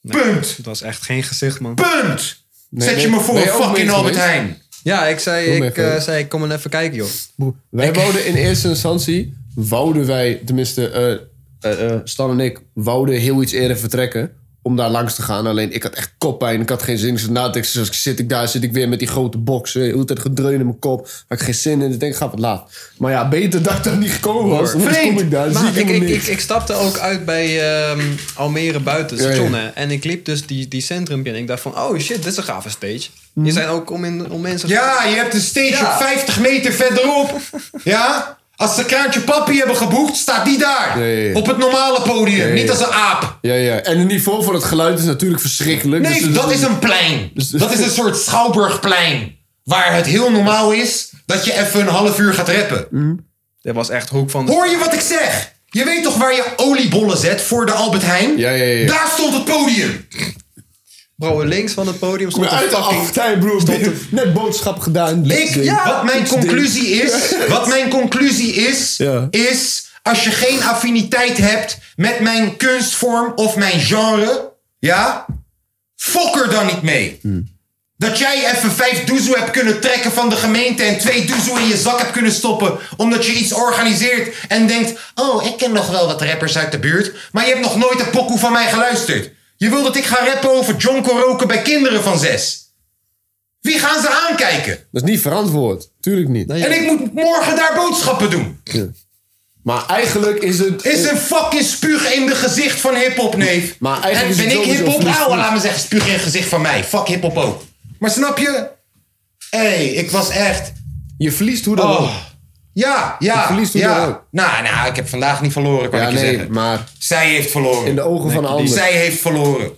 Speaker 2: Punt.
Speaker 5: Het was echt geen gezicht, man.
Speaker 2: Punt.
Speaker 4: Nee,
Speaker 2: Zet je
Speaker 4: ben-
Speaker 2: me voor
Speaker 4: ben
Speaker 2: een
Speaker 4: je ook
Speaker 2: fucking
Speaker 4: mee
Speaker 2: Albert
Speaker 4: geweest?
Speaker 2: Heijn.
Speaker 5: Ja, ik zei,
Speaker 4: Kom
Speaker 5: ik,
Speaker 4: even.
Speaker 5: eh, zei, kom maar even kijken, joh.
Speaker 4: Wij wouden in eerste instantie, wouden wij, tenminste eh, eh, eh, Stan en ik, wouden heel iets eerder vertrekken om daar langs te gaan. Alleen ik had echt koppijn, ik had geen zin. Ik zat na te denken, zoals ik zit ik daar, zit ik weer met die grote boxen. Heel de tijd gedreun in mijn kop. Had ik geen zin in, ik denk, ga wat laat. Maar ja, beter dat ik daar niet gekomen was. Dan
Speaker 2: Vreemd.
Speaker 4: kom ik daar,
Speaker 5: Maar
Speaker 4: zie ik
Speaker 5: ik,
Speaker 4: helemaal
Speaker 5: ik, ik,
Speaker 4: niks.
Speaker 5: ik stapte ook uit bij ehm, Almere buiten, het
Speaker 4: Ja, ja.
Speaker 5: station. hè. En ik liep dus die, die centrum binnen. Ik dacht van, oh shit, dit is een gave stage.
Speaker 4: Mhm.
Speaker 5: Je zijn ook om, in, om mensen...
Speaker 2: Ja, je hebt een stage
Speaker 5: Ja.
Speaker 2: op 50 meter verderop. Ja? Als ze kraantje papi hebben geboekt, staat die daar.
Speaker 4: Ja, ja, ja.
Speaker 2: Op het normale podium,
Speaker 4: ja,
Speaker 2: niet
Speaker 4: ja.
Speaker 2: als een aap.
Speaker 4: Ja, ja. En het niveau van het geluid is natuurlijk verschrikkelijk.
Speaker 2: Nee,
Speaker 4: Dus-
Speaker 2: dat is een plein.
Speaker 4: dus-
Speaker 2: Dat is een soort schouwburgplein. Waar het heel normaal is dat je even een half uur gaat rappen.
Speaker 5: Dit Mm. was echt hoek van... De...
Speaker 2: Hoor je wat ik zeg? Je weet toch waar je oliebollen zet voor de Albert Heijn?
Speaker 4: Ja, ja, ja.
Speaker 2: Daar stond het podium.
Speaker 5: Bro, links van het podium stond
Speaker 4: Kom je
Speaker 5: een
Speaker 4: uit de
Speaker 5: fucking...
Speaker 4: aftuin, broer. Net boodschap gedaan.
Speaker 2: Ik,
Speaker 4: dit ding.
Speaker 2: wat mijn
Speaker 4: Iets ding.
Speaker 2: conclusie [LAUGHS]
Speaker 4: [LAUGHS]
Speaker 2: is, wat mijn conclusie is,
Speaker 4: Ja.
Speaker 2: is als je geen affiniteit hebt met mijn kunstvorm of mijn genre, ja, fok er dan niet mee. Dat jij even vijf doezoe hebt kunnen trekken van de gemeente en twee doezoe in je zak hebt kunnen stoppen. Omdat je iets organiseert en denkt, oh, ik ken nog wel wat rappers uit de buurt. Maar je hebt nog nooit een pokoe van mij geluisterd. Je wil dat ik ga rappen over John Coroke bij kinderen van zes. Wie gaan ze aankijken?
Speaker 4: Dat is niet verantwoord. Tuurlijk niet.
Speaker 2: En ik moet morgen daar boodschappen doen.
Speaker 4: Maar eigenlijk is het...
Speaker 2: Is een fucking spuug in de gezicht van hiphop, neef.
Speaker 4: Maar eigenlijk
Speaker 2: en
Speaker 4: is het
Speaker 2: ben ik
Speaker 4: sowieso
Speaker 2: hiphop?
Speaker 4: niet
Speaker 2: Nou,
Speaker 4: spuug.
Speaker 2: laat me zeggen, spuug in het gezicht van mij. Fuck hiphop ook. Maar snap je? Hé, hey, ik was echt...
Speaker 4: Je verliest hoe dan ook.
Speaker 2: Oh. Ja, ja,
Speaker 4: Je verliest hoe
Speaker 2: ja.
Speaker 4: dan ook.
Speaker 2: Nou, nou, ik heb vandaag niet verloren, kan
Speaker 4: Ja,
Speaker 2: ik je
Speaker 4: nee,
Speaker 2: zeggen.
Speaker 4: maar
Speaker 2: Zij heeft verloren.
Speaker 4: in de ogen van de ander.
Speaker 2: Zij heeft verloren.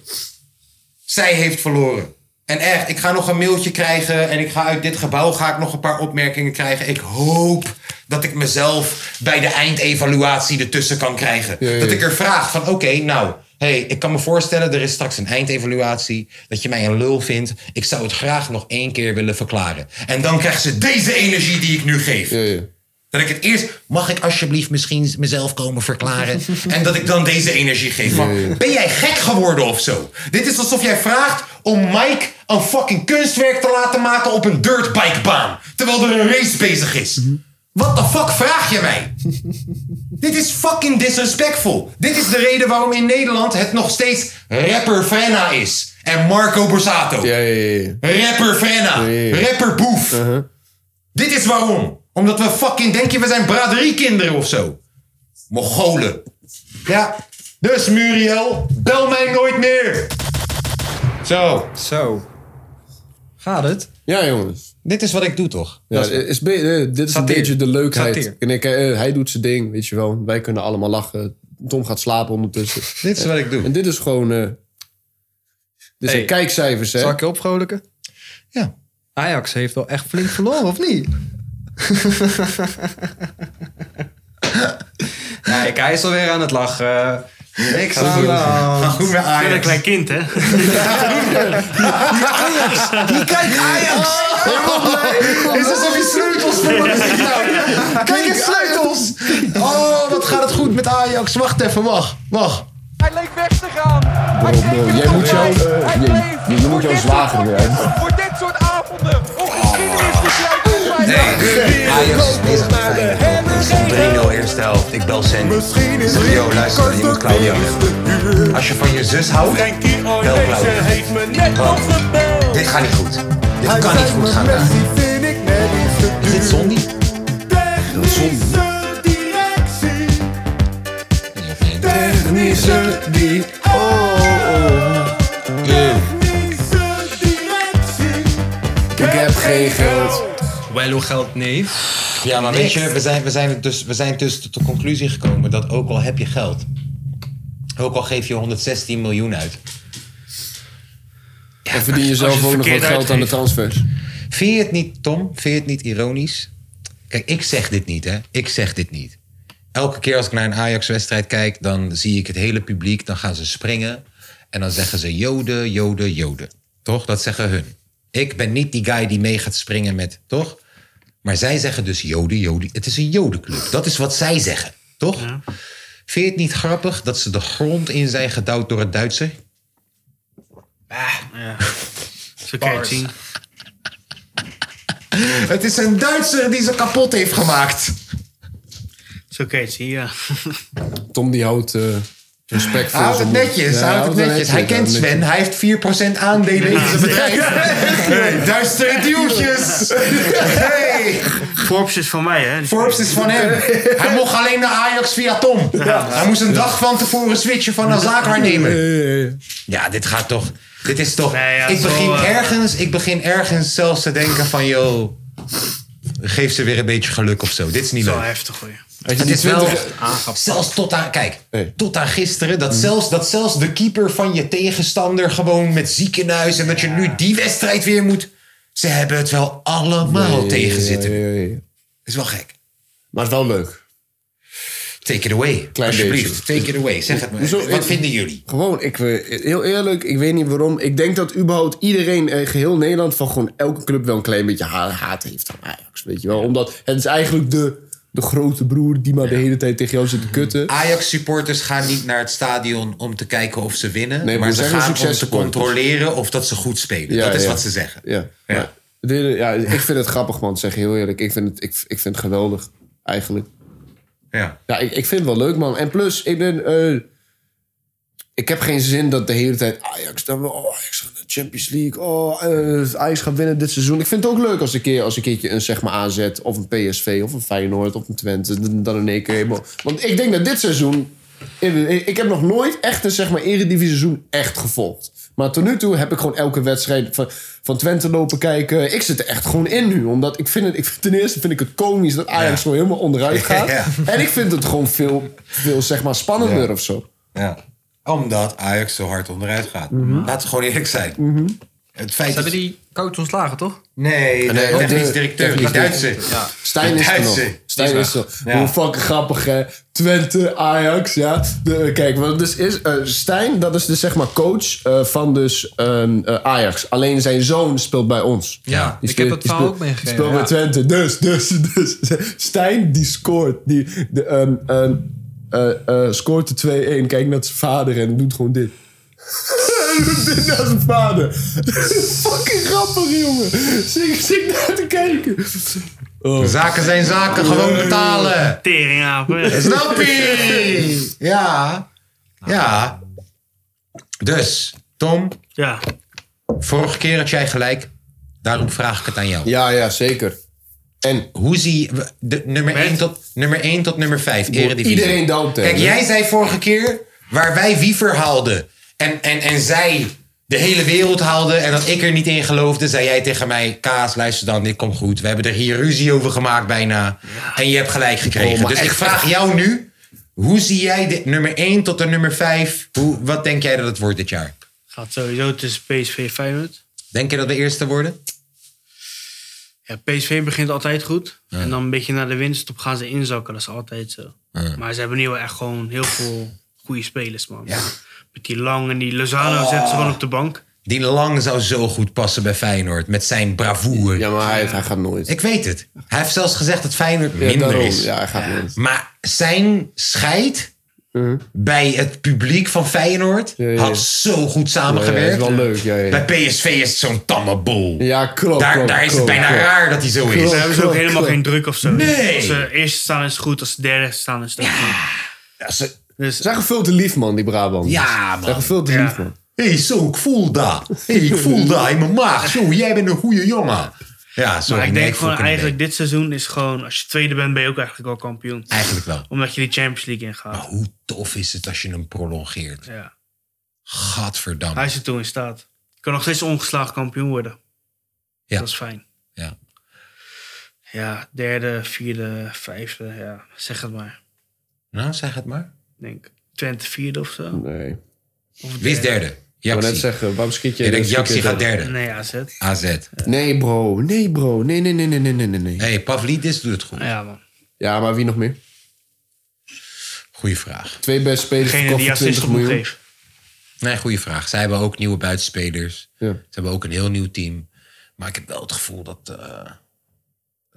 Speaker 2: Zij heeft verloren. En echt, ik ga nog een mailtje krijgen en ik ga uit dit gebouw ga ik nog een paar opmerkingen krijgen. Ik hoop dat ik mezelf bij de eindevaluatie ertussen kan krijgen.
Speaker 4: Ja, ja,
Speaker 2: Dat
Speaker 4: ja.
Speaker 2: ik er vraag van, oké, nou, hey, ik kan me voorstellen, er is straks een eindevaluatie, dat je mij een lul vindt. Ik zou het graag nog één keer willen verklaren. En dan krijgt ze deze energie die ik nu geef.
Speaker 4: Ja, ja.
Speaker 2: Dat ik het eerst, mag ik alsjeblieft misschien mezelf komen
Speaker 4: [LAUGHS]
Speaker 2: verklaren? en dat ik dan deze energie geef. Van, Ben jij gek geworden of zo? Dit is alsof jij vraagt om Mike een fucking kunstwerk te laten maken op een dirtbikebaan. Terwijl er een race bezig is.
Speaker 4: Mhm.
Speaker 2: What the fuck vraag je mij? [LAUGHS] Dit is fucking disrespectful. Dit is de reden waarom in Nederland het nog steeds rapper Frenna is. En Marco Borsato.
Speaker 4: Ja, ja, ja. Uh-huh.
Speaker 2: Rapper Frenna. Rapper Boef. Dit is waarom. Omdat we fucking denken, we zijn braderiekinderen of zo. Mongolen. Ja. Dus Muriel, bel mij nooit meer. Zo.
Speaker 5: Zo. Gaat het?
Speaker 4: Ja, jongens.
Speaker 2: Dit is wat ik doe, toch?
Speaker 4: Ja, is, be- eh, dit is
Speaker 5: Satire.
Speaker 4: een beetje de leukheid.
Speaker 5: Satire.
Speaker 4: En ik, eh, hij doet zijn ding, weet je wel. Wij kunnen allemaal lachen. Tom gaat slapen ondertussen.
Speaker 2: Dit is wat ik doe.
Speaker 4: En dit is gewoon... eh dit zijn
Speaker 5: Hey.
Speaker 4: kijkcijfers, hè?
Speaker 5: Zal ik je opvrolijken?
Speaker 2: Ja.
Speaker 5: Ajax heeft wel echt flink verloren, of niet? [LAUGHS] Kijk, hij is alweer aan het lachen. Niks aan de hand.
Speaker 2: Goed met
Speaker 3: Ik ben een
Speaker 2: Ajax.
Speaker 3: klein kind, hè?
Speaker 2: Kijk, Ajax! Het is alsof je sleutels voor me ziet. nou. Kijk eens, sleutels! Oh, wat gaat het goed met Ajax. Wacht even, wacht. Wacht.
Speaker 7: Hij leek weg te gaan. Hij
Speaker 4: Bro, bro,
Speaker 7: tekende
Speaker 4: jij
Speaker 7: nog
Speaker 4: moet jou,
Speaker 7: bij.
Speaker 4: eh,
Speaker 7: Hij
Speaker 4: je-
Speaker 7: bleef
Speaker 4: je- je moet
Speaker 7: voor
Speaker 4: jou
Speaker 7: dit
Speaker 4: zwager
Speaker 7: soort-
Speaker 4: weer
Speaker 7: Voor dit soort avonden. Om geschiedenis te schrijven.
Speaker 8: Ajax is bezig met Feyenoord. 3-0 eerste helft. Ik bel Sandy. Yo, luister, je moet Claudia bellen. Als je van je zus houdt, bel Claudia.
Speaker 7: "Oh, heeft me net
Speaker 8: Want
Speaker 7: opgebeld.
Speaker 8: dit gaat niet goed. Dit kan niet goed gaan. daar. Is dit Sandy?
Speaker 7: Technische directie. Technische die. Oh, oh. Technische directie. Ik
Speaker 4: heb geen geld.
Speaker 5: Wello geld, nee.
Speaker 2: Ja, maar weet je, we zijn, we zijn, het dus, we zijn dus tot de conclusie gekomen dat ook al heb je geld, ook al geef je 116 miljoen uit.
Speaker 4: en verdien je
Speaker 3: als
Speaker 4: zelf
Speaker 3: je het
Speaker 4: ook nog wat
Speaker 3: verkeerd
Speaker 4: geld aan de transfers.
Speaker 2: Vind je het niet, Tom? Vind je het niet ironisch? Kijk, ik zeg dit niet, hè? Ik zeg dit niet. Elke keer als ik naar een Ajax-wedstrijd kijk, dan zie ik het hele publiek, dan gaan ze springen en dan zeggen ze Joden, Joden, Joden. Toch? Dat zeggen hun. Ik ben niet die guy die mee gaat springen met, toch? Maar zij zeggen dus Joden, Joden. Het is een Jodenclub. Dat is wat zij zeggen, toch? Vind je het niet grappig dat ze de grond in zijn gedouwd door het Duitse? Ah,
Speaker 3: [LAUGHS] Zo kan je het zien.
Speaker 2: Het is een Duitser die ze kapot heeft gemaakt.
Speaker 3: Zo kan je [LAUGHS] het zien, ja.
Speaker 4: Tom die houdt eh, respect voor
Speaker 2: Hij houdt
Speaker 4: zijn
Speaker 2: het
Speaker 4: moeder.
Speaker 2: netjes,
Speaker 4: Ja,
Speaker 2: hij houdt het netjes. Hij kent
Speaker 4: netjes.
Speaker 2: Sven, hij heeft 4% aandelen in zijn bedrijf. [LAUGHS] Hey, Duistere
Speaker 3: [LAUGHS]
Speaker 2: duwtjes. Hey,
Speaker 3: Forbes is van mij, hè? Dus
Speaker 2: Forbes is van hem. Hij mocht alleen naar Ajax via Tom. Hij moest een dag van tevoren switchen van een zaakwaarnemer. Ja, dit gaat toch... Dit is toch...
Speaker 3: Nee, ja,
Speaker 2: ik,
Speaker 3: zo,
Speaker 2: begin
Speaker 3: eh,
Speaker 2: ergens, ik begin ergens zelfs te denken van... joh, geef ze weer een beetje geluk of zo. Dit is niet
Speaker 3: wel
Speaker 2: leuk.
Speaker 3: heftig, hoor.
Speaker 2: Het is wel, zelfs tot aan, kijk,
Speaker 4: Nee.
Speaker 2: tot aan gisteren, dat, zelfs, dat zelfs de keeper van je tegenstander gewoon met ziekenhuis en dat je nu die wedstrijd weer moet. Ze hebben het wel allemaal tegen zitten.
Speaker 4: Ja, ja, ja.
Speaker 2: Is wel gek.
Speaker 4: Maar het is wel leuk.
Speaker 2: Take it away.
Speaker 4: Klein
Speaker 2: Alsjeblieft, take it away. Zeg het me.
Speaker 4: Hoezo-
Speaker 2: Wat vinden jullie?
Speaker 4: Gewoon, ik, eh, heel eerlijk, ik weet niet waarom. Ik denk dat überhaupt iedereen, eh, geheel Nederland, van gewoon elke club wel een klein beetje ha- haat heeft aan Ajax. Weet je wel? Omdat het is eigenlijk de, de grote broer die maar de hele tijd tegen jou zit te kutten.
Speaker 2: Ajax supporters gaan niet naar het stadion om te kijken of ze winnen.
Speaker 4: Nee,
Speaker 2: maar
Speaker 4: we
Speaker 2: ze
Speaker 4: zeggen
Speaker 2: gaan om te
Speaker 4: successupporters.
Speaker 2: controleren of dat ze goed spelen.
Speaker 4: Ja,
Speaker 2: dat is
Speaker 4: ja.
Speaker 2: wat ze zeggen.
Speaker 4: Ja.
Speaker 2: Ja.
Speaker 4: Maar dit- ja, ik vind het grappig, man. Zeg je heel eerlijk. Ik vind het, ik, ik vind het geweldig, eigenlijk.
Speaker 2: Ja.
Speaker 4: Ja, ik, ik vind het wel leuk, man. En plus, ik ben... eh, ik heb geen zin dat de hele tijd Ajax... Dan, wel- oh, Ajax gaat naar de Champions League. Oh, eh, Ajax gaat winnen dit seizoen. Ik vind het ook leuk als een, keer, als een keertje een zeg maar, AZ of een PSV of een Feyenoord of een Twente. Dan, dan in één keer helemaal... Want ik denk dat dit seizoen... Ik, ik heb nog nooit echt een zeg maar, eredivisie seizoen echt gevolgd. Maar tot nu toe heb ik gewoon elke wedstrijd van, van Twente lopen kijken. Ik zit er echt gewoon in nu. Omdat ik vind het, ik, vind- ten eerste vind ik het komisch dat Ajax gewoon helemaal
Speaker 2: [LAUGHS]
Speaker 4: onderuit gaat.
Speaker 2: Ja.
Speaker 4: En ik vind het gewoon veel, veel zeg maar, spannender of zo.
Speaker 2: Ja. Omdat Ajax zo hard onderuit gaat. Laten we gewoon eerlijk zijn. Het feit dat...
Speaker 5: die coach ontslagen, toch?
Speaker 2: Nee, de
Speaker 4: Nee,
Speaker 2: technisch
Speaker 4: de-
Speaker 2: directeur,
Speaker 4: technisch
Speaker 2: die Duitse.
Speaker 4: Stijn is er nog.
Speaker 2: Duitse.
Speaker 4: Stijn, Stijn is zo.
Speaker 2: Ja.
Speaker 4: Hoe fucking grappig, hè? Twente, Ajax, ja. De, kijk, wat dus is, eh, Stijn, dat is dus zeg maar coach eh, van dus ehm, eh, Ajax. Alleen zijn zoon speelt bij ons.
Speaker 9: Ja,
Speaker 4: Die
Speaker 9: ik heb dat
Speaker 4: die
Speaker 9: verhaal ook
Speaker 4: die
Speaker 9: meegekregen,
Speaker 4: Speelt bij
Speaker 9: ja.
Speaker 4: Twente. Dus, dus, dus. [LAUGHS] Stijn, die scoort. Die, de, ehm, ehm, eh, eh, scoort de 2-1. Kijkt naar zijn vader en doet gewoon dit. [LAUGHS] Hij doet
Speaker 2: [LAUGHS]
Speaker 4: dit naar zijn vader. Fucking grappig, jongen. Zing, zing naar te kijken. Oh.
Speaker 2: Zaken zijn zaken, gewoon betalen.
Speaker 4: [LAUGHS]
Speaker 3: Teringapen.
Speaker 2: Snap je? [LAUGHS] Ja. Ja. Dus, Tom.
Speaker 3: Ja.
Speaker 2: Vorige keer had jij gelijk. Daarom vraag ik het aan jou.
Speaker 4: Ja, ja, zeker. En
Speaker 2: hoe zie je we- de, nummer, 1 tot, nummer 1 tot nummer 5, Eredivisie?
Speaker 4: Iedereen down tellen.
Speaker 2: Kijk, jij zei vorige keer waar wij wie verhaalden. En, en, en zij de hele wereld haalden en dat ik er niet in geloofde, zei jij tegen mij: Kaas, luister dan, dit komt goed. We hebben er hier ruzie over gemaakt bijna. En je hebt gelijk
Speaker 8: Oh,
Speaker 2: gekregen.
Speaker 8: maar
Speaker 2: dus ik
Speaker 8: echt-
Speaker 2: vraag jou nu: hoe zie jij de nummer 1 tot de nummer 5? Hoe, wat denk jij dat het wordt dit jaar?
Speaker 3: Gaat sowieso tussen PSV en Feyenoord.
Speaker 2: Denk je dat we eerste worden?
Speaker 3: Ja, PSV begint altijd goed. En dan een beetje naar de winst op gaan ze inzakken. Dat is altijd zo.
Speaker 2: Ja.
Speaker 3: Maar ze hebben nu wel echt gewoon heel veel goede spelers, man. Met die Lang en die Lozano
Speaker 2: Oh.
Speaker 3: zetten ze gewoon op de bank.
Speaker 2: Ah. Die Lang zou zo goed passen bij Feyenoord. Met zijn bravoure.
Speaker 4: Ja, maar hij, hij gaat nooit.
Speaker 2: Ik weet het. Hij heeft zelfs gezegd dat Feyenoord minder
Speaker 4: daarom.
Speaker 2: is.
Speaker 4: Ja, hij gaat nooit.
Speaker 2: Maar zijn scheid bij het publiek van Feyenoord
Speaker 4: ja.
Speaker 2: had zo goed
Speaker 4: Ja, ja,
Speaker 2: samengewerkt.
Speaker 4: is wel leuk, ja, ja.
Speaker 2: Bij PSV is het zo'n tamme boel.
Speaker 4: Ja, klopt.
Speaker 2: daar,
Speaker 4: klopt,
Speaker 2: daar is het
Speaker 4: klopt,
Speaker 2: bijna
Speaker 4: klopt.
Speaker 2: raar dat hij zo is.
Speaker 4: Klopt,
Speaker 3: Daar hebben ze ook
Speaker 4: klopt,
Speaker 3: helemaal
Speaker 4: klopt.
Speaker 3: geen druk of zo.
Speaker 2: Nee.
Speaker 3: Als ze eerste staan is het goed, als ze derde staan is het ook goed. Dus,
Speaker 4: Zijn gevuld te lief, man, die Brabant.
Speaker 2: Ja, man.
Speaker 4: Zijn gevuld te
Speaker 3: Ja.
Speaker 4: lief, man.
Speaker 2: hey, zo, ik voel dat. Hey, ik
Speaker 4: [LAUGHS]
Speaker 2: voel dat in mijn maag. Zo, jij bent een goede jongen. Ja, sorry.
Speaker 3: maar ik
Speaker 2: nee,
Speaker 3: denk gewoon
Speaker 2: fucking nee.
Speaker 3: eigenlijk dit seizoen is gewoon... Als je tweede bent, ben je ook eigenlijk al kampioen.
Speaker 2: Eigenlijk wel.
Speaker 3: Omdat je die Champions League ingaat.
Speaker 2: Hoe tof is het als je hem prolongeert?
Speaker 3: Ja.
Speaker 2: Gadverdamme.
Speaker 3: Hij is er toe in staat. Je kan nog steeds ongeslagen kampioen worden.
Speaker 2: Ja.
Speaker 3: Dat is fijn.
Speaker 2: Ja.
Speaker 3: Ja, derde, vierde, vijfde. Ja, zeg het maar.
Speaker 2: Nou, zeg het maar.
Speaker 3: Ik denk Twente vierde of zo.
Speaker 4: Nee. Ik
Speaker 3: Of
Speaker 2: Wie is derde?
Speaker 4: wou net
Speaker 2: Jaxi.
Speaker 4: zeggen, waarom schiet je...
Speaker 2: Ik denk
Speaker 4: schiet je
Speaker 2: Jaxi gaat
Speaker 4: dan?
Speaker 2: derde.
Speaker 3: Nee, Nou AZ.
Speaker 2: AZ.
Speaker 4: Nee, bro. Nee, bro. Nee, nee, nee, nee, nee, nee, nee, nee.
Speaker 2: hey, Pavlidis doet het goed.
Speaker 3: Ja, man.
Speaker 4: Ja, maar wie nog meer?
Speaker 2: Goeie vraag.
Speaker 4: Twee beste spelers
Speaker 3: Degene
Speaker 4: verkocht
Speaker 3: die
Speaker 4: voor
Speaker 3: assist
Speaker 4: 20
Speaker 3: op moet
Speaker 4: miljoen.
Speaker 3: geven.
Speaker 2: Nee, goede vraag. Zij hebben ook nieuwe buitenspelers.
Speaker 4: Ja.
Speaker 2: Ze hebben ook een heel nieuw team. Maar ik heb wel het gevoel dat, eh,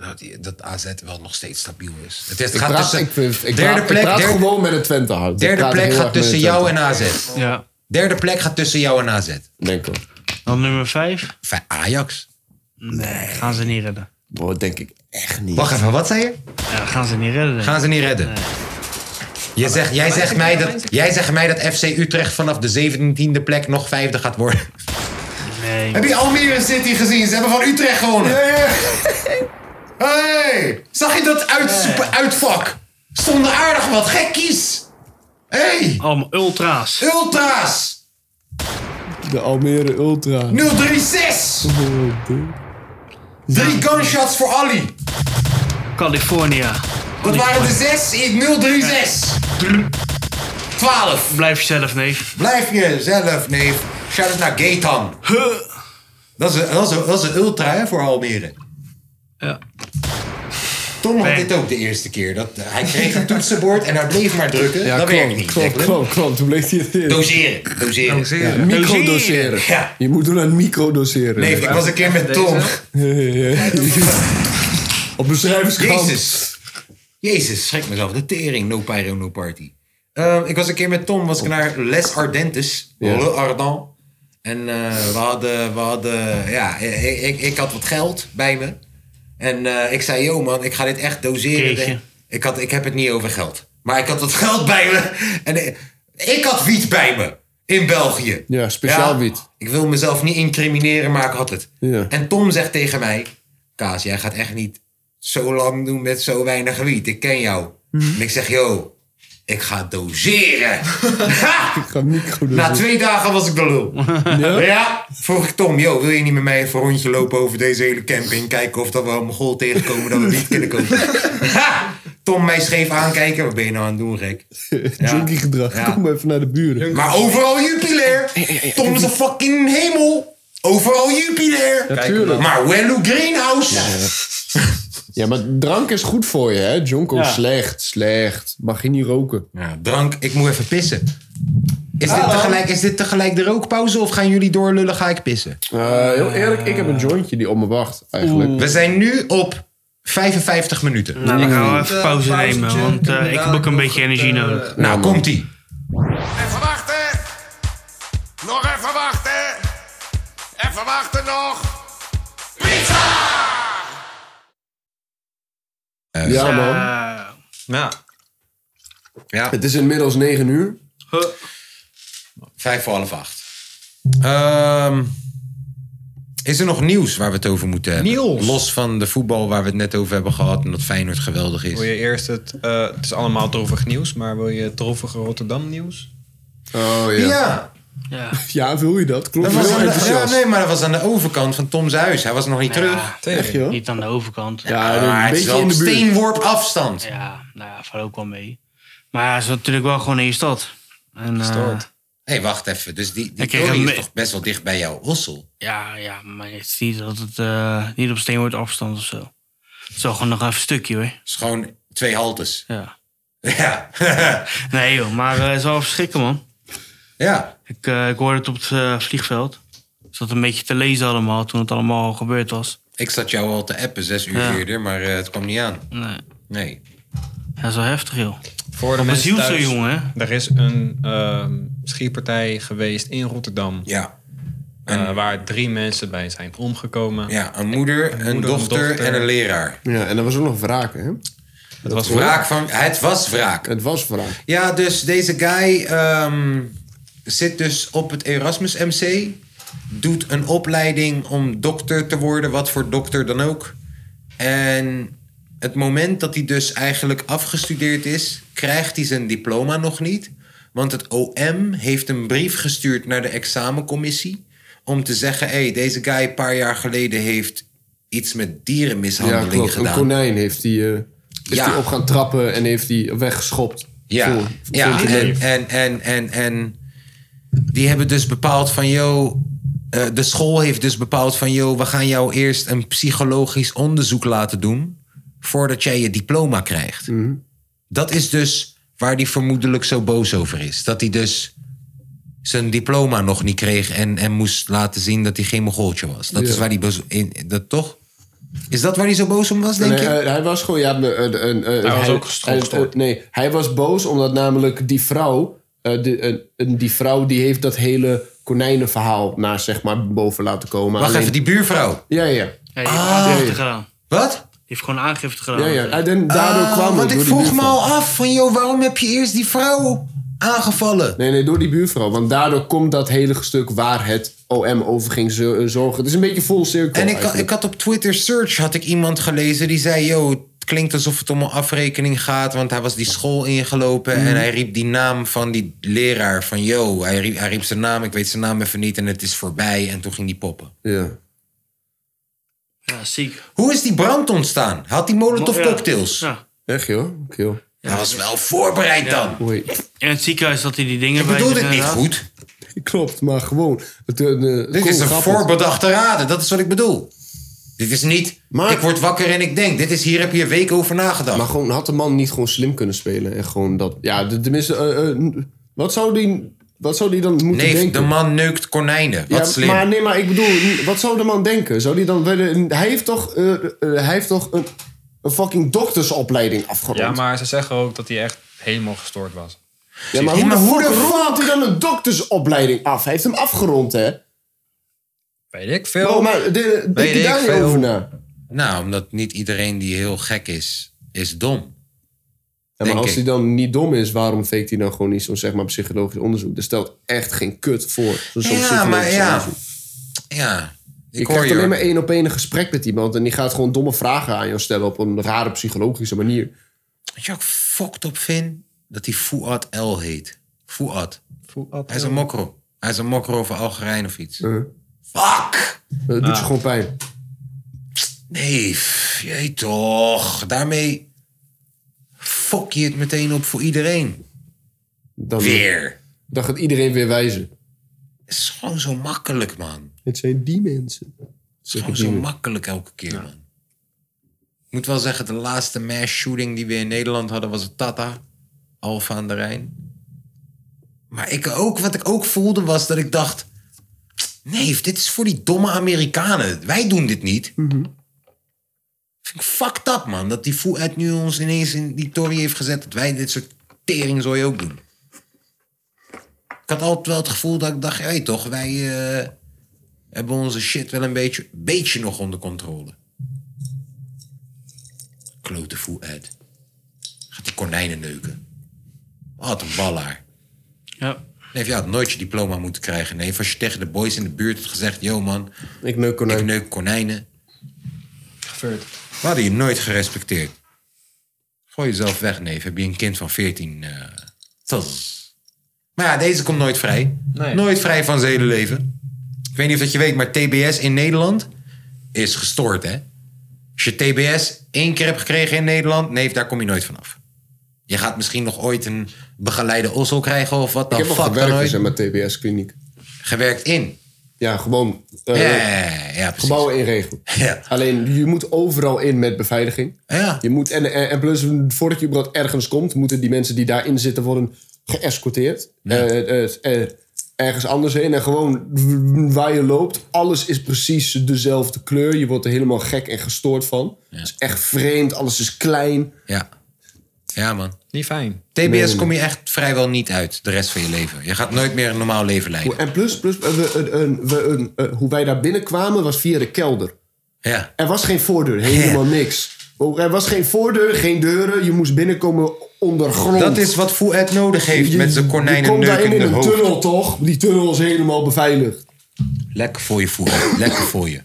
Speaker 2: dat, die- dat AZ wel nog steeds stabiel is. Het, is, het
Speaker 4: Ik
Speaker 2: gaat
Speaker 4: praat,
Speaker 2: tussen
Speaker 4: ik, vind- ik
Speaker 2: derde
Speaker 4: praat,
Speaker 2: plek,
Speaker 4: ik praat
Speaker 2: derde,
Speaker 4: gewoon met het Twente hart.
Speaker 2: derde plek gaat tussen jou en AZ.
Speaker 3: Ja.
Speaker 2: Derde plek gaat tussen jou en AZ.
Speaker 4: Denk ik.
Speaker 3: Dan nummer vijf.
Speaker 2: Enfin, Ajax.
Speaker 3: Nee. Gaan ze niet redden.
Speaker 4: Bro, denk ik echt niet.
Speaker 2: Wacht even, wat zei je?
Speaker 3: Ja, gaan ze niet redden. denk ik.
Speaker 2: Gaan ze niet redden. Je zegt, jij, zegt mij dat, jij zegt mij dat FC Utrecht vanaf de 17e plek nog vijfde gaat [LAUGHS] worden.
Speaker 3: Nee.
Speaker 2: Heb je Almere City gezien? Ze hebben van Utrecht gewonnen. Hey, zag je dat uit, uitvak? Stonden aardig wat gekkies. Hey,
Speaker 3: Allemaal ultra's.
Speaker 2: ultra's.
Speaker 4: De Almere Ultra.
Speaker 2: 036. Drie gunshots voor Ali.
Speaker 3: California.
Speaker 2: Dat waren de zes in 036. 12.
Speaker 3: Blijf jezelf, nee.
Speaker 2: Blijf je zelf, neef. Shout-out naar Gaetan. Dat is, een, dat, is een, dat is een ultra hè, voor Almere.
Speaker 3: Ja.
Speaker 2: Tom had
Speaker 3: Nee.
Speaker 2: dit ook de eerste keer. Dat, hij kreeg een toetsenbord en hij bleef maar drukken.
Speaker 4: Ja,
Speaker 2: dat werkt
Speaker 4: klopt,
Speaker 2: niet.
Speaker 4: klopt,
Speaker 2: Declan.
Speaker 4: klopt, klopt. Toen bleef hij het in.
Speaker 2: Doseren. Doseren.
Speaker 9: Zeer.
Speaker 4: Microdoseren.
Speaker 2: Ja.
Speaker 4: Je moet doen aan microdoseren.
Speaker 2: Nee, ik was een keer met Tom.
Speaker 4: Op een schrijverskamp.
Speaker 2: Jezus. Jezus, schrik mezelf. De tering. No pyro, no party. Ehm, ik was een keer met Tom, was ik naar Les Ardentes.
Speaker 4: Ja.
Speaker 2: Le Ardent. En eh, we hadden, we hadden, ja, ik, ik, ik had wat geld bij me. En eh, ik zei, yo man, ik ga dit echt doseren.
Speaker 3: Keetje.
Speaker 2: Ik, had, ik heb het niet over geld. Maar ik had wat geld bij me. En eh, ik had wiet bij me. In België.
Speaker 4: [LAUGHS] Ja, speciaal wiet.
Speaker 2: Ik wil mezelf niet incrimineren, maar ik had het.
Speaker 4: Ja.
Speaker 2: En Tom zegt tegen mij... Kaas, jij gaat echt niet zo lang doen met zo weinig wiet. Ik ken jou. En ik zeg, yo, ik ga
Speaker 4: [LAUGHS]
Speaker 2: doseren.
Speaker 4: Ik ga microdoseren.
Speaker 2: Ah! Na twee dagen was ik de lul. Ja? vroeg ik Tom, yo, wil je niet met mij even een rondje lopen over deze hele camping? Kijken of dat we een goal tegenkomen dat we niet kunnen komen. Ha! [LAUGHS] Tom mij scheef aankijken. Wat ben je nou aan het doen,
Speaker 4: [LAUGHS]
Speaker 2: gek?
Speaker 4: Junkie gedrag.
Speaker 2: Ja.
Speaker 4: Kom even naar de buren.
Speaker 2: Maar overal Jupiler. Tom is een fucking hemel. Overal Jupiler.
Speaker 4: Natuurlijk.
Speaker 2: Maar Wellu Greenhouse.
Speaker 4: Ja, maar drank is goed voor je, hè? Jonko,
Speaker 2: Ja.
Speaker 4: slecht, slecht. Mag je niet roken.
Speaker 2: Ja, drank, ik moet even pissen. Is dit, tegelijk, is dit tegelijk de rookpauze of gaan jullie doorlullen? Ga ik pissen?
Speaker 4: heel eerlijk, ik heb Eh, een jointje die op me wacht, eigenlijk.
Speaker 2: We zijn nu op 55 minuten.
Speaker 3: Nou, dan gaan we even pauze nemen, want eh, ik heb ook een beetje energie nodig.
Speaker 2: Nou, komt-ie.
Speaker 9: Even wachten. Nog even wachten. Even wachten nog. Pizza!
Speaker 2: Eh,
Speaker 4: ja, man.
Speaker 5: Ja.
Speaker 2: ja.
Speaker 4: Het is inmiddels 9 uur.
Speaker 2: Vijf voor half acht. Ehm, is er nog nieuws waar we het over moeten hebben?
Speaker 5: Nieuws?
Speaker 2: Los van de voetbal waar we het net over hebben gehad en dat Feyenoord geweldig is.
Speaker 3: Oh,
Speaker 5: Wil je eerst het... eh, het is allemaal droevig nieuws, maar wil je het droevige Rotterdam nieuws?
Speaker 4: Oh
Speaker 2: Ja.
Speaker 3: Ja.
Speaker 4: [LAUGHS] Ja, wil je dat? Klopt.
Speaker 2: Dat was
Speaker 4: heel
Speaker 2: aan de- ja,
Speaker 4: enthousiast.
Speaker 2: nee, maar dat was aan de overkant van Tom's huis. Hij was nog niet terug.
Speaker 4: Echt, joh?
Speaker 3: Nou Niet aan de overkant.
Speaker 4: Ja,
Speaker 2: Ah,
Speaker 4: een
Speaker 2: het is
Speaker 4: beetje
Speaker 2: wel
Speaker 4: in
Speaker 2: op
Speaker 4: de buurt.
Speaker 2: steenworp afstand.
Speaker 3: Ja, nou ja, valt ook wel mee. Maar ja, het is natuurlijk wel gewoon in je stad. En, eh,
Speaker 2: Hé, hey, wacht even. Dus die, die
Speaker 3: Ik kreeg
Speaker 2: Tory
Speaker 3: een
Speaker 2: is
Speaker 3: me-
Speaker 2: toch best wel dicht bij jou, Ossel?
Speaker 3: ja, ja, maar het is niet dat het eh, niet op steen wordt afstand of zo. Het is wel gewoon nog even een stukje hoor.
Speaker 2: is gewoon twee haltes.
Speaker 3: Ja.
Speaker 2: [LAUGHS] Ja.
Speaker 3: [LAUGHS] Nee joh, maar eh, het is wel verschrikken man.
Speaker 2: ja.
Speaker 3: Ik, eh, ik hoorde het op het eh, vliegveld. Ik zat een beetje te lezen allemaal toen het allemaal gebeurd was.
Speaker 2: Ik zat jou al te appen zes uur
Speaker 3: Ja.
Speaker 2: eerder, maar eh, het kwam niet aan.
Speaker 3: Nee.
Speaker 2: Nee.
Speaker 3: Ja, dat is wel heftig joh.
Speaker 5: Voor de
Speaker 3: Op een
Speaker 5: mensen
Speaker 3: ziel zo
Speaker 5: thuis,
Speaker 3: jongen hè.
Speaker 5: Er is een ehm, schietpartij geweest in Rotterdam.
Speaker 2: Ja.
Speaker 5: eh, waar drie mensen bij zijn omgekomen.
Speaker 2: Ja, een moeder, een,
Speaker 5: moeder, een
Speaker 2: dochter,
Speaker 5: dochter.
Speaker 2: en een leraar.
Speaker 4: Ja, en er was ook nog wraak, hè?
Speaker 5: Het was
Speaker 2: Wraak van... Het was wraak.
Speaker 4: Het was wraak.
Speaker 2: Ja, dus deze guy ehm, zit dus op het Erasmus MC. Doet een opleiding om dokter te worden, wat voor dokter dan ook. En het moment dat hij dus eigenlijk afgestudeerd is, krijgt hij zijn diploma nog niet. Want het OM heeft een brief gestuurd naar de examencommissie. Om te zeggen: hé, hey, deze guy een paar jaar geleden heeft iets met
Speaker 4: Ja,
Speaker 2: dierenmishandeling
Speaker 4: klopt. Een
Speaker 2: gedaan.
Speaker 4: konijn heeft die, eh, is
Speaker 2: Ja.
Speaker 4: die op gaan trappen en heeft die weggeschopt.
Speaker 2: Ja,
Speaker 4: Voor-
Speaker 2: ja
Speaker 4: voor-
Speaker 2: en, en, en, en, en die hebben dus bepaald van... Yo, eh, de school heeft dus bepaald van... Yo, we gaan jou eerst een psychologisch onderzoek laten doen... voordat jij je diploma krijgt.
Speaker 4: Mm.
Speaker 2: Dat is dus waar hij vermoedelijk zo boos over is. Dat hij dus zijn diploma nog niet kreeg... en, en moest laten zien dat hij geen mogoltje was. Dat
Speaker 4: Ja.
Speaker 2: is waar hij boos... In, dat, toch? Is dat waar hij zo boos om was, denk
Speaker 4: Nee, eh,
Speaker 2: je?
Speaker 4: hij, hij was gewoon, ja, een, een, een, een-
Speaker 5: was
Speaker 4: hij-
Speaker 5: ook gestro-
Speaker 4: hij-
Speaker 5: gestoord.
Speaker 4: Nee, hij was boos omdat namelijk die vrouw, eh, de, een- een- die vrouw die heeft dat hele konijnenverhaal naar zeg maar boven laten komen.
Speaker 2: Wacht
Speaker 4: Alleen-
Speaker 2: even, die buurvrouw.
Speaker 4: Ja, ja.
Speaker 3: Ja, die heeft aangifte
Speaker 4: Ah.
Speaker 3: gedaan.
Speaker 2: Wat?
Speaker 3: Die heeft gewoon aangifte gedaan.
Speaker 4: ja, ja. En dan- daardoor
Speaker 2: Ah,
Speaker 4: kwam het,
Speaker 2: Want ik
Speaker 4: door die
Speaker 2: vroeg me
Speaker 4: buurvrouw.
Speaker 2: al af van, joh, waarom heb je eerst die vrouw aangevallen?
Speaker 4: Nee, nee, door die buurvrouw. Want daardoor komt dat hele stuk waar het OM over ging zo- eh, zorgen. Het is een beetje vol cirkel.
Speaker 2: En ik,
Speaker 4: eigenlijk.
Speaker 2: ik had op Twitter Search had ik iemand gelezen die zei, joh, het klinkt alsof het om een afrekening gaat, want hij was die school ingelopen
Speaker 4: Mhm.
Speaker 2: en hij riep die naam van die leraar van, joh, hij riep, hij riep zijn naam, ik weet zijn naam even niet en het is voorbij en toen ging die poppen.
Speaker 4: Ja.
Speaker 3: Ja, ziek.
Speaker 2: Hoe is die brand ontstaan? Had die molotov cocktails?
Speaker 3: Ja. Ja.
Speaker 4: Echt joh? Oké, joh.
Speaker 2: Hij was wel voorbereid dan.
Speaker 4: Oei.
Speaker 3: In het ziekenhuis had hij die dingen
Speaker 2: Ik
Speaker 3: bij
Speaker 2: bedoel
Speaker 3: zich
Speaker 2: dit niet
Speaker 3: inderdaad.
Speaker 2: goed.
Speaker 4: Klopt, maar gewoon. Het, eh, de-
Speaker 2: Dit
Speaker 4: gewoon
Speaker 2: is een
Speaker 4: grappig.
Speaker 2: voorbedachte raden, dat is wat ik bedoel. Dit is niet,
Speaker 4: Maar-
Speaker 2: ik word wakker en ik denk, dit is, hier heb je een week over nagedacht.
Speaker 4: Maar gewoon, had de man niet gewoon slim kunnen spelen? En gewoon dat... Ja, de- tenminste... eh, eh, wat, zou die, wat zou die dan moeten
Speaker 2: nee,
Speaker 4: denken?
Speaker 2: de man neukt konijnen. Wat
Speaker 4: ja,
Speaker 2: slim.
Speaker 4: Maar nee, maar ik bedoel... Wat zou de man denken? Zou die dan... willen- Hij heeft toch, eh, eh, hij heeft toch een, een fucking doktersopleiding afgerond?
Speaker 5: Ja, maar ze zeggen ook dat hij echt helemaal gestoord was.
Speaker 4: Ja, maar
Speaker 2: Ja,
Speaker 4: hoe,
Speaker 2: maar
Speaker 4: de
Speaker 2: hoe
Speaker 4: fuck
Speaker 2: de fuck?
Speaker 4: raadt hij dan een doktersopleiding af? Hij heeft hem afgerond, hè?
Speaker 5: Weet ik veel.
Speaker 4: Oh, maar de- denk je
Speaker 5: ik
Speaker 4: daar niet
Speaker 5: veel.
Speaker 4: over na?
Speaker 2: Nou, omdat niet iedereen die heel gek is, is dom.
Speaker 4: Ja, maar
Speaker 2: Denk
Speaker 4: als
Speaker 2: ik.
Speaker 4: hij dan niet dom is, waarom faked hij dan gewoon niet zo'n zeg maar, psychologisch onderzoek? Dat stelt echt geen kut voor. Zo'n zo'n
Speaker 2: Ja,
Speaker 4: psychologisch
Speaker 2: maar ja.
Speaker 4: onderzoek.
Speaker 2: Ja, ik
Speaker 4: Je
Speaker 2: hoor
Speaker 4: krijgt
Speaker 2: je.
Speaker 4: alleen
Speaker 2: hoor.
Speaker 4: maar één op één een gesprek met iemand en die gaat gewoon domme vragen aan jou stellen op een rare psychologische manier.
Speaker 2: Weet je wat ik fucked op vind? Dat hij Fuad El heet. Fuad. Hij is een mokro. Hij is een mokro over Algerijn of iets.
Speaker 4: Eh,
Speaker 2: Fuck!
Speaker 4: dat doet je gewoon pijn.
Speaker 2: Nee, pff, jee toch. Daarmee fuck je het meteen op voor iedereen.
Speaker 4: Dan,
Speaker 2: Weer.
Speaker 4: dan gaat iedereen weer wijzen.
Speaker 2: Het is gewoon zo makkelijk, man.
Speaker 4: Het zijn die mensen.
Speaker 2: Het is gewoon zo makkelijk elke keer, man. Ik moet wel zeggen, de laatste mass shooting die we in Nederland hadden was het Tata. Alfa aan de Rijn. Maar ik ook, wat ik ook voelde was dat ik dacht... Nee, dit is voor die domme Amerikanen. Wij doen dit niet. Vind ik fucked up, man. Dat die Fouad nu ons ineens in die tory heeft gezet... dat wij dit soort teringzooi ook doen. Ik had altijd wel het gevoel dat ik dacht... Hé, toch, wij eh, hebben onze shit wel een beetje, beetje nog onder controle. Klote Fouad. Gaat die konijnen neuken. Wat een ballaar.
Speaker 3: Ja.
Speaker 2: Nee, je had nooit je diploma moeten krijgen. Nee, als je tegen de boys in de buurt had gezegd... Yo man,
Speaker 4: ik neuk konijnen.
Speaker 2: Ik neuk konijnen. We hadden je nooit gerespecteerd. Gooi jezelf weg, neef. Heb je een kind van 14. eh, tss. Maar ja, deze komt nooit vrij. Nooit vrij van zijn hele leven. Ik weet niet of dat je weet, maar TBS in Nederland is gestoord, hè? Als je TBS één keer hebt gekregen in Nederland, neef, daar kom je nooit vanaf. Je gaat misschien nog ooit een begeleide ossel krijgen of wat
Speaker 4: Ik
Speaker 2: dan.
Speaker 4: heb nog
Speaker 2: Fuck dan
Speaker 4: gewerkt dus, hè,
Speaker 2: ooit.
Speaker 4: met TBS-kliniek.
Speaker 2: Gewerkt in?
Speaker 4: Ja, gewoon. eh,
Speaker 2: Ja, ja,
Speaker 4: gebouwen inregelen.
Speaker 2: Ja.
Speaker 4: Alleen, je moet overal in met beveiliging.
Speaker 2: Ja.
Speaker 4: Je moet, en, en, en plus, voordat je überhaupt ergens komt... moeten die mensen die daarin zitten worden geëscorteerd. Eh, eh, eh, ergens anders heen. En gewoon w- waar je loopt, alles is precies dezelfde kleur. Je wordt er helemaal gek en gestoord van. Het is echt vreemd, alles is klein.
Speaker 2: Ja. Ja, man.
Speaker 5: Niet fijn.
Speaker 2: TBS kom je echt vrijwel niet uit de rest van je leven. Je gaat nooit meer een normaal leven leiden.
Speaker 4: En plus, plus eh, we, een- een- we, een- eh, hoe wij daar binnenkwamen was via de kelder.
Speaker 2: Ja.
Speaker 4: Er was geen voordeur, helemaal niks. Oh, Er was geen voordeur, geen deuren. Je moest binnenkomen ondergrond.
Speaker 2: Dat is wat Fouad nodig heeft
Speaker 4: Je-
Speaker 2: met zijn
Speaker 4: Je komt daarin in
Speaker 2: konijnenneukende
Speaker 4: een
Speaker 2: hoofd.
Speaker 4: tunnel, toch? Die tunnel is helemaal beveiligd.
Speaker 2: Lekker voor je Fouad, [COUGHS] lekker voor je.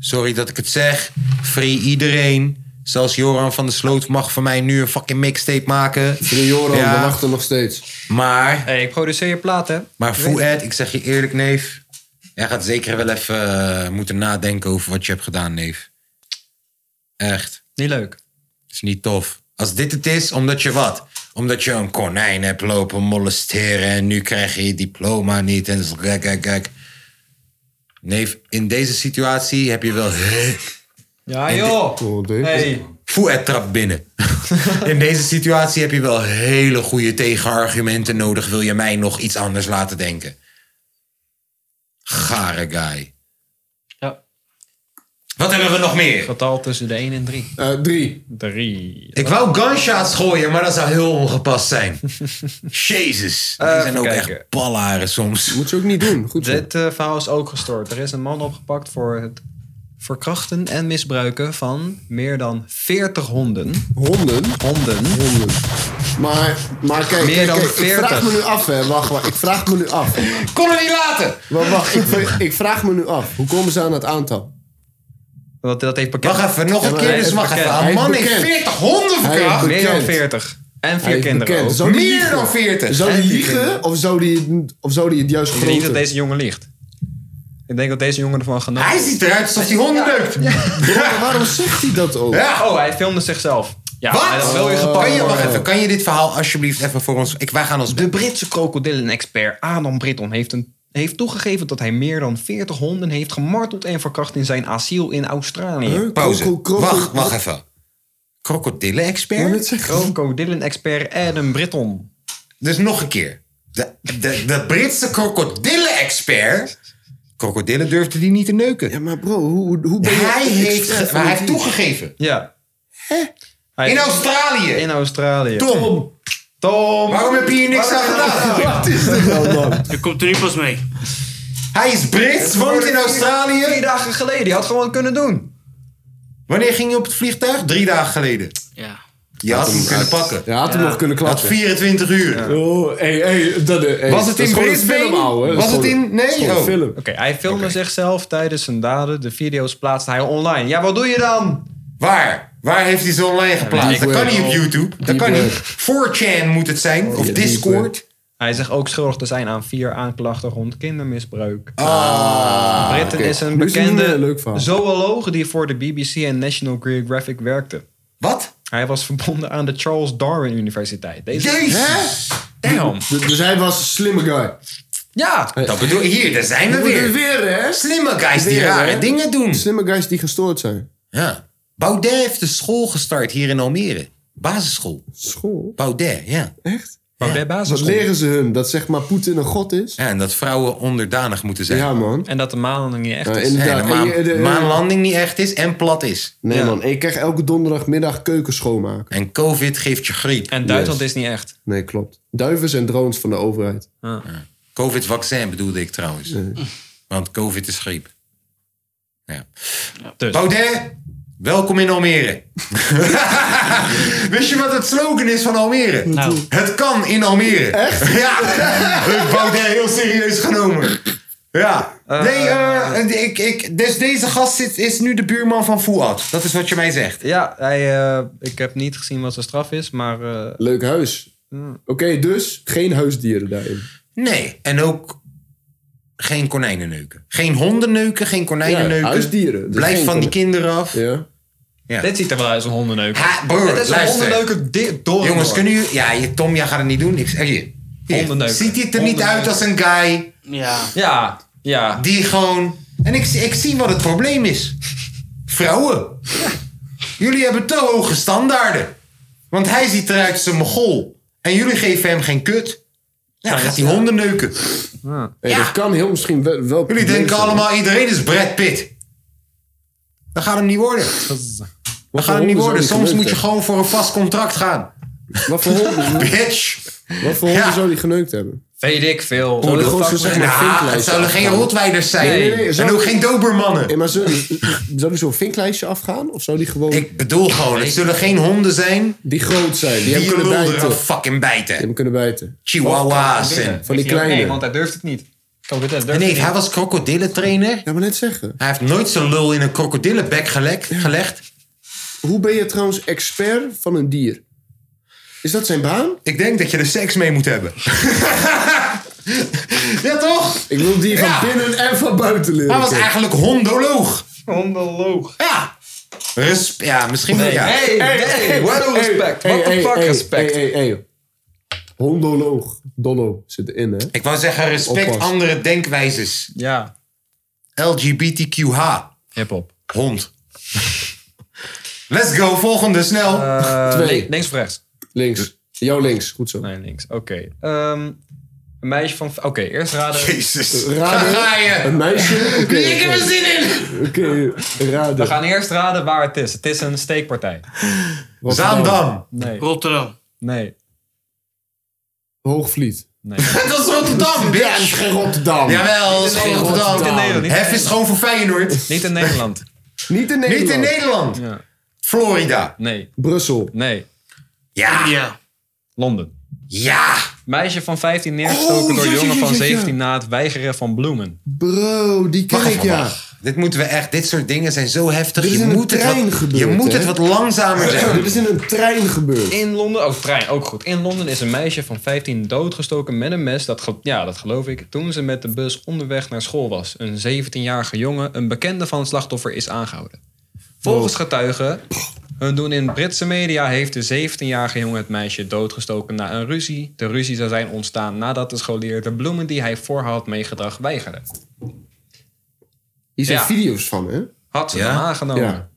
Speaker 2: Sorry dat ik het zeg. Free iedereen. Zelfs Joran van der Sloot mag van mij nu een fucking mixtape maken.
Speaker 4: Free Joran, we wachten nog steeds.
Speaker 2: Maar...
Speaker 5: Hey, ik produceer je platen.
Speaker 2: Maar Fouad, ik zeg je eerlijk, neef. Jij gaat zeker wel even eh, moeten nadenken over wat je hebt gedaan, neef. Echt.
Speaker 5: Niet leuk.
Speaker 2: Is niet tof. Als dit het is, omdat je wat? Omdat je een konijn hebt lopen molesteren en nu krijg je je diploma niet en zo gek, gek, gek. Neef, in deze situatie heb je wel... Ah,
Speaker 5: Ja, joh. Hey.
Speaker 2: Fouet trapt binnen. [LAUGHS] In deze situatie heb je wel hele goede tegenargumenten nodig. Wil je mij nog iets anders laten denken? Gare guy.
Speaker 5: Ja.
Speaker 2: Wat hebben we nog meer?
Speaker 5: Getal tussen de 1 en 3.
Speaker 4: Eh, drie.
Speaker 5: Drie.
Speaker 2: Ik wou gunshots gooien, maar dat zou heel ongepast [LAUGHS] zijn. Jezus. Die zijn ook echt ballaren soms.
Speaker 4: Moet je ook niet doen. Eh, Goed
Speaker 5: Dit eh, verhaal is ook gestoord. Er is een man opgepakt voor het verkrachten en misbruiken van meer dan 40 honden.
Speaker 4: Honden?
Speaker 5: Honden.
Speaker 4: Maar, maar kijk,
Speaker 5: Meer
Speaker 4: kijk,
Speaker 5: dan
Speaker 4: kijk, ik vraag
Speaker 5: 40.
Speaker 4: me nu af, hè. Wacht, wacht. Ik vraag me nu af.
Speaker 2: Kon het niet laten!
Speaker 4: Wacht, wacht. Ik, ik vraag me nu af. Hoe komen ze aan het aantal?
Speaker 5: Dat, dat heeft bekend.
Speaker 2: Wacht even, nog een
Speaker 4: Ja, maar
Speaker 2: keer.
Speaker 4: hij
Speaker 2: Dus
Speaker 4: is
Speaker 2: wacht even.
Speaker 4: bekend.
Speaker 2: Een
Speaker 4: Hij is
Speaker 2: man heeft
Speaker 4: bekend.
Speaker 2: 40 honden
Speaker 4: Hij is
Speaker 2: verkracht.
Speaker 5: Meer dan
Speaker 4: bekend.
Speaker 5: 40. En vier
Speaker 4: Hij is
Speaker 5: kinderen
Speaker 4: bekend.
Speaker 5: ook.
Speaker 4: Zou die
Speaker 2: Meer
Speaker 4: liegen?
Speaker 2: dan 40.
Speaker 4: Zou
Speaker 2: En
Speaker 4: die
Speaker 2: die
Speaker 4: liegen?
Speaker 2: kinderen.
Speaker 4: Of zou die, of zou die het juist
Speaker 5: Ik denk niet dat
Speaker 4: groter?
Speaker 5: deze jongen liegt. Ik denk dat deze jongen ervan genomen
Speaker 2: Hij ziet eruit alsof hij honden neukt.
Speaker 4: Waarom- Waarom zegt hij dat ook?
Speaker 2: Ja.
Speaker 5: Oh, hij filmde zichzelf. Ja,
Speaker 2: Wat?
Speaker 5: hij had wel weer
Speaker 2: kan,
Speaker 5: gepakt.
Speaker 2: je, wacht even, kan je dit verhaal alsjeblieft even voor ons... Ik, wij gaan ons...
Speaker 5: De Britse krokodillenexpert Adam Britton heeft, een, heeft toegegeven dat hij meer dan 40 honden heeft gemarteld en verkracht in zijn asiel in Australië.
Speaker 2: Pauze.
Speaker 4: Kroko- kroko-
Speaker 2: Wacht, wacht even.
Speaker 4: Moet je
Speaker 2: Krokodillen-expert?
Speaker 4: het zeggen?
Speaker 5: Krokodillenexpert Adam Britton.
Speaker 2: Dus nog een keer. De, de, de Britse krokodillen-expert... Krokodillen durfde die niet te neuken.
Speaker 4: Ja, maar bro, hoe, hoe ben je...
Speaker 2: Hij heeft, ge-
Speaker 4: expert
Speaker 2: maar hij heeft
Speaker 4: van die-
Speaker 2: toegegeven.
Speaker 5: Ja. Hè?
Speaker 2: In Australië.
Speaker 5: In Australië.
Speaker 2: Tom,
Speaker 5: Tom.
Speaker 2: waarom heb je hier niks aan gedaan?
Speaker 4: Wat is dit nou, man?
Speaker 3: Je komt er nu pas mee.
Speaker 2: Hij is Brits, woont in
Speaker 5: Vier
Speaker 2: Australië.
Speaker 5: dagen geleden. Je had gewoon kunnen doen.
Speaker 2: Wanneer ging je op het vliegtuig? Drie dagen geleden.
Speaker 3: Ja.
Speaker 2: Je had hem kunnen pakken.
Speaker 4: Ja, had hem nog kunnen
Speaker 2: Dat
Speaker 4: klappen.
Speaker 2: 24 uur.
Speaker 4: Oh, hey, hey, dat, eh, hey,
Speaker 2: Was het
Speaker 4: dat is
Speaker 2: in
Speaker 4: gewoon een
Speaker 2: Brisbane?
Speaker 4: film, ouwe. Dat is
Speaker 2: Was het
Speaker 4: gewoon-
Speaker 2: in- nee,
Speaker 4: dat is gewoon een
Speaker 2: oh.
Speaker 4: film.
Speaker 5: Oké, hij filmde zichzelf tijdens zijn daden. De video's plaatste hij online. Ja, wat doe je dan?
Speaker 2: Waar? Waar heeft hij ze online geplaatst?
Speaker 5: Ja,
Speaker 2: Dat kan
Speaker 4: web.
Speaker 2: niet op YouTube. Dat
Speaker 4: Deep
Speaker 2: kan
Speaker 4: web. Oh,
Speaker 2: niet. 4chan moet het zijn. Of
Speaker 4: ja,
Speaker 2: Discord.
Speaker 5: Hij zegt ook schuldig te zijn aan vier aanklachten rond kindermisbruik.
Speaker 2: Ah,
Speaker 5: Britten
Speaker 4: Ah, oké.
Speaker 5: is een
Speaker 4: Nu is het
Speaker 5: bekende
Speaker 4: een, eh, leuk verhaal.
Speaker 5: zooloog die voor de BBC en National Geographic werkte.
Speaker 2: Wat?
Speaker 5: Hij was verbonden aan de Charles Darwin Universiteit. Deze...
Speaker 2: Jezus!
Speaker 5: Damn.
Speaker 4: Dus- Dus hij was een slimme guy.
Speaker 5: Ja.
Speaker 2: Dat bedoel Hier, daar zijn we
Speaker 4: Eh, We moeten
Speaker 2: weer.
Speaker 4: weer, hè?
Speaker 2: Slimme guys die
Speaker 4: Weer,
Speaker 2: rare
Speaker 4: hè?
Speaker 2: dingen doen.
Speaker 4: Slimme guys die gestoord zijn.
Speaker 2: Ja. Baudet heeft een school gestart hier in Almere. Basisschool.
Speaker 4: School?
Speaker 2: Baudet, ja.
Speaker 4: Echt?
Speaker 2: Baudet
Speaker 4: Wat leren ze hun? Dat zeg maar Poetin een god is?
Speaker 2: Ja, en dat vrouwen onderdanig moeten zijn.
Speaker 4: Ja, man.
Speaker 5: En dat de maanlanding niet echt
Speaker 4: Ja,
Speaker 5: is.
Speaker 4: inderdaad.
Speaker 2: En de maan-
Speaker 4: En je- de-
Speaker 2: maanlanding niet echt is en plat is.
Speaker 4: Nee man, ik krijg elke donderdagmiddag keuken schoonmaken.
Speaker 2: En COVID geeft je griep.
Speaker 5: En Duitsland is niet echt.
Speaker 4: Nee, klopt. Duivens en drones van de overheid.
Speaker 5: Ja.
Speaker 2: COVID-vaccin bedoelde ik trouwens. Want COVID is griep. Ja.
Speaker 5: Dus.
Speaker 2: Baudet, welkom in Almere. [LAUGHS] Wist je wat het slogan is van Almere?
Speaker 4: Nou.
Speaker 2: Het kan in Almere. Echt? [LAUGHS] [LAUGHS] Ja. Heeft Baudet heel serieus genomen. Ja. nee, eh, ik, ik, dus deze gast zit- is nu de buurman van Fuad. Dat is wat je mij zegt.
Speaker 5: Ja, hij, eh, ik heb niet gezien wat zijn straf is, maar... eh,
Speaker 4: Leuk huis. Oké, dus geen huisdieren daarin.
Speaker 2: Nee, en ook geen konijnen neuken. Geen honden neuken, geen konijnen
Speaker 4: Ja,
Speaker 2: neuken.
Speaker 4: huisdieren. Dus
Speaker 2: Blijf
Speaker 4: geen
Speaker 2: van die
Speaker 4: konijn-
Speaker 2: kinderen af.
Speaker 4: Ja.
Speaker 5: Dit ziet er wel uit als een hondenneuk.
Speaker 2: Ha, broer,
Speaker 5: Het is een
Speaker 2: luister.
Speaker 5: hondenneuker di- door en
Speaker 2: Jongens,
Speaker 5: door.
Speaker 2: kunnen jullie... Ja, je, Tom, jij gaat het niet doen. Ik zeg je. Hier.
Speaker 5: Hondenneuken.
Speaker 2: Ziet hij er niet uit
Speaker 5: Hondenneuken.
Speaker 2: als een guy
Speaker 3: Ja.
Speaker 5: Ja, ja.
Speaker 2: die gewoon... En ik, ik zie wat het probleem is. Vrouwen. Jullie hebben te hoge standaarden. Want hij ziet eruit als een mogol. En jullie geven hem geen kut. Ja, dan gaat hij honden neuken.
Speaker 4: Hey, Dat kan heel misschien wel. wel
Speaker 2: Jullie denken
Speaker 4: zijn.
Speaker 2: allemaal, iedereen is Brad Pitt. Dat gaat hem niet worden. Dat
Speaker 4: Wat
Speaker 2: gaat
Speaker 4: voor
Speaker 2: hem niet
Speaker 4: honden
Speaker 2: worden.
Speaker 4: zou die
Speaker 2: Soms moet je
Speaker 4: geneukt
Speaker 2: gewoon voor een vast contract gaan.
Speaker 4: hebben? Wat voor honden,
Speaker 2: [LAUGHS] Bitch.
Speaker 4: wat voor honden
Speaker 2: Ja.
Speaker 4: zou die geneukt hebben?
Speaker 5: Weet ik
Speaker 2: Oh,
Speaker 5: veel.
Speaker 4: Zouden
Speaker 5: Hoe de
Speaker 4: gewoon
Speaker 5: fuck-
Speaker 4: zo zeg maar
Speaker 2: Nou,
Speaker 4: vinklijstje
Speaker 2: het zouden geen
Speaker 4: afgaan?
Speaker 2: rotweiders zijn.
Speaker 4: Nee, nee, nee,
Speaker 2: en
Speaker 4: zou-
Speaker 2: ook geen dobermannen.
Speaker 4: Hey, maar zou, zou die zo'n vinklijstje afgaan? Of zou die gewoon...
Speaker 2: Ik bedoel gewoon, het zullen geen honden zijn
Speaker 4: Die groot zijn, die
Speaker 2: die
Speaker 4: hebben
Speaker 2: je
Speaker 4: kunnen
Speaker 2: lul
Speaker 4: bijten.
Speaker 2: eraan
Speaker 4: Die
Speaker 2: fucking bijten.
Speaker 4: hebben kunnen bijten.
Speaker 2: Chihuahua's en...
Speaker 4: Van die
Speaker 5: Nee,
Speaker 4: kleine.
Speaker 5: want hij durft het niet. Krokodil durft
Speaker 2: Nee,
Speaker 5: het niet.
Speaker 2: hij was krokodillentrainer.
Speaker 4: Ja, maar net zeggen.
Speaker 2: Hij heeft nooit zijn lul in een krokodillenbek gelekt, gelegd.
Speaker 4: Hoe ben je trouwens expert van een dier? Is dat zijn baan?
Speaker 2: Ik denk dat je er seks mee moet hebben. ja, toch?
Speaker 4: Ik wil die van
Speaker 2: Ja.
Speaker 4: binnen en van buiten leren.
Speaker 2: Hij was
Speaker 4: kennen.
Speaker 2: eigenlijk hondoloog. Hondoloog. Ja. Res- ja, misschien wel ja.
Speaker 5: Hey, hey, hey, what the respect.
Speaker 4: Hey,
Speaker 5: What the
Speaker 4: hey,
Speaker 5: fuck
Speaker 4: hey,
Speaker 5: respect.
Speaker 4: Hey, hey, hey. Hondoloog. Dollo zit erin, hè?
Speaker 2: Ik wou zeggen, respect
Speaker 4: Oppas.
Speaker 2: andere denkwijzes.
Speaker 5: Ja,
Speaker 2: LGBTQH.
Speaker 5: hip-hop.
Speaker 2: Hond. [LAUGHS] Let's go, volgende, snel. Eh,
Speaker 4: Twee.
Speaker 5: Link- links of rechts?
Speaker 4: Links. Jouw links, goed zo.
Speaker 5: Nee, links. Oké. Ehm, een meisje van. Oké, eerst raden.
Speaker 2: Jezus.
Speaker 4: Raden.
Speaker 2: Ga je.
Speaker 4: Een meisje? Oké,
Speaker 2: Ik heb er zin in.
Speaker 4: oké. Oké, raden.
Speaker 5: We gaan eerst raden waar het is. Het is een steekpartij.
Speaker 4: Wat nou?
Speaker 2: Zaandam.
Speaker 5: Nee.
Speaker 3: Rotterdam.
Speaker 5: Nee.
Speaker 4: Hoogvliet. [LAUGHS]
Speaker 2: Dat is Rotterdam, bitch.
Speaker 4: Geen Rotterdam.
Speaker 2: Jawel, dat is gewoon
Speaker 5: Niet in
Speaker 2: Rotterdam.
Speaker 5: Nederland. Niet,
Speaker 2: Hef is gewoon voor Feyenoord.
Speaker 5: niet in Nederland.
Speaker 4: Niet in Nederland.
Speaker 2: Niet in Nederland.
Speaker 5: Ja.
Speaker 2: Florida.
Speaker 5: Nee.
Speaker 4: Brussel.
Speaker 5: Nee.
Speaker 2: Ja.
Speaker 3: Ja.
Speaker 5: Londen.
Speaker 2: Ja.
Speaker 5: Meisje van 15 neergestoken
Speaker 4: Oh,
Speaker 5: door
Speaker 4: ja, ja,
Speaker 5: jongen
Speaker 4: ja,
Speaker 5: van
Speaker 4: ja, ja.
Speaker 5: 17 na het weigeren van bloemen.
Speaker 4: Bro, die ken
Speaker 2: Wacht
Speaker 4: ik
Speaker 2: even,
Speaker 4: ja.
Speaker 2: wacht. Dit moeten we echt, dit soort dingen zijn zo heftig.
Speaker 4: Dit is
Speaker 2: je
Speaker 4: in een
Speaker 2: moet, het,
Speaker 4: trein
Speaker 2: wat,
Speaker 4: gebeurd,
Speaker 2: je moet
Speaker 4: hè?
Speaker 2: het wat langzamer
Speaker 4: Dit
Speaker 2: zeggen.
Speaker 4: is in een trein gebeurd.
Speaker 5: In Londen, oh trein, ook goed. In Londen is een meisje van 15 doodgestoken met een mes. Dat ge- ja, dat geloof ik. Toen ze met de bus onderweg naar school was. Een 17-jarige jongen, een bekende van het slachtoffer, is aangehouden. Volgens getuigen, hun doen in Britse media, heeft de 17-jarige jongen het meisje doodgestoken na een ruzie. De ruzie zou zijn ontstaan nadat de scholier de bloemen die hij voor haar had meegedragen weigerde.
Speaker 4: Hier zijn
Speaker 5: Ja.
Speaker 4: video's van, hè?
Speaker 5: Had ze
Speaker 2: Ja?
Speaker 5: hem aangenomen.
Speaker 4: Ja.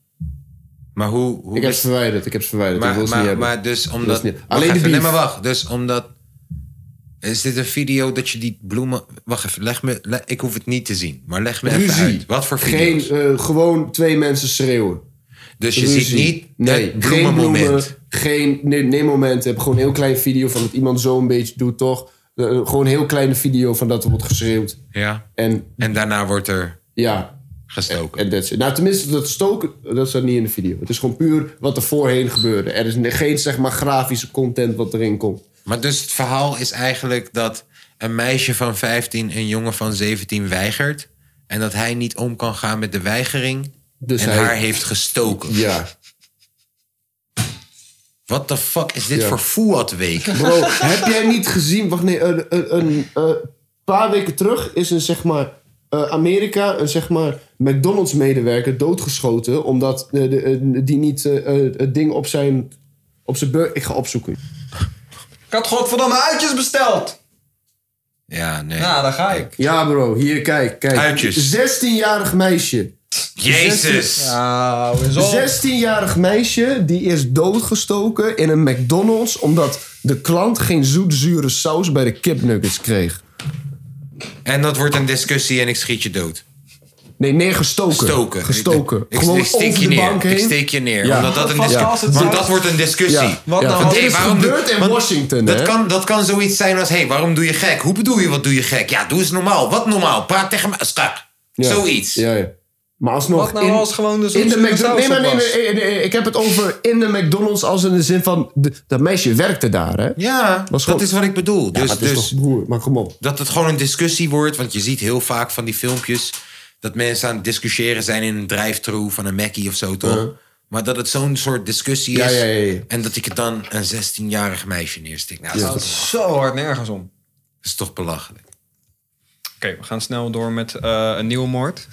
Speaker 2: Maar hoe... hoe
Speaker 4: Ik heb ze verwijderd, ik heb ze verwijderd. ik wil
Speaker 2: maar,
Speaker 4: ze niet
Speaker 2: maar,
Speaker 4: hebben.
Speaker 2: maar dus
Speaker 4: Dat is
Speaker 2: omdat...
Speaker 4: niet-
Speaker 2: wacht
Speaker 4: Alleen de
Speaker 2: even,
Speaker 4: beef.
Speaker 2: Nee, maar wacht. Dus omdat... Is dit een video dat je die bloemen... Wacht even, leg me... le- ik hoef het niet te zien. Maar leg me even
Speaker 4: Ruzie.
Speaker 2: uit. Wat voor
Speaker 4: Geen,
Speaker 2: video's?
Speaker 4: eh, gewoon twee mensen schreeuwen.
Speaker 2: dus je
Speaker 4: Ruzie.
Speaker 2: ziet niet het
Speaker 4: nee, geen bloemen,
Speaker 2: bloemenmoment.
Speaker 4: geen nee, nee moment. Heb gewoon een heel klein video van dat iemand zo een beetje doet, toch? Eh, gewoon een heel kleine video van dat er wordt geschreeuwd.
Speaker 2: Ja.
Speaker 4: En
Speaker 2: En daarna wordt er
Speaker 4: ja,
Speaker 2: gestoken.
Speaker 4: en that's it. Nou, tenminste, dat stoken, dat staat niet in de video. Het is gewoon puur wat er voorheen gebeurde. Er is ne- geen, zeg maar, grafische content wat erin komt.
Speaker 2: Maar dus het verhaal is eigenlijk dat een meisje van 15 een jongen van 17 weigert. En dat hij niet om kan gaan met de weigering.
Speaker 4: Dus
Speaker 2: en
Speaker 4: hij-
Speaker 2: haar heeft gestoken.
Speaker 4: Ja.
Speaker 2: Wat de fuck is dit
Speaker 4: Ja.
Speaker 2: voor Fuad week?
Speaker 4: [LAUGHS] Bro, heb jij niet gezien... Wacht, nee, een, een, een eh, paar weken terug is een, zeg maar... eh, Amerika, een zeg maar McDonald's-medewerker doodgeschoten... omdat eh, de, eh, die niet eh, eh, het ding op zijn... Op zijn bur- Ik ga opzoeken.
Speaker 5: Ik had godverdomme uitjes besteld!
Speaker 2: Ja, nee.
Speaker 5: Ja, daar ga ik.
Speaker 4: Nou, Ja, bro, hier, kijk, kijk.
Speaker 2: Uitjes.
Speaker 4: 16-jarig meisje.
Speaker 2: Jezus.
Speaker 4: Een 16-jarig meisje die is doodgestoken in een McDonald's omdat de klant geen zoetzure saus bij de kipnuggets kreeg.
Speaker 2: En dat wordt een discussie en ik schiet je dood.
Speaker 4: Nee, neergestoken.
Speaker 2: Stoken.
Speaker 4: Gestoken.
Speaker 2: Ik, ik,
Speaker 4: Gewoon
Speaker 2: ik steek
Speaker 4: over
Speaker 2: je
Speaker 4: de
Speaker 2: neer.
Speaker 4: bank
Speaker 2: Ik
Speaker 4: heen.
Speaker 2: steek je neer.
Speaker 4: Ja.
Speaker 2: Omdat dat een discussie.
Speaker 4: Vast als het-
Speaker 2: Want dat wordt een discussie.
Speaker 4: Ja. Wat nou
Speaker 2: Want,
Speaker 4: als-
Speaker 2: hey,
Speaker 4: Dit is
Speaker 2: waarom
Speaker 4: gebeurd in
Speaker 2: want
Speaker 4: Washington,
Speaker 2: Dat
Speaker 4: hè?
Speaker 2: kan, dat kan zoiets zijn als: hé, hey, waarom doe je gek? Hoe bedoel je wat doe je gek? Ja, doe eens normaal. Wat normaal? Praat tegen me. Stap.
Speaker 4: Ja.
Speaker 2: Zoiets.
Speaker 4: Ja, ja. Maar alsnog.
Speaker 2: Wat nou als gewoon de
Speaker 4: in de
Speaker 2: zoetzure
Speaker 4: McDonald's.
Speaker 2: saus
Speaker 4: Nee, maar nee,
Speaker 2: op was?
Speaker 4: nee, nee, nee, ik heb het over in de McDonald's als in de zin van. de- dat meisje werkte daar, hè?
Speaker 2: Ja,
Speaker 4: Was
Speaker 2: dat
Speaker 4: gewoon-
Speaker 2: is wat ik bedoel.
Speaker 4: Ja,
Speaker 2: dus,
Speaker 4: maar het is
Speaker 2: dus
Speaker 4: toch broer, maar kom op.
Speaker 2: dat het gewoon een discussie wordt. Want je ziet heel vaak van die filmpjes dat mensen aan het discussiëren zijn in een drive-thru van een Mackie of zo, toch?
Speaker 4: Ja.
Speaker 2: Maar dat het zo'n soort discussie
Speaker 4: Ja,
Speaker 2: is.
Speaker 4: ja, ja, ja.
Speaker 2: En dat ik het dan een 16-jarig meisje neerstik. Nou,
Speaker 5: Ja.
Speaker 2: dat, is toch,
Speaker 5: Zo hard nergens om.
Speaker 2: dat is toch belachelijk.
Speaker 5: Oké, we gaan snel door met eh, een nieuwe moord.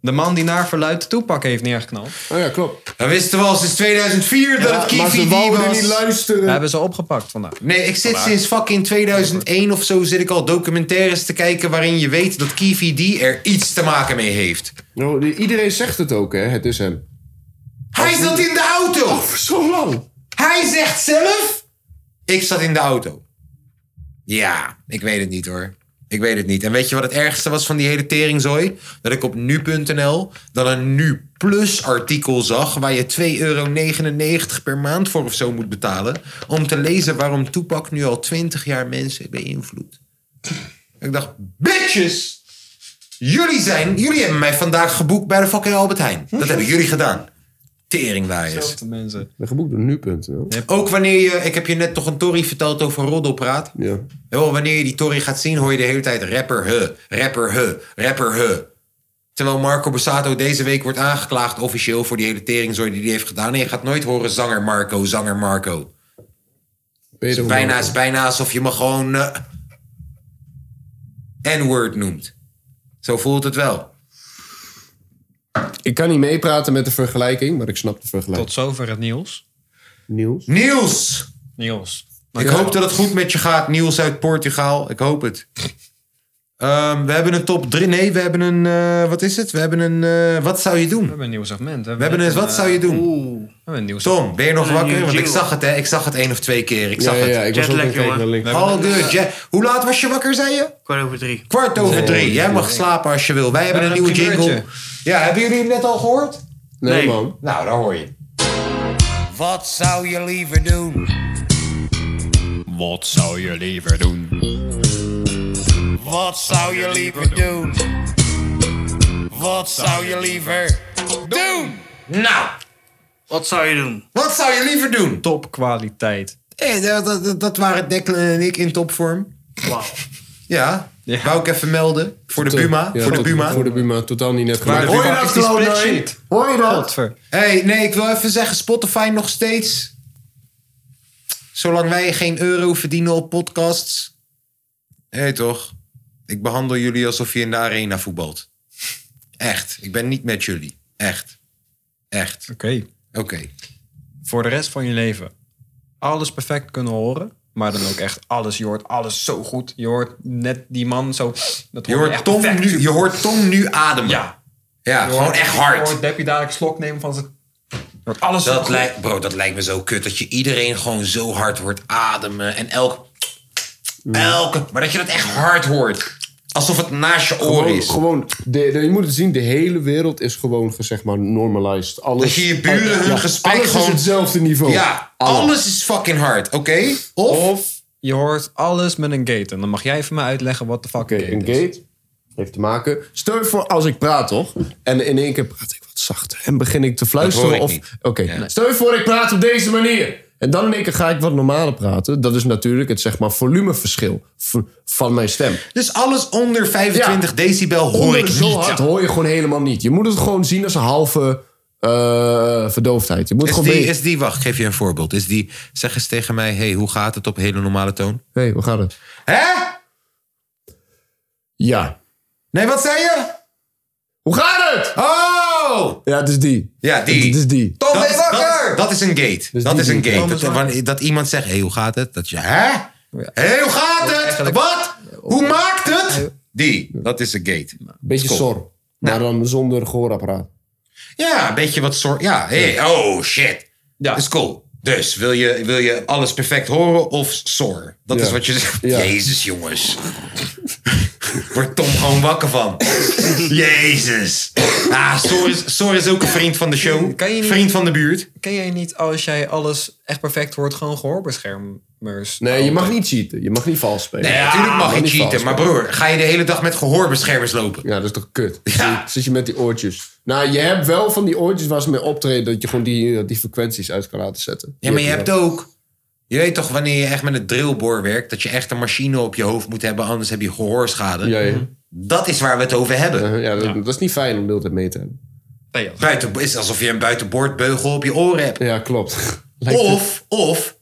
Speaker 5: De man die naar verluid de toepak heeft neergeknald.
Speaker 4: Oh ja, klopt.
Speaker 2: We wisten wel sinds 2004 dat het Kiwi die was.
Speaker 5: We hebben ze opgepakt vandaag.
Speaker 2: Nee, ik zit sinds fucking 2001 of zo zit ik al documentaires te kijken waarin je weet dat Kiwi die er iets te maken mee heeft.
Speaker 4: Nou, iedereen zegt het ook, hè? Het is hem.
Speaker 2: Hij zat in de auto!
Speaker 4: zo lang!
Speaker 2: Hij zegt zelf... Ik zat in de auto. Ja, ik weet het niet hoor. Ik weet het niet. En weet je wat het ergste was van die hele teringzooi? Dat ik op nu.nl dan een nu plus artikel zag... waar je 2,99 euro per maand voor of zo moet betalen... om te lezen waarom Toepak nu al 20 jaar mensen beïnvloedt. Ik dacht, bitches! Jullie zijn... Jullie hebben mij vandaag geboekt bij de fucking Albert Heijn. Dat hebben jullie gedaan. Teringwaaiers.
Speaker 5: mensen.
Speaker 4: We geboekt door nu.nl.
Speaker 2: Ook wanneer je, ik heb je net toch een Tory verteld over roddelpraat.
Speaker 4: Ja.
Speaker 2: Wel, wanneer je die Tory gaat zien, hoor je de hele tijd rapper huh, rapper huh, rapper huh. Terwijl Marco Borsato deze week wordt aangeklaagd officieel voor die hele teringzooi die hij heeft gedaan. En je gaat nooit horen zanger Marco, zanger Marco. Het is bijna, is bijna alsof je me gewoon eh, N-word noemt. Zo voelt het wel.
Speaker 4: Ik kan niet meepraten met de vergelijking, maar ik snap de vergelijking.
Speaker 5: Tot zover het nieuws.
Speaker 4: Niels.
Speaker 2: Niels!
Speaker 5: Niels.
Speaker 2: ik hoop dat het goed met je gaat, Niels uit Portugal. Ik hoop het. Ehm, we hebben een top 3. Nee, we hebben een. eh, wat is het? We hebben een. eh, wat zou je
Speaker 5: We
Speaker 2: doen?
Speaker 5: hebben een nieuw segment.
Speaker 2: We hebben een. Wat zou je doen?
Speaker 5: eh, We hebben een nieuw
Speaker 2: Tom, ben je nog
Speaker 5: Een nieuwe
Speaker 2: wakker? Want ik
Speaker 5: jingle.
Speaker 2: zag het, hè? Ik zag het één of twee keer. Ik
Speaker 5: Ja,
Speaker 2: zag
Speaker 5: ja,
Speaker 2: het.
Speaker 5: ja, ik was Jetlag, ook aan het kijken jongen. naar links.
Speaker 2: All good. Ja. Hoe laat was je wakker, zei je?
Speaker 3: Kwart over drie.
Speaker 2: Kwart over
Speaker 3: Nee.
Speaker 2: drie. Jij mag slapen als je wil. Wij hebben een
Speaker 3: hebben
Speaker 2: nieuwe
Speaker 3: een primeurtje.
Speaker 2: jingle. Ja, hebben jullie hem net al gehoord?
Speaker 4: Nee, Nee. man.
Speaker 2: Nou, daar hoor je. Wat zou je liever doen?
Speaker 8: Wat zou je liever doen?
Speaker 7: Wat zou je liever doen? Wat zou je liever doen?
Speaker 2: Nou,
Speaker 3: Wat zou je doen?
Speaker 2: Wat zou je liever doen?
Speaker 5: Topkwaliteit.
Speaker 2: Hey, Eh, dat, dat, dat waren Declan en ik in topvorm.
Speaker 3: Wauw.
Speaker 2: Ja, wou ik even melden. Voor de Buma.
Speaker 4: Ja,
Speaker 2: voor de
Speaker 4: tot-
Speaker 2: Buma.
Speaker 4: Voor de Buma, totaal niet net gemaakt.
Speaker 2: Hoor je dat, Clown?
Speaker 4: Hoor je dat?
Speaker 2: Hey, nee, ik wil even zeggen, Spotify nog steeds. Zolang wij geen euro verdienen op podcasts. Hé toch, ik behandel jullie alsof je in de arena voetbalt. Echt, ik ben niet met jullie. Echt. Echt.
Speaker 5: Oké.
Speaker 2: Oké.
Speaker 5: Voor de rest van je leven. Alles perfect kunnen horen. Maar dan ook echt alles. Je hoort alles zo goed. Je hoort net die man zo... Dat
Speaker 2: Je hoort, Tom nu, je hoort Tom nu ademen.
Speaker 5: Ja.
Speaker 2: Ja,
Speaker 5: Je
Speaker 2: gewoon
Speaker 5: hoort-
Speaker 2: echt hard.
Speaker 5: Je hoort Deppie dadelijk slok nemen van zijn... Wordt alles zo
Speaker 2: dat
Speaker 5: goed.
Speaker 2: lijkt, bro, dat lijkt me zo kut. Dat je iedereen gewoon zo hard hoort ademen. En elk... Elke... Maar dat je dat echt hard hoort. Alsof het naast je oor
Speaker 4: Gewoon,
Speaker 2: is.
Speaker 4: gewoon de, de- je moet het zien, de hele wereld is gewoon zeg maar normalized. Alles,
Speaker 2: Dat je je buren hun
Speaker 4: Ja,
Speaker 2: gesprek
Speaker 4: alles
Speaker 2: gewoon-
Speaker 4: is hetzelfde niveau.
Speaker 2: Ja,
Speaker 4: Alles.
Speaker 2: alles is fucking hard, oké? Of...
Speaker 5: Of je hoort alles met een gate. En dan mag jij even mij uitleggen wat de fuck een
Speaker 4: Een
Speaker 5: gate is.
Speaker 4: gate heeft te maken. Stel je voor als ik praat, toch? En in één keer praat ik wat zachter en begin ik te fluisteren.
Speaker 2: hoor ik
Speaker 4: of
Speaker 2: niet.
Speaker 4: Oké, stel je voor ik praat op deze manier. En dan in één keer ga ik wat normaler praten. Dat is natuurlijk het zeg maar volumeverschil v- van mijn stem.
Speaker 2: Dus alles onder 25 decibel hoor
Speaker 4: Onder
Speaker 2: ik
Speaker 4: zo
Speaker 2: niet.
Speaker 4: hard hoor je gewoon helemaal niet. Je moet het gewoon zien als een halve eh, verdoofdheid. Je moet
Speaker 2: Is
Speaker 4: gewoon
Speaker 2: die,
Speaker 4: weten-
Speaker 2: is die, wacht, geef je een voorbeeld. Is die, zeg eens tegen mij, hey, hoe gaat het op hele normale toon?
Speaker 4: Hé, hey, hoe gaat het?
Speaker 2: Hè?
Speaker 4: Ja.
Speaker 2: Nee, wat zei je?
Speaker 4: Hoe gaat het?
Speaker 2: Oh!
Speaker 4: Ja, het is die.
Speaker 2: Ja, die.
Speaker 4: Het is die. Dus
Speaker 2: Tom, dat, dat, dat is een gate. dat
Speaker 4: die
Speaker 2: is een
Speaker 4: die-
Speaker 2: gate.
Speaker 4: Tom
Speaker 2: Dat,
Speaker 4: is wakker.
Speaker 2: wanneer- dat iemand zegt, hey, hoe gaat het? Dat je, hè? hey, hoe gaat het? Wat? Hoe maakt het? Die. Dat is een gate.
Speaker 4: Beetje
Speaker 2: Stop.
Speaker 4: sor. Maar
Speaker 2: Nou.
Speaker 4: dan zonder gehoorapparaat.
Speaker 2: Ja, een beetje wat soort. Ja, hey, oh shit. Dat is cool. Dus wil je, wil je alles perfect horen of soar? Dat is wat je zegt. Jezus, jongens. [LAUGHS] Wordt Tom gewoon wakker van. Jezus. Ah, soar is, soar is ook een vriend van de show. Vriend van de buurt.
Speaker 5: Ken jij niet als jij alles echt perfect hoort, gewoon gehoorbeschermers?
Speaker 2: Oh,
Speaker 4: Nee, je mag niet cheaten. Je mag niet vals spelen.
Speaker 2: Nee, natuurlijk mag je cheaten. Maar broer, ga je de hele dag met gehoorbeschermers lopen?
Speaker 4: Ja, dat is toch kut? Zit- Zit je met die oortjes. Nou, je hebt wel van die oortjes waar ze mee optreden... dat je gewoon die, die frequenties uit kan laten zetten.
Speaker 2: Ja, maar je hebt
Speaker 4: ook.
Speaker 2: ook. Je weet toch wanneer je echt met een drillboor werkt, dat je echt een machine op je hoofd moet hebben, anders heb je gehoorschade.
Speaker 4: Ja, ja. Eh,
Speaker 2: Dat is waar we het over hebben.
Speaker 4: Ja, dat, dat is niet fijn om de hele tijd mee te hebben.
Speaker 2: Buiten, is alsof je een buitenboordbeugel op je oren hebt.
Speaker 4: Ja, klopt. [LAUGHS] Lijkt het.
Speaker 2: Of, of,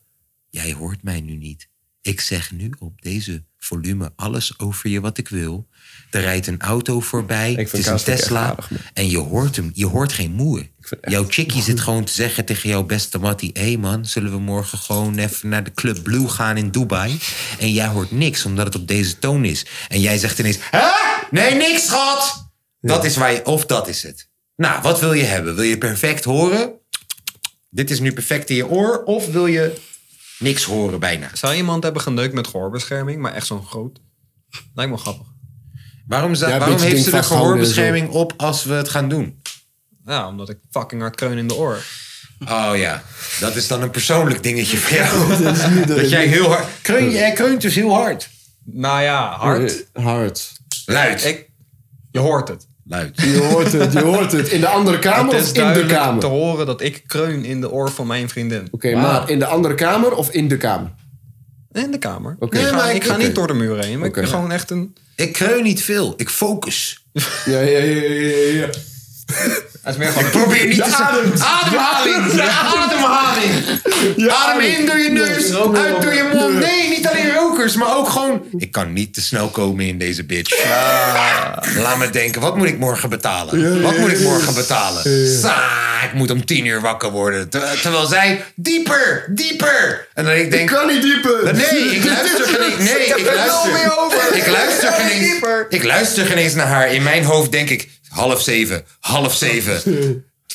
Speaker 2: jij hoort mij nu niet. Ik zeg nu op deze volume alles over je wat ik wil. Er rijdt een auto voorbij, het is een
Speaker 8: Kaas vind ik
Speaker 2: Tesla.
Speaker 8: echt
Speaker 2: en je hoort hem, je hoort geen moe. Jouw chickie zit gewoon te zeggen tegen jouw beste mattie... hé hey man, zullen we morgen gewoon even naar de Club Blue gaan in Dubai? En jij hoort niks, omdat het op deze toon is. En jij zegt ineens, hè? Nee, niks schat! Dat is waar je, of dat is het. Nou, wat wil je hebben? Wil je perfect horen? Dit is nu perfect in je oor. Of wil je niks horen bijna?
Speaker 5: Zou iemand hebben geneukt met gehoorbescherming, maar echt zo'n groot? Lijkt me grappig.
Speaker 2: Waarom, zou- waarom heeft ze de gehoorbescherming op als we het gaan doen?
Speaker 5: Nou, omdat ik fucking hard kreun in de oor.
Speaker 2: Oh ja, dat is dan een persoonlijk dingetje voor
Speaker 4: [LAUGHS]
Speaker 2: jou.
Speaker 5: Dat is niet de
Speaker 2: dat jij
Speaker 5: reden.
Speaker 2: heel hard... Kreun, jij kreunt dus heel hard.
Speaker 5: Nou ja, hard.
Speaker 4: Hard.
Speaker 2: Luid.
Speaker 5: Ik, je hoort het.
Speaker 2: Luid.
Speaker 4: Je hoort het, je hoort het. In de andere kamer
Speaker 5: Het is
Speaker 4: of in de
Speaker 5: duidelijk
Speaker 4: kamer?
Speaker 5: te horen dat ik kreun in de oor van mijn vriendin. Oké,
Speaker 4: Oké, maar in de andere kamer of in de kamer?
Speaker 5: In de kamer.
Speaker 4: Oké.
Speaker 5: Ik, ga, ik ga niet door de muur heen. maar
Speaker 4: Oké.
Speaker 5: ik gewoon echt een...
Speaker 2: Ik kreun niet veel. Ik focus.
Speaker 4: Ja, ja, ja, ja, ja, ja.
Speaker 5: is meer gewoon...
Speaker 2: Ik probeer niet te
Speaker 4: ademt.
Speaker 2: Ademhaling.
Speaker 4: Ja.
Speaker 2: Ademhaling.
Speaker 4: Ja,
Speaker 2: Adem in door je neus.
Speaker 4: rook
Speaker 2: Uit
Speaker 4: rook.
Speaker 2: door je mond. Nee, niet alleen rokers, maar ook gewoon... Ik kan niet te snel komen in deze bitch. Ah, Laat me denken, wat moet ik morgen betalen?
Speaker 8: Ja, ja,
Speaker 2: wat moet ik
Speaker 8: ja, ja.
Speaker 2: morgen betalen?
Speaker 8: Ja, ja.
Speaker 2: Sa, ik moet om tien uur wakker worden. Ter- terwijl zij, dieper, dieper. En dan ik denk...
Speaker 8: Ik kan niet dieper.
Speaker 2: Nee, ik luister geen... Nee,
Speaker 8: Ik heb
Speaker 2: ik
Speaker 8: er wel
Speaker 2: luister...
Speaker 8: mee over.
Speaker 2: Ik luister
Speaker 8: Ik kan
Speaker 2: geen
Speaker 8: niet
Speaker 2: eens-
Speaker 8: dieper.
Speaker 2: Ik luister geen eens naar haar. In mijn hoofd denk ik... Half zeven, half zeven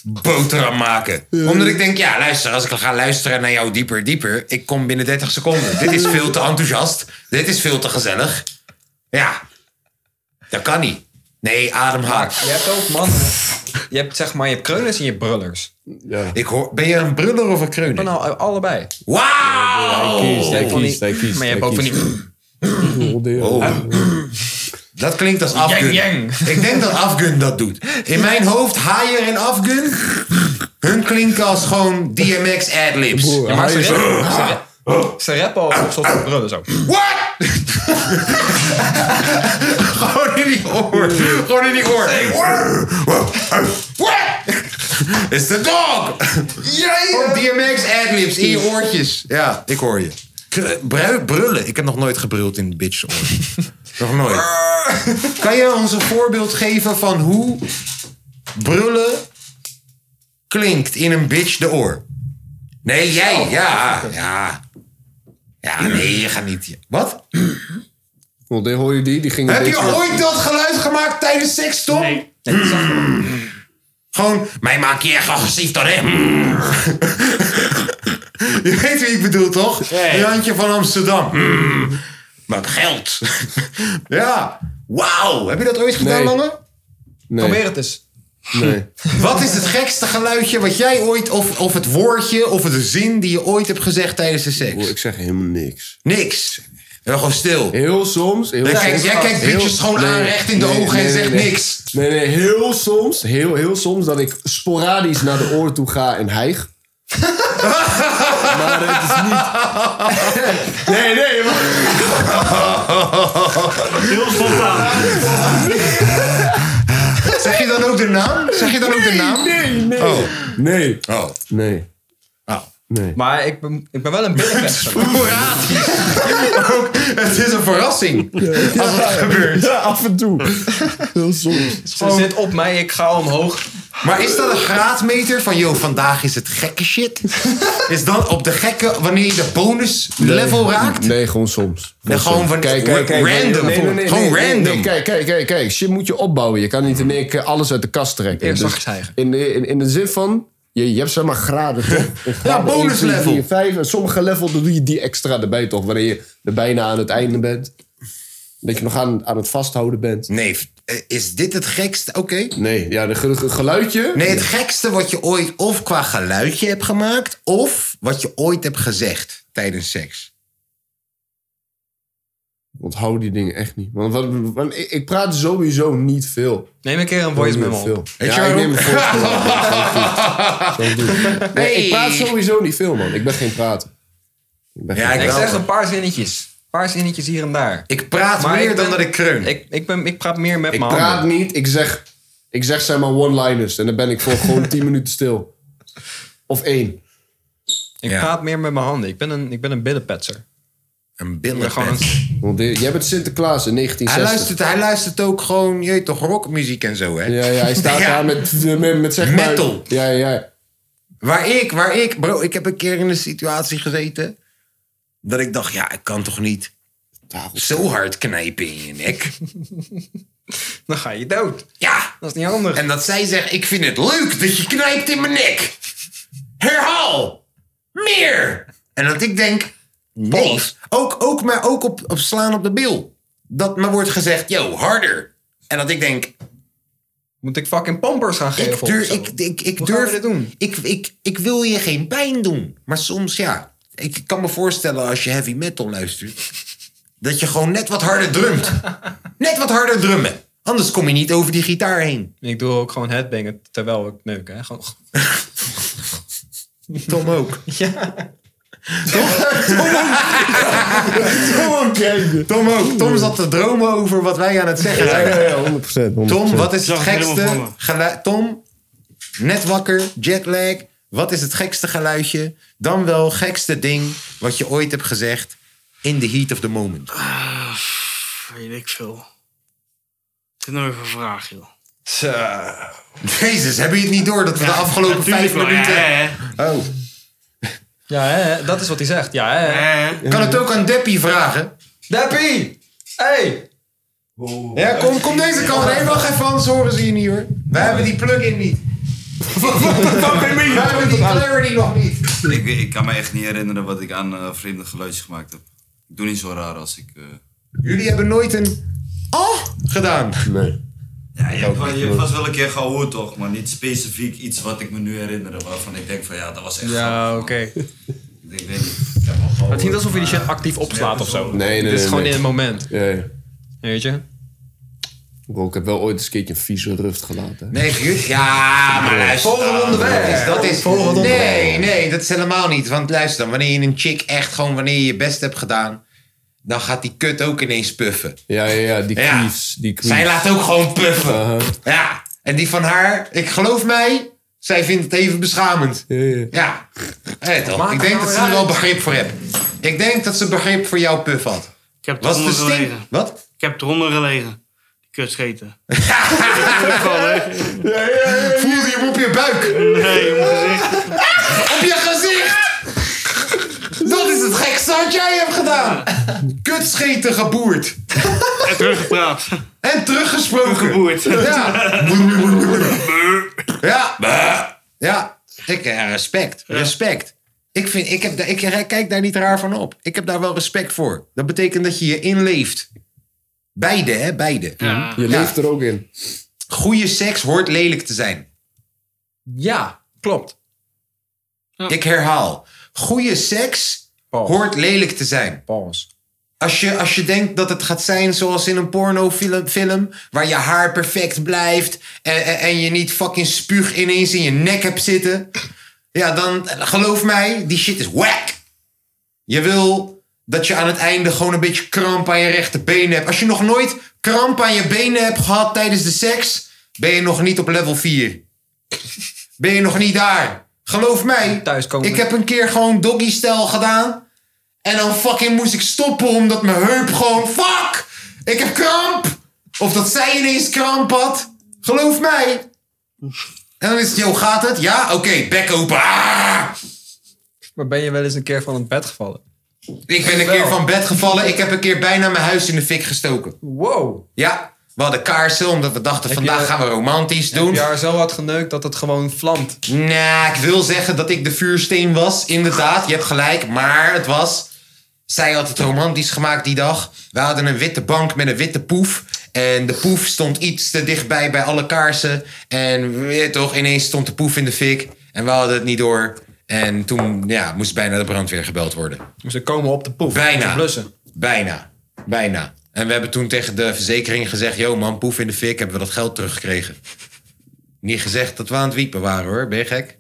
Speaker 2: boterham maken. Omdat ik denk, ja, luister, als ik ga luisteren naar jou dieper, dieper, ik kom binnen 30 seconden. Dit is veel te enthousiast. Dit is veel te gezellig. Ja, dat kan niet. Nee, ademhaal.
Speaker 5: Je hebt ook man. Je hebt zeg maar je hebt kreuners en je brullers.
Speaker 2: Ik hoor, ben je een bruller of een kreuner?
Speaker 5: Nou, allebei.
Speaker 2: Wauw!
Speaker 5: Hij kiest, hij
Speaker 2: Van die-
Speaker 5: kiest, hij kiest, Maar je hebt hij ook van die-
Speaker 2: Oh. Dat klinkt als Afgun.
Speaker 5: Yang,
Speaker 2: Ik denk dat Afgun dat doet. In mijn hoofd, Haier en Afgun, hun klinken als gewoon DMX adlibs.
Speaker 5: Ja, maar ze, rappen, ze, ze rappen al alsof ze brullen zo.
Speaker 2: Gewoon in die oor. Gewoon in die oor. It's the dog!
Speaker 4: Oh,
Speaker 2: Op DMX adlibs in je oortjes. Ja, ik hoor je. Kr- bru- Brullen. Ik heb nog nooit gebruld in bitch oor. [LAUGHS] nog nooit. Kan je ons een voorbeeld geven van hoe brullen klinkt in een bitch de oor? Nee, jij. Ja, ja. Ja, nee, je gaat niet. Wat?
Speaker 4: Want die hoor je die, die ging een
Speaker 2: Heb je
Speaker 4: beetje-
Speaker 2: ooit dat geluid gemaakt tijdens seks, Tom? Nee. Gewoon, mij maak je echt agressief dan, hè? Mm. [LAUGHS] je weet wie ik bedoel, toch? Jantje van Amsterdam. Mm. Maak geld. [LAUGHS] ja. Wauw. Heb je dat ooit gedaan,
Speaker 4: Nee.
Speaker 2: Lange?
Speaker 4: Nee.
Speaker 2: Probeer
Speaker 5: het eens.
Speaker 4: Nee.
Speaker 2: Wat is het gekste geluidje wat jij ooit, of, of het woordje, of de zin die je ooit hebt gezegd tijdens de seks?
Speaker 4: Ik zeg helemaal niks.
Speaker 2: Niks. Heel gewoon stil.
Speaker 4: Heel soms. Heel
Speaker 2: Jij
Speaker 4: soms.
Speaker 2: kijkt- jij kijkt
Speaker 4: Heel-
Speaker 2: bietjes gewoon aan recht in de ogen en zegt niks.
Speaker 4: Nee, nee, heel soms. Heel, heel soms dat ik sporadisch naar de oren toe ga en hijg. [LAUGHS] maar het is
Speaker 2: [LAUGHS]
Speaker 4: niet... nee, nee,
Speaker 2: Heel spontaan. Zeg je
Speaker 5: Oh.
Speaker 2: [LAUGHS] dan ook de naam? Zeg je dan ook de naam?
Speaker 4: Nee, nee.
Speaker 2: Oh.
Speaker 4: Nee.
Speaker 2: Oh.
Speaker 4: Nee.
Speaker 2: Oh.
Speaker 5: Maar ik ben, ik ben wel een
Speaker 2: [LAUGHS]
Speaker 5: billenbester.
Speaker 2: Het is een verrassing als het gebeurt.
Speaker 4: Ja, af en toe. Heel soms.
Speaker 5: Ze zit op mij, ik ga omhoog.
Speaker 2: Maar is dat een graadmeter van, joh, vandaag is het gekke shit? Is dat op de gekke, wanneer je de bonus level raakt?
Speaker 4: Nee, gewoon soms.
Speaker 2: Nee, gewoon van-
Speaker 4: kijk, kijk, kijk,
Speaker 2: random.
Speaker 4: nee, nee, nee, nee,
Speaker 2: Gewoon
Speaker 4: nee, nee,
Speaker 2: random.
Speaker 4: nee, kijk, kijk, kijk, kijk. Shit moet je opbouwen. Je kan niet in één keer alles uit de kast trekken.
Speaker 5: Eerst
Speaker 4: Dus
Speaker 5: zacht stijgen.
Speaker 4: in, de- in, in de zin van, je, je hebt zeg maar graden toch?
Speaker 2: [LAUGHS]
Speaker 4: In graden
Speaker 2: bonus
Speaker 4: 1, 2, 3,
Speaker 2: level.
Speaker 4: 5. En sommige level dan doe je die extra erbij toch? Wanneer je er bijna aan het einde bent. Dat je nog aan, aan het vasthouden bent.
Speaker 2: Nee, eh, is dit het gekste? Oké.
Speaker 4: Nee, ja, de ge- ge- geluidje.
Speaker 2: Nee, het gekste wat je ooit of qua geluidje hebt gemaakt... of wat je ooit hebt gezegd tijdens seks.
Speaker 4: Onthoud die dingen echt niet. Want, wat, want ik, ik praat sowieso niet veel.
Speaker 5: Neem een keer een voice memo op.
Speaker 4: veel.
Speaker 2: Weet je
Speaker 4: ja, ik
Speaker 2: waarom?
Speaker 4: neem een
Speaker 5: [LAUGHS]
Speaker 2: [LAUGHS]
Speaker 4: voorstel. Dus, Nee, ik praat sowieso niet veel, man. Ik ben geen prater. ben
Speaker 2: Ja,
Speaker 4: geen
Speaker 2: ik
Speaker 5: Ik
Speaker 2: wel.
Speaker 5: zeg een paar zinnetjes. Een paar zinnetjes hier en daar.
Speaker 2: Ik praat
Speaker 5: Maar
Speaker 2: meer
Speaker 5: ik
Speaker 2: dan
Speaker 5: ben-
Speaker 2: dat ik kreun.
Speaker 5: Ik, ik, ben, ik praat meer met
Speaker 4: Ik
Speaker 5: mijn
Speaker 4: praat
Speaker 5: handen.
Speaker 4: niet, ik zeg, ik zeg zeg maar one-liners. En dan ben ik voor gewoon 10 minuten stil. Of één.
Speaker 5: Ik
Speaker 2: Ja.
Speaker 5: praat meer met mijn handen. Ik ben een, ik ben een billenpetser.
Speaker 2: Een
Speaker 5: Ik ben gewoon
Speaker 2: billenpet.
Speaker 5: een-
Speaker 4: Want dit- jij bent Sinterklaas in
Speaker 2: Hij
Speaker 4: 1960.
Speaker 2: luistert, hij luistert ook gewoon, je weet toch, rockmuziek en zo, hè?
Speaker 4: Ja, ja, hij
Speaker 2: [LAUGHS]
Speaker 4: staat
Speaker 2: Ja.
Speaker 4: daar met, met, met zeg maar...
Speaker 2: Metal.
Speaker 4: Ja, ja, ja.
Speaker 2: Waar ik, waar ik, bro, ik heb een keer in een situatie gezeten. dat ik dacht, ja, ik kan toch niet zo hard knijpen in je nek?
Speaker 5: Dan ga je dood.
Speaker 2: Ja!
Speaker 5: Dat is niet handig.
Speaker 2: En dat zij zegt, ik vind het leuk dat je knijpt in mijn nek. Herhaal! Meer! En dat ik denk, nee. Ook, ook, maar ook op, op slaan op de bil. Dat me wordt gezegd, yo, harder. En dat ik denk,
Speaker 5: Moet ik fucking pampers gaan geven?
Speaker 2: Ik,
Speaker 5: of
Speaker 2: durf,
Speaker 5: zo?
Speaker 2: ik, ik, ik
Speaker 5: Hoe gaan
Speaker 2: durf.
Speaker 5: we dit doen?
Speaker 2: Ik, ik, ik wil je geen pijn doen. Maar soms ja. Ik kan me voorstellen als je heavy metal luistert. dat je gewoon net wat harder
Speaker 5: [LAUGHS]
Speaker 2: drumt. Net wat harder drummen. Anders kom je niet over die gitaar heen.
Speaker 5: Ik doe ook gewoon headbangen terwijl ik neuk. Hè? Gewoon...
Speaker 2: Tom
Speaker 5: [LAUGHS]
Speaker 2: ook.
Speaker 4: Gewoon kijken.
Speaker 2: Tom ook. Tom zat te dromen over wat wij aan het zeggen zijn.
Speaker 4: Ja, ja, 100%. 100%.
Speaker 2: Tom, wat is het
Speaker 3: Zag ik helemaal voor
Speaker 2: gekste
Speaker 3: me.
Speaker 2: geluid? Tom, net wakker, jetlag. Wat is het gekste geluidje? Dan wel gekste ding wat je ooit hebt gezegd. In the heat of the moment.
Speaker 3: Ah, Weet ik veel. Het is nog even een vraag, joh.
Speaker 5: [LAUGHS]
Speaker 2: Jezus, hebben je het niet door dat we de afgelopen vijf minuten... Oh.
Speaker 5: Ja, hè, hè, dat is wat hij zegt. Ja, hè, hè.
Speaker 2: Kan het ook aan Deppie vragen?
Speaker 5: Deppie! Hey!
Speaker 2: Ja, kom, kom deze kant. Nee, wacht even, anders horen ze je niet hoor. Wij hebben die plug-in niet. Wij hebben die clarity nog niet.
Speaker 6: Ik, ik kan me echt niet herinneren wat ik aan eh, vreemde geluidjes gemaakt heb. Ik doe niet zo raar als ik... eh,
Speaker 2: Jullie hebben nooit een... Oh! Gedaan.
Speaker 4: Nee.
Speaker 6: Ja, je, hebt, wel- je hebt vast wel een keer gehoord toch, maar niet specifiek iets wat ik me nu herinner. Waarvan ik denk van ja, dat was echt
Speaker 5: Ja,
Speaker 6: grappig,
Speaker 5: oké.
Speaker 6: man. Ik weet niet. Ik heb hem al gehoord,
Speaker 5: Het is niet alsof je die shit
Speaker 6: maar-
Speaker 5: actief opslaat of zo.
Speaker 4: Nee, nee,
Speaker 5: Dit is
Speaker 4: nee,
Speaker 5: gewoon
Speaker 4: nee.
Speaker 5: in het moment.
Speaker 4: Ja, ja.
Speaker 5: Weet je?
Speaker 4: Bro, ik heb wel ooit eens een keertje een vieze rust gelaten.
Speaker 2: Nee, jullie... Ja, maar luister. Volgende onderwerp. Dat is... Nee, nee, dat is helemaal niet. Want luister dan, wanneer je een chick echt gewoon... Wanneer je je best hebt gedaan... Dan gaat die kut ook ineens puffen.
Speaker 4: Ja, ja, ja, die
Speaker 2: Ja.
Speaker 4: knies. Die knies.
Speaker 2: Zij laat ook gewoon puffen.
Speaker 4: Uh-huh.
Speaker 2: Ja, en die van haar, ik geloof mij, zij vindt het even beschamend.
Speaker 4: Ja, ja.
Speaker 2: Ja, Hé, toch? ik denk dat ze er nou wel begrip voor hebt. Ik denk dat ze begrip voor jouw puff had.
Speaker 3: Ik heb
Speaker 2: Was de
Speaker 3: eronder
Speaker 2: stink?
Speaker 3: gelegen.
Speaker 2: Wat?
Speaker 3: Ik heb eronder gelegen. Die kut scheten.
Speaker 2: Voelde je hem op je buik?
Speaker 3: Nee, op mijn gezicht.
Speaker 2: Op je gezicht! Dat is het gekste wat jij hebt [LAUGHS] gedaan. Kutscheten geboerd.
Speaker 3: En teruggepraat.
Speaker 2: En teruggesproken.
Speaker 3: Geboerd.
Speaker 2: Ja. Ja. Ja. Ik, eh, respect. Respect. Ik, vind, ik, heb, da- ik kijk daar niet raar van op. Ik heb daar wel respect voor. Dat betekent dat je je inleeft. Beide, hè? Beide.
Speaker 3: Ja.
Speaker 4: Je
Speaker 2: Ja.
Speaker 4: leeft er ook in.
Speaker 2: Goede seks hoort lelijk te zijn.
Speaker 5: Ja, klopt.
Speaker 2: Ik herhaal. Goede seks
Speaker 5: Pause.
Speaker 2: hoort lelijk te zijn.
Speaker 5: Pause.
Speaker 2: Als je, als je denkt dat het gaat zijn zoals in een pornofilm, film, waar je haar perfect blijft en, en, en je niet fucking spuug ineens in je nek hebt zitten, ja, dan eh, geloof mij, die shit is whack. Je wil dat je aan het einde gewoon een beetje kramp aan je rechterbeen hebt. Als je nog nooit kramp aan je benen hebt gehad tijdens de seks, ben je nog niet op level 4. Ben je nog niet daar. Geloof mij, ik heb een keer gewoon doggy-stijl gedaan. En dan fucking moest ik stoppen omdat mijn heup gewoon... Fuck! Ik heb kramp! Of dat zij ineens kramp had. Geloof mij. En dan is het, yo, gaat het? Ja? Oké, bek open. Ah!
Speaker 5: Maar ben je wel eens een keer van het bed gevallen?
Speaker 2: Ik ben een keer van bed gevallen. Ik heb een keer bijna mijn huis in de fik gestoken.
Speaker 5: Wow.
Speaker 2: Ja, we hadden kaarsen omdat we dachten vandaag gaan we romantisch doen. Heb je
Speaker 5: haar zo hard geneukt dat het gewoon vlamt?
Speaker 2: Nou, ik wil zeggen dat ik de vuursteen was. Inderdaad, je hebt gelijk. Maar het was... Zij had het romantisch gemaakt die dag. We hadden een witte bank met een witte poef. En de poef stond iets te dichtbij bij alle kaarsen. En weet je toch, ineens stond de poef in de fik. En we hadden het niet door. En toen ja, moest bijna de brandweer gebeld worden.
Speaker 5: Ze komen op de poef.
Speaker 2: Bijna.
Speaker 5: Blussen.
Speaker 2: Bijna. Bijna. En we hebben toen tegen de verzekering gezegd... Yo man, poef in de fik, hebben we dat geld teruggekregen. Niet gezegd dat we aan het wiepen waren hoor. Ben je gek?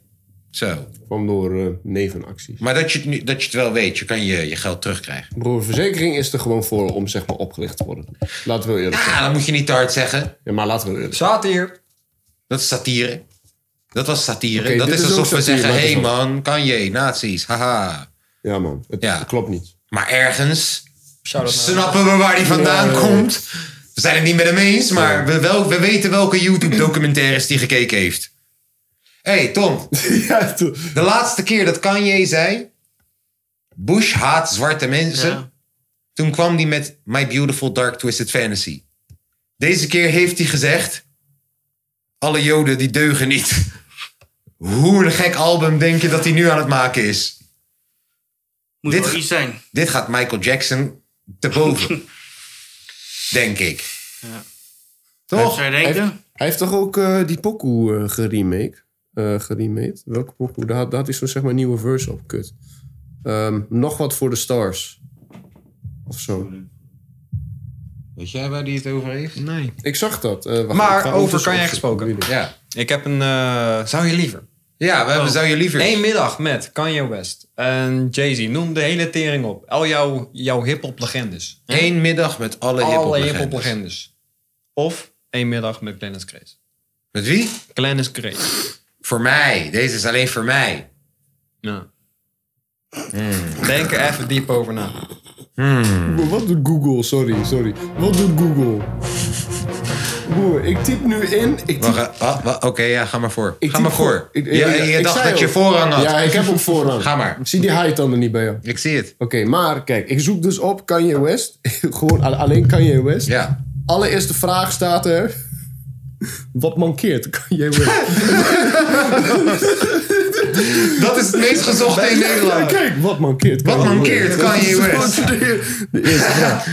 Speaker 2: Zo.
Speaker 4: Kwam door eh, nevenacties.
Speaker 2: Maar dat je, het nu, dat je het wel weet. Je kan je, je geld terugkrijgen.
Speaker 4: Broer, verzekering is er gewoon voor om zeg maar opgelicht te worden. Laten we wel eerlijk zijn.
Speaker 2: Ja, dat moet je niet te hard zeggen.
Speaker 4: Ja, maar laten we wel eerlijk zijn.
Speaker 5: Satire.
Speaker 2: Dat is satire. Dat was satire.
Speaker 4: Oké,
Speaker 2: dat
Speaker 4: dit
Speaker 2: is
Speaker 4: is ook
Speaker 2: alsof we
Speaker 4: satire,
Speaker 2: zeggen...
Speaker 4: maar het
Speaker 2: Hé
Speaker 4: is
Speaker 2: hey
Speaker 4: wel-
Speaker 2: man, Kanye, nazi's, haha.
Speaker 4: Ja man, het klopt niet.
Speaker 2: Maar ergens
Speaker 5: Shout-out naar-
Speaker 2: snappen we waar die vandaan
Speaker 4: Ja, ja, ja.
Speaker 2: komt. We zijn het niet met hem eens, maar we, wel, we weten welke YouTube-documentaires die gekeken heeft. Hé, hey, Tom. De laatste keer dat Kanye zei... Bush haat zwarte mensen. Toen kwam hij met My Beautiful Dark Twisted Fantasy. Deze keer heeft hij gezegd... Alle joden die deugen niet. [LAUGHS] Hoe een gek album denk je dat hij nu aan het maken is?
Speaker 3: Moet
Speaker 2: Dit
Speaker 3: wel
Speaker 2: ga-
Speaker 3: iets zijn.
Speaker 2: Dit gaat Michael Jackson te boven. [LAUGHS] denk ik. Toch?
Speaker 3: Zou je
Speaker 4: Hij
Speaker 3: denken?
Speaker 4: heeft, hij heeft toch ook eh, die pokoe eh, geremake? Eh, geremade? Welke pokoe? Daar, had- daar had hij zo'n zeg maar nieuwe verse op, kut. Ehm, nog wat voor de stars. Of zo.
Speaker 2: Weet jij waar die het over heeft?
Speaker 5: Nee.
Speaker 4: Ik zag dat. eh, wacht, ik ga
Speaker 5: Maar over
Speaker 4: ondertussen
Speaker 5: kan jij
Speaker 4: opzoeken.
Speaker 5: gesproken.
Speaker 2: Ja.
Speaker 5: Ik heb een. eh, zou je liever?
Speaker 2: Ja, we
Speaker 4: Oh.
Speaker 2: hebben Zou je liever.
Speaker 5: Eén middag met Kanye West en Jay-Z. Noem de hele tering op. Al jouw, jouw hip-hop legendes.
Speaker 4: Hm?
Speaker 2: Eén middag met alle hiphop
Speaker 5: Alle
Speaker 2: legendes.
Speaker 5: hip-hop legendes. Of één middag met Glennis Grace.
Speaker 2: Met wie?
Speaker 5: Glennis Grace.
Speaker 2: Voor mij. Deze is alleen voor mij.
Speaker 5: Ja. Nou. Hmm. Denk er even diep over na.
Speaker 4: Broer, Wat doet Google? Sorry, sorry. Wat doet Google? Broer, ik typ nu in. Ik typ,
Speaker 2: Wacht, eh, ah, wa- Oké, ja, ga maar voor.
Speaker 4: ik
Speaker 2: ga
Speaker 4: typ
Speaker 2: maar voor.
Speaker 4: ik-
Speaker 2: je
Speaker 4: ik-
Speaker 2: je
Speaker 4: ik
Speaker 2: dacht
Speaker 4: zei
Speaker 2: dat je
Speaker 4: al.
Speaker 2: voorrang had.
Speaker 4: Ja, ik heb ook voorrang.
Speaker 2: Ga maar.
Speaker 4: Zie die haaitanden niet bij jou.
Speaker 2: Ik zie het.
Speaker 4: Oké, maar kijk, ik zoek dus op Kanye West. [LAUGHS] Gewoon al- alleen Kanye West.
Speaker 2: Ja.
Speaker 4: Allereerste vraag staat er. Wat mankeert Kanye West?
Speaker 2: [LAUGHS] Dat is het meest gezochte in Nederland.
Speaker 4: Kijk, wat mankeert
Speaker 2: Wat
Speaker 4: Kanye
Speaker 2: mankeert
Speaker 4: West? [LAUGHS]
Speaker 2: Kanye
Speaker 4: Dat is
Speaker 2: West? [LAUGHS]
Speaker 4: gewoon De, de eerste vraag.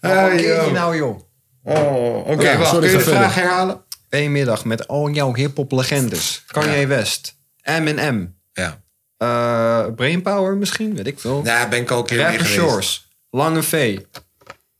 Speaker 5: Wat
Speaker 2: Eh,
Speaker 5: keer je nou, joh?
Speaker 2: Oh, oké,
Speaker 4: Ja,
Speaker 2: wacht.
Speaker 4: sorry,
Speaker 2: Kun je de
Speaker 4: ga verder.
Speaker 2: vraag herhalen?
Speaker 5: Eén middag met al jouw hip-hop legendes. Kanye West. Eminem.
Speaker 2: Ja.
Speaker 5: Eh, Brainpower misschien, weet ik veel.
Speaker 2: Ja, ben ik ook heel
Speaker 5: Rapper Shores. Lange V.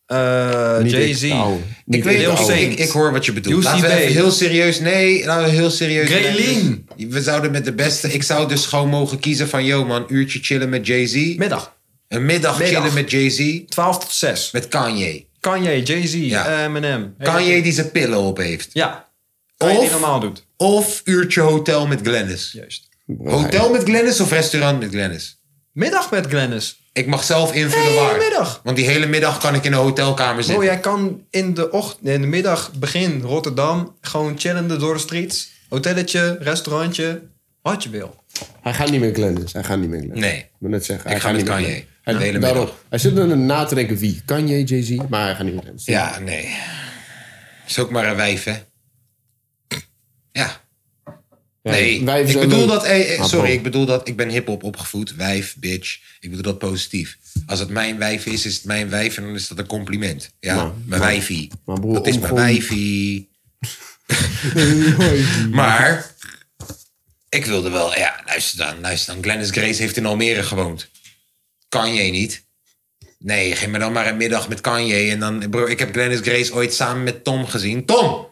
Speaker 5: eh,
Speaker 4: Niet
Speaker 5: Jay-Z.
Speaker 4: ik, ouwe.
Speaker 2: Ik, weet,
Speaker 5: Lil
Speaker 2: ik, ik,
Speaker 5: Saint.
Speaker 2: ik hoor wat je bedoelt.
Speaker 5: UCB.
Speaker 2: Laten we even heel serieus. Nee, laten we heel serieus.
Speaker 5: Greylin.
Speaker 2: We zouden met de beste. Ik zou dus gewoon mogen kiezen van, yo man, uurtje chillen met Jay-Z.
Speaker 5: Middag.
Speaker 2: Een middag,
Speaker 5: Middag.
Speaker 2: chillen met Jay-Z.
Speaker 5: 12 tot 6.
Speaker 2: Met Kanye.
Speaker 5: Kanye, Jay-Z, eh,
Speaker 2: Ja.
Speaker 5: Eminem.
Speaker 2: Kanye die zijn pillen op heeft.
Speaker 5: Ja. Kanye
Speaker 2: Of-
Speaker 5: die normaal doet.
Speaker 2: Of uurtje hotel met Glennis.
Speaker 5: Juist.
Speaker 2: Hotel met Glennis of restaurant met Glennis?
Speaker 5: Middag met Glennis.
Speaker 2: Ik mag zelf invullen
Speaker 5: Hele
Speaker 2: waar.
Speaker 5: middag.
Speaker 2: Want die hele middag kan ik in een hotelkamer
Speaker 5: Bro,
Speaker 2: zitten.
Speaker 5: jij kan in de, ochtend, in de middag begin Rotterdam gewoon chillende door de streets. Hotelletje, restaurantje, wat je wil.
Speaker 4: Hij gaat niet meer Glennis. Hij gaat niet meer Glennis.
Speaker 2: Nee.
Speaker 4: Ik moet net zeggen. Hij
Speaker 2: Ik ga
Speaker 4: gaat
Speaker 2: met
Speaker 4: niet meer
Speaker 2: Kanye.
Speaker 4: Glennis.
Speaker 2: De hele
Speaker 4: Hij, daarom.
Speaker 2: middag.
Speaker 4: Hij zit er na te denken wie. Kanye, Jay-Z, maar hij gaat niet meer Glennis.
Speaker 2: Ja, nee. Is ook maar een wijf, hè? Ja.
Speaker 4: Ja,
Speaker 2: Nee,
Speaker 4: wij
Speaker 2: ik
Speaker 4: zijn
Speaker 2: bedoel
Speaker 4: leuk.
Speaker 2: dat... eh, eh,
Speaker 4: Ah,
Speaker 2: sorry,
Speaker 4: bro.
Speaker 2: ik bedoel dat... Ik ben hip-hop opgevoed. Wijf, bitch. Ik bedoel dat positief. Als het mijn wijf is, is het mijn wijf. En dan is dat een compliment. Ja,
Speaker 4: Maar-
Speaker 2: mijn wijfie.
Speaker 4: maar broer,
Speaker 2: dat is
Speaker 4: om
Speaker 2: mijn
Speaker 4: gewoon-
Speaker 2: wijfie. Maar... Ik wilde wel... Ja, luister dan. Luister dan. Glennis Grace heeft in Almere gewoond. Kanye niet. Nee, geef me dan maar een middag met Kanye. En dan, bro, ik heb Glennis Grace ooit samen met Tom gezien. Tom!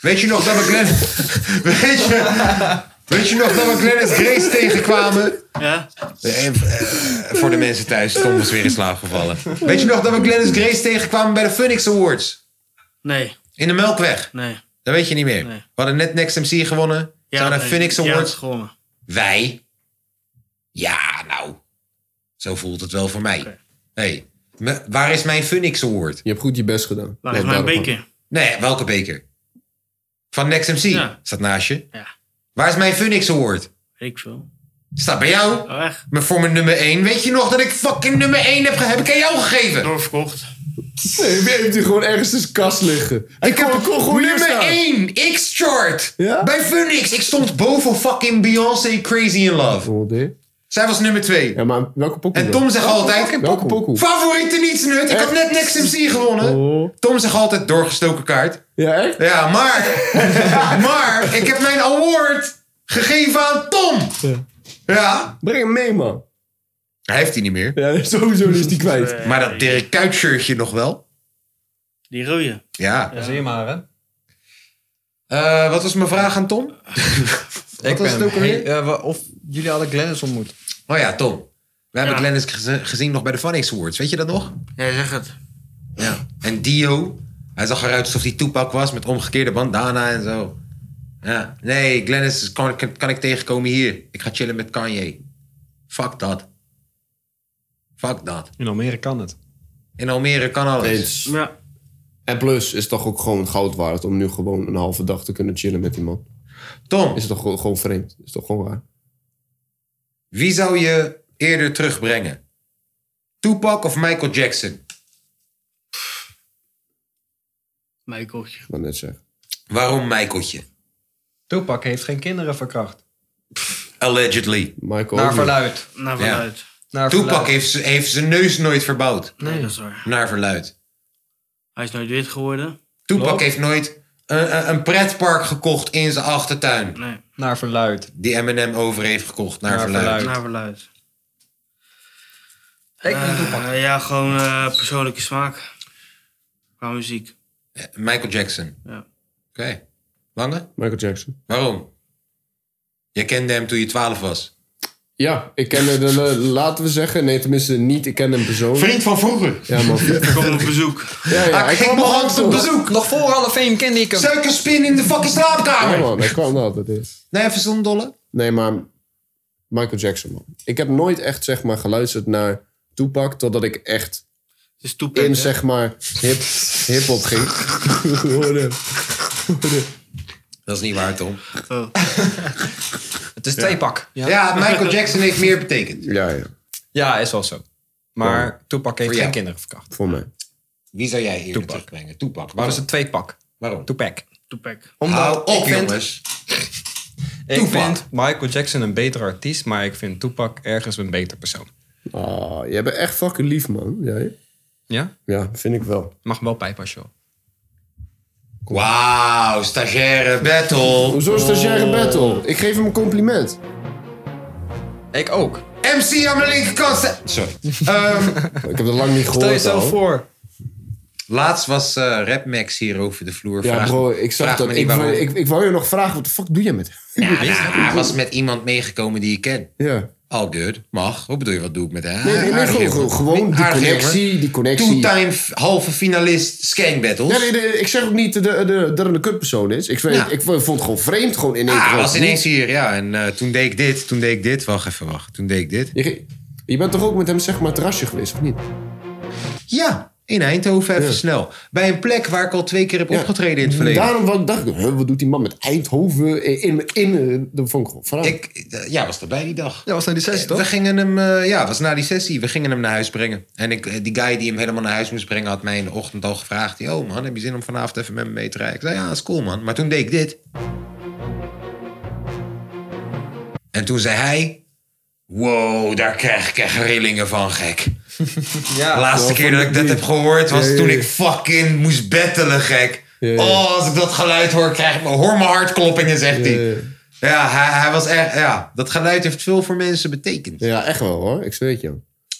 Speaker 2: Weet je nog dat we Glennis... weet, je, weet je nog dat we Glennis Grace tegenkwamen?
Speaker 3: Ja?
Speaker 2: Eh, eh, voor de mensen thuis, Tom was weer in slaap gevallen. Weet je nog dat we Glennis Grace tegenkwamen bij de Phoenix Awards?
Speaker 3: Nee,
Speaker 2: In de Melkweg.
Speaker 3: nee.
Speaker 2: Dat weet je niet meer.
Speaker 3: Nee.
Speaker 2: We hadden net Next MC gewonnen. Ja,
Speaker 3: Ja,
Speaker 2: naar
Speaker 3: nee,
Speaker 2: Phoenix
Speaker 3: jij had
Speaker 2: Awards.
Speaker 3: het gewonnen.
Speaker 2: Wij. nou, Zo voelt het wel voor mij. Hey, me- waar is mijn Phoenix Award?
Speaker 4: Je hebt goed je best gedaan.
Speaker 3: Waar is mijn beker?
Speaker 2: Nee, welke beker? Van Next MC. Staat naast je. Waar is mijn Phoenix Award?
Speaker 3: Weet ik veel.
Speaker 2: Staat bij jou.
Speaker 3: Oh, echt?
Speaker 2: Maar voor mijn nummer 1, weet je nog dat ik fucking nummer 1 heb, ge- heb ik aan jou gegeven?
Speaker 3: Doorverkocht.
Speaker 4: Nee, je hebt hier gewoon ergens in zijn kast liggen. Hij
Speaker 2: Ik heb
Speaker 4: kon, kon gewoon hier
Speaker 2: nummer
Speaker 4: staan.
Speaker 2: 1, X-chart. Bij Phoenix. Ik stond boven fucking Beyoncé Crazy in Love. Zij was nummer 2.
Speaker 4: Ja, maar welke pokoe?
Speaker 2: En Tom zegt
Speaker 4: Welke
Speaker 2: altijd...
Speaker 4: pokoe? Welke pokoe? Oh.
Speaker 2: Favoriete nietsnut. Ik had net Next MC gewonnen. Tom zegt altijd doorgestoken kaart.
Speaker 4: Ja, echt?
Speaker 2: Ja, maar...
Speaker 4: [LAUGHS]
Speaker 2: maar ik heb mijn award gegeven aan Tom. Ja.
Speaker 4: Breng hem mee, man.
Speaker 2: Hij heeft die niet meer.
Speaker 4: Ja, [LAUGHS] sowieso is die kwijt.
Speaker 2: Maar dat Dirk Kuyt shirtje nog wel.
Speaker 3: Die rode.
Speaker 2: Ja.
Speaker 5: Dat zie je maar, hè?
Speaker 2: Eh, wat was mijn vraag aan
Speaker 5: [LAUGHS]
Speaker 2: Tom?
Speaker 5: Ik
Speaker 2: was het ook alweer?
Speaker 5: eh, wa- of jullie hadden Glennis ontmoet.
Speaker 2: Oh ja, Tom. We hebben
Speaker 5: Ja.
Speaker 2: Glennis geze- gezien nog bij de Funnies Awards. Weet je dat nog?
Speaker 3: Nee, zeg het.
Speaker 2: Ja. En Dio. Hij zag eruit alsof hij Tupac was met omgekeerde bandana en zo. Ja. Nee, Glennis kan, kan, kan ik tegenkomen hier. Ik ga chillen met Kanye. Fuck dat. Fuck dat.
Speaker 5: In Almere kan het.
Speaker 2: In Almere kan alles.
Speaker 4: Eens. En plus is het toch ook gewoon goud waard om nu gewoon een halve dag te kunnen chillen met die man.
Speaker 2: Tom.
Speaker 4: Is het toch gewoon- gewoon vreemd? Is het toch gewoon raar?
Speaker 2: Wie zou je eerder terugbrengen? Tupac of Michael Jackson?
Speaker 3: Michaeltje.
Speaker 4: Wat net zeggen.
Speaker 2: Waarom Michaeltje?
Speaker 5: Tupac heeft geen kinderen verkracht.
Speaker 2: Allegedly.
Speaker 4: Michael
Speaker 5: Naar verluid.
Speaker 3: Naar
Speaker 5: verluid. Naar
Speaker 2: Tupac
Speaker 5: verluid.
Speaker 2: Heeft, z- heeft zijn neus nooit verbouwd.
Speaker 3: Nee, dat is waar.
Speaker 2: Naar verluid.
Speaker 3: Hij is nooit wit geworden.
Speaker 2: Tupac
Speaker 3: Klopt.
Speaker 2: heeft nooit een, een- een pretpark gekocht in zijn achtertuin.
Speaker 3: Nee.
Speaker 5: Naar verluid.
Speaker 2: Die Eminem over heeft gekocht. Naar, verluid.
Speaker 3: Naar verluid. Eh, ja, gewoon eh, persoonlijke smaak. Qua muziek.
Speaker 2: Michael Jackson.
Speaker 3: Ja.
Speaker 2: Oké. Lange?
Speaker 4: Michael Jackson.
Speaker 2: Waarom? Jij kende hem toen je 12 was.
Speaker 4: Ja, ik ken hem, eh, laten we zeggen. Nee, tenminste niet. Ik ken hem persoonlijk.
Speaker 2: Vriend van vroeger. [LAUGHS]
Speaker 4: Ja, man.
Speaker 3: Ik kom op bezoek.
Speaker 4: Ja,
Speaker 2: Ah,
Speaker 4: ja, hij kwam nog altijd op bezoek.
Speaker 5: Nog voor alle fame kende ik hem.
Speaker 2: Suikerspin in de fucking
Speaker 4: Ja,
Speaker 2: slaapkamer.
Speaker 4: man. Hij kwam er altijd in.
Speaker 2: Nee, even zo'n dolle.
Speaker 4: Nee, maar Michael Jackson, man. Ik heb nooit echt, zeg maar, geluisterd naar Tupac... totdat ik echt
Speaker 3: Dus Tupac,
Speaker 4: in,
Speaker 3: hè?
Speaker 4: zeg maar, hip- hip-hop
Speaker 2: [LAUGHS]
Speaker 4: ging. Hoor hem. Hoor hem.
Speaker 2: Dat is niet waar, Tom.
Speaker 5: Oh. [LAUGHS] Het is tweepak.
Speaker 2: Ja. Michael Jackson heeft meer betekend.
Speaker 4: Ja, ja.
Speaker 5: Ja, is wel zo. Maar
Speaker 2: Ja.
Speaker 5: Tupac heeft
Speaker 2: Voor
Speaker 5: geen
Speaker 2: jou.
Speaker 5: kinderen verkracht.
Speaker 4: Voor mij.
Speaker 2: Wie zou jij hier
Speaker 5: Tupac.
Speaker 2: terugbrengen? Tupac.
Speaker 5: Maar
Speaker 2: Waarom?
Speaker 5: is het tweepak.
Speaker 2: Waarom?
Speaker 5: Tupac.
Speaker 3: Tupac.
Speaker 2: Hou
Speaker 5: ik
Speaker 2: op,
Speaker 5: vind-
Speaker 2: jongens.
Speaker 5: Ik
Speaker 2: Tupac.
Speaker 5: vind Michael Jackson een betere artiest, maar ik vind Tupac ergens een beter persoon.
Speaker 4: Ah, jij bent echt fucking lief, man. Jij?
Speaker 5: Ja?
Speaker 4: Ja, vind ik wel.
Speaker 5: Mag wel pijpen als je wil.
Speaker 2: Wauw, stagiaire battle.
Speaker 4: Hoezo stagiaire battle? Ik geef hem een compliment.
Speaker 5: Ik ook.
Speaker 2: MC aan mijn linkerkant. sta- Sorry. Ehm,
Speaker 4: Ik heb dat lang niet gehoord.
Speaker 5: Stel jezelf
Speaker 4: al.
Speaker 5: voor.
Speaker 2: Laatst was eh Rap Max hier over de vloer.
Speaker 4: Ja,
Speaker 2: Vraag-
Speaker 4: bro, ik zag
Speaker 2: vraag
Speaker 4: dat.
Speaker 2: me niet
Speaker 4: Ik,
Speaker 2: waarom.
Speaker 4: wou- ik, ik wou je nog vragen, wat de fuck doe jij met hem?
Speaker 2: Ja, nou,
Speaker 4: [LAUGHS]
Speaker 2: hij was met iemand meegekomen die ik ken.
Speaker 4: Ja.
Speaker 2: All good. Mag. Wat bedoel je, wat doe ik met hem?
Speaker 4: Nee, nee, nee,
Speaker 2: Aardige
Speaker 4: gewoon,
Speaker 2: Ah, jongen.
Speaker 4: gewoon, gewoon die
Speaker 2: Aardige
Speaker 4: connectie,
Speaker 2: jongen.
Speaker 4: die connectie.
Speaker 2: Two-time f- halve finalist Skank Battles.
Speaker 4: Ja, nee, de- ik zeg ook niet de, de, de, dat het een kutpersoon is. Ik, weet,
Speaker 2: Ja.
Speaker 4: ik vond het gewoon vreemd, gewoon in één
Speaker 2: Ah,
Speaker 4: keer.
Speaker 2: was ineens hier, ja. En eh, toen deed ik dit, toen deed ik dit. Wacht even, wacht. Toen deed ik dit.
Speaker 4: Je, ge- je bent toch ook met hem, zeg maar, terrasje geweest, of niet?
Speaker 2: Ja, in Eindhoven even snel. Bij een plek waar ik al twee keer heb opgetreden in het verleden.
Speaker 4: Daarom wou- dacht ik, huh, wat doet die man met Eindhoven in... in, in eh, dat vond ik gewoon vreemd.
Speaker 2: Ik, eh, ja, was erbij die dag.
Speaker 5: Ja, was naar die sessie
Speaker 2: We
Speaker 5: toch?
Speaker 2: gingen hem, eh, ja, was na die sessie. We gingen hem naar huis brengen. En ik, eh, die guy die hem helemaal naar huis moest brengen, had mij in de ochtend al gevraagd: Yo, man, heb je zin om vanavond even met me mee te rijden? Ik zei: Ja, is cool, man. Maar toen deed ik dit. En toen zei hij: Wow, daar krijg ik echt rillingen van,
Speaker 4: [LAUGHS]
Speaker 2: gek.
Speaker 5: Ja.
Speaker 2: De laatste keer dat ik dat heb gehoord was
Speaker 4: Ja, ja,
Speaker 2: toen
Speaker 4: ja.
Speaker 2: ik fucking moest bettelen, gek.
Speaker 4: Ja, ja.
Speaker 2: Oh, als ik dat geluid hoor, krijg ik hoor mijn hartkloppingen, zegt hij. Ja, hij, hij was echt, ja, dat geluid heeft veel voor mensen betekend.
Speaker 4: Ja, echt wel hoor. Ik zweer het je.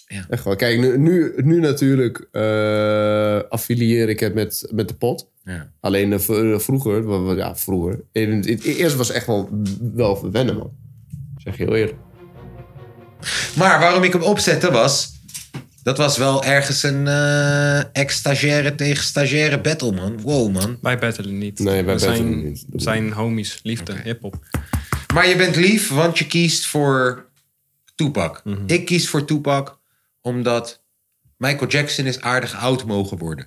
Speaker 2: Ja.
Speaker 4: Echt wel. Kijk, nu, nu, nu natuurlijk eh, affilieer ik het met, met de pot.
Speaker 2: [LAUGHS] Ja.
Speaker 4: Alleen eh, v- eh, vroeger, wa- wa- ja, vroeger. In, in- in- eerst was het echt wel, wel verwennen, man. Ik Zeg je heel eerlijk.
Speaker 2: Maar waarom ik hem opzette was, dat was wel ergens een eh, ex-stagiaire tegen stagiaire battle, man. Wow, man.
Speaker 5: Wij battelen niet.
Speaker 4: Nee, wij
Speaker 5: We zijn,
Speaker 4: battelen niet. Dat
Speaker 5: zijn homies, liefde, hip-hop. Mhm.
Speaker 2: Maar je bent lief, want je kiest voor Tupac. Ik kies voor Tupac, Omdat Michael Jackson is aardig oud mogen worden.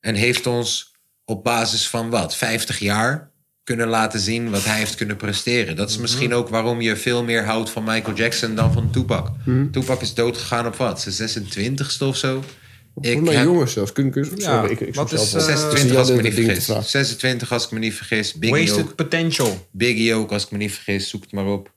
Speaker 2: En heeft ons op basis van wat, 50 jaar kunnen laten zien wat hij heeft kunnen presteren.
Speaker 5: Mhm.
Speaker 2: Dat is misschien ook waarom je veel meer houdt van Michael Jackson dan van Tupac.
Speaker 4: Mhm.
Speaker 2: Toepak is doodgegaan op wat? Zijn 26ste of zo? Ik
Speaker 4: Volgens mij
Speaker 2: heb-
Speaker 4: jongens zelfs. Kun, kun, sorry, ik, ik zoek zelf
Speaker 5: eh,
Speaker 4: op.
Speaker 2: 26 als ik me niet
Speaker 4: Ja, dat- dat ding te
Speaker 2: vergis. 26 als ik me niet vergis. Biggie
Speaker 5: Wasted
Speaker 2: ook.
Speaker 5: potential.
Speaker 2: Biggie ook als ik me niet vergis. Zoek het maar op.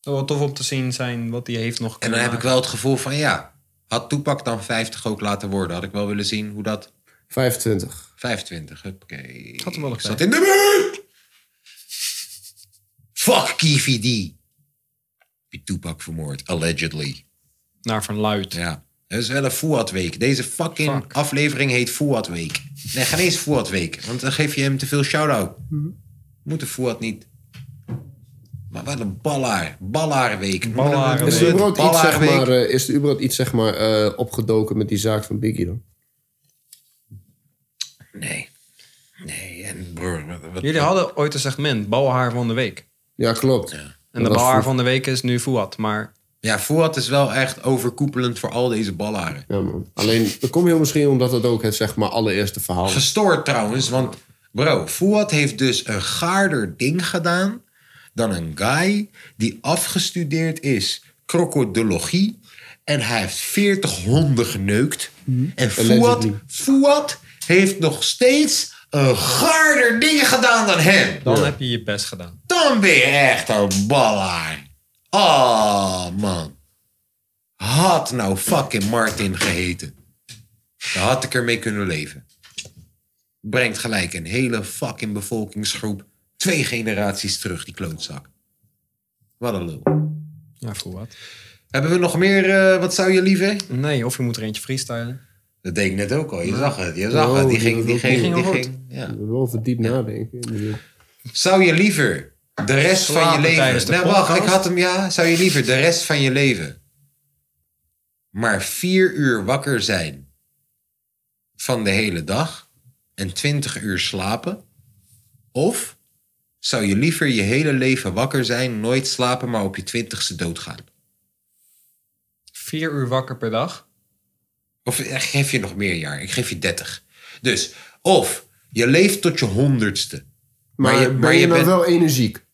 Speaker 5: zou wel tof om te zien zijn wat hij heeft nog
Speaker 2: En dan heb ik wel het gevoel van ja, had Toepak dan 50 ook laten worden? Had ik wel willen zien hoe dat...
Speaker 4: 25.
Speaker 2: 25, oké.
Speaker 5: Had hem wel
Speaker 2: Ik zat in de buurt! Fuck Kiefi D. Die Toepak vermoord, allegedly.
Speaker 5: Naar verluid.
Speaker 2: Ja. Het is wel een Fuad Week. Deze fucking aflevering heet Fuad Week. Nee, geen eens Fuad Week, want dan geef je hem te veel shout-out. Moet de Fuad niet. Maar wat een ballaar. Ballaarweek.
Speaker 4: Is er überhaupt iets, zeg
Speaker 2: Ballaarweek.
Speaker 4: maar, eh, is er überhaupt iets zeg maar, eh, opgedoken met die zaak van Biggie dan?
Speaker 2: Nee. Nee, en broer. Wat, wat-
Speaker 5: Jullie hadden ooit een segment, balhaar van de week.
Speaker 4: Ja, klopt.
Speaker 5: En de
Speaker 2: Dat was
Speaker 5: balhaar
Speaker 2: vroeg.
Speaker 5: van de week is nu Fuad, maar...
Speaker 2: Ja, Fuad is wel echt overkoepelend voor al deze ballaren.
Speaker 4: Ja, man. Alleen, dat komt heel misschien omdat het ook het zeg maar, allereerste
Speaker 5: Oh.
Speaker 4: verhaal is.
Speaker 2: Gestoord trouwens, want bro, Fuad heeft dus een gaarder ding gedaan dan een guy die afgestudeerd is crocodologie en hij heeft 40 honden geneukt.
Speaker 5: Mhm.
Speaker 2: En Fuad,
Speaker 4: Allegedly.
Speaker 2: Fuad heeft nog steeds een gaarder ding gedaan dan hem.
Speaker 5: Dan heb je je best gedaan.
Speaker 2: Dan ben je echt een ballaar. Oh, man. Had nou fucking Martin geheten. Dan had ik ermee kunnen leven. Brengt gelijk een hele fucking bevolkingsgroep twee generaties terug, die klootzak. Wat een lul.
Speaker 5: Ja, Fuad.
Speaker 2: Hebben we nog meer, eh, wat zou je liever?
Speaker 5: Nee, of je moet er eentje freestylen.
Speaker 2: Dat deed ik net ook al, je zag het, je zag
Speaker 4: Oh,
Speaker 2: het. Die ging, die ging, die ging. Ja.
Speaker 4: Wel verdiept nadenken. inderdaad.
Speaker 2: Zou je liever de rest van je
Speaker 4: Slapen tijdens
Speaker 2: leven.
Speaker 4: de
Speaker 2: Nee, wacht, ik
Speaker 4: podcast?
Speaker 2: had hem ja. Zou je liever de rest van je leven. maar vier uur wakker zijn. van de hele dag. en twintig uur slapen? Of zou je liever je hele leven wakker zijn, nooit slapen, maar op je twintigste doodgaan?
Speaker 5: Vier uur wakker per dag.
Speaker 2: Of ik geef je nog meer jaar. Ik geef je 30. Dus, of je leeft tot je honderdste.
Speaker 4: Maar, ben je, nou wel energiek?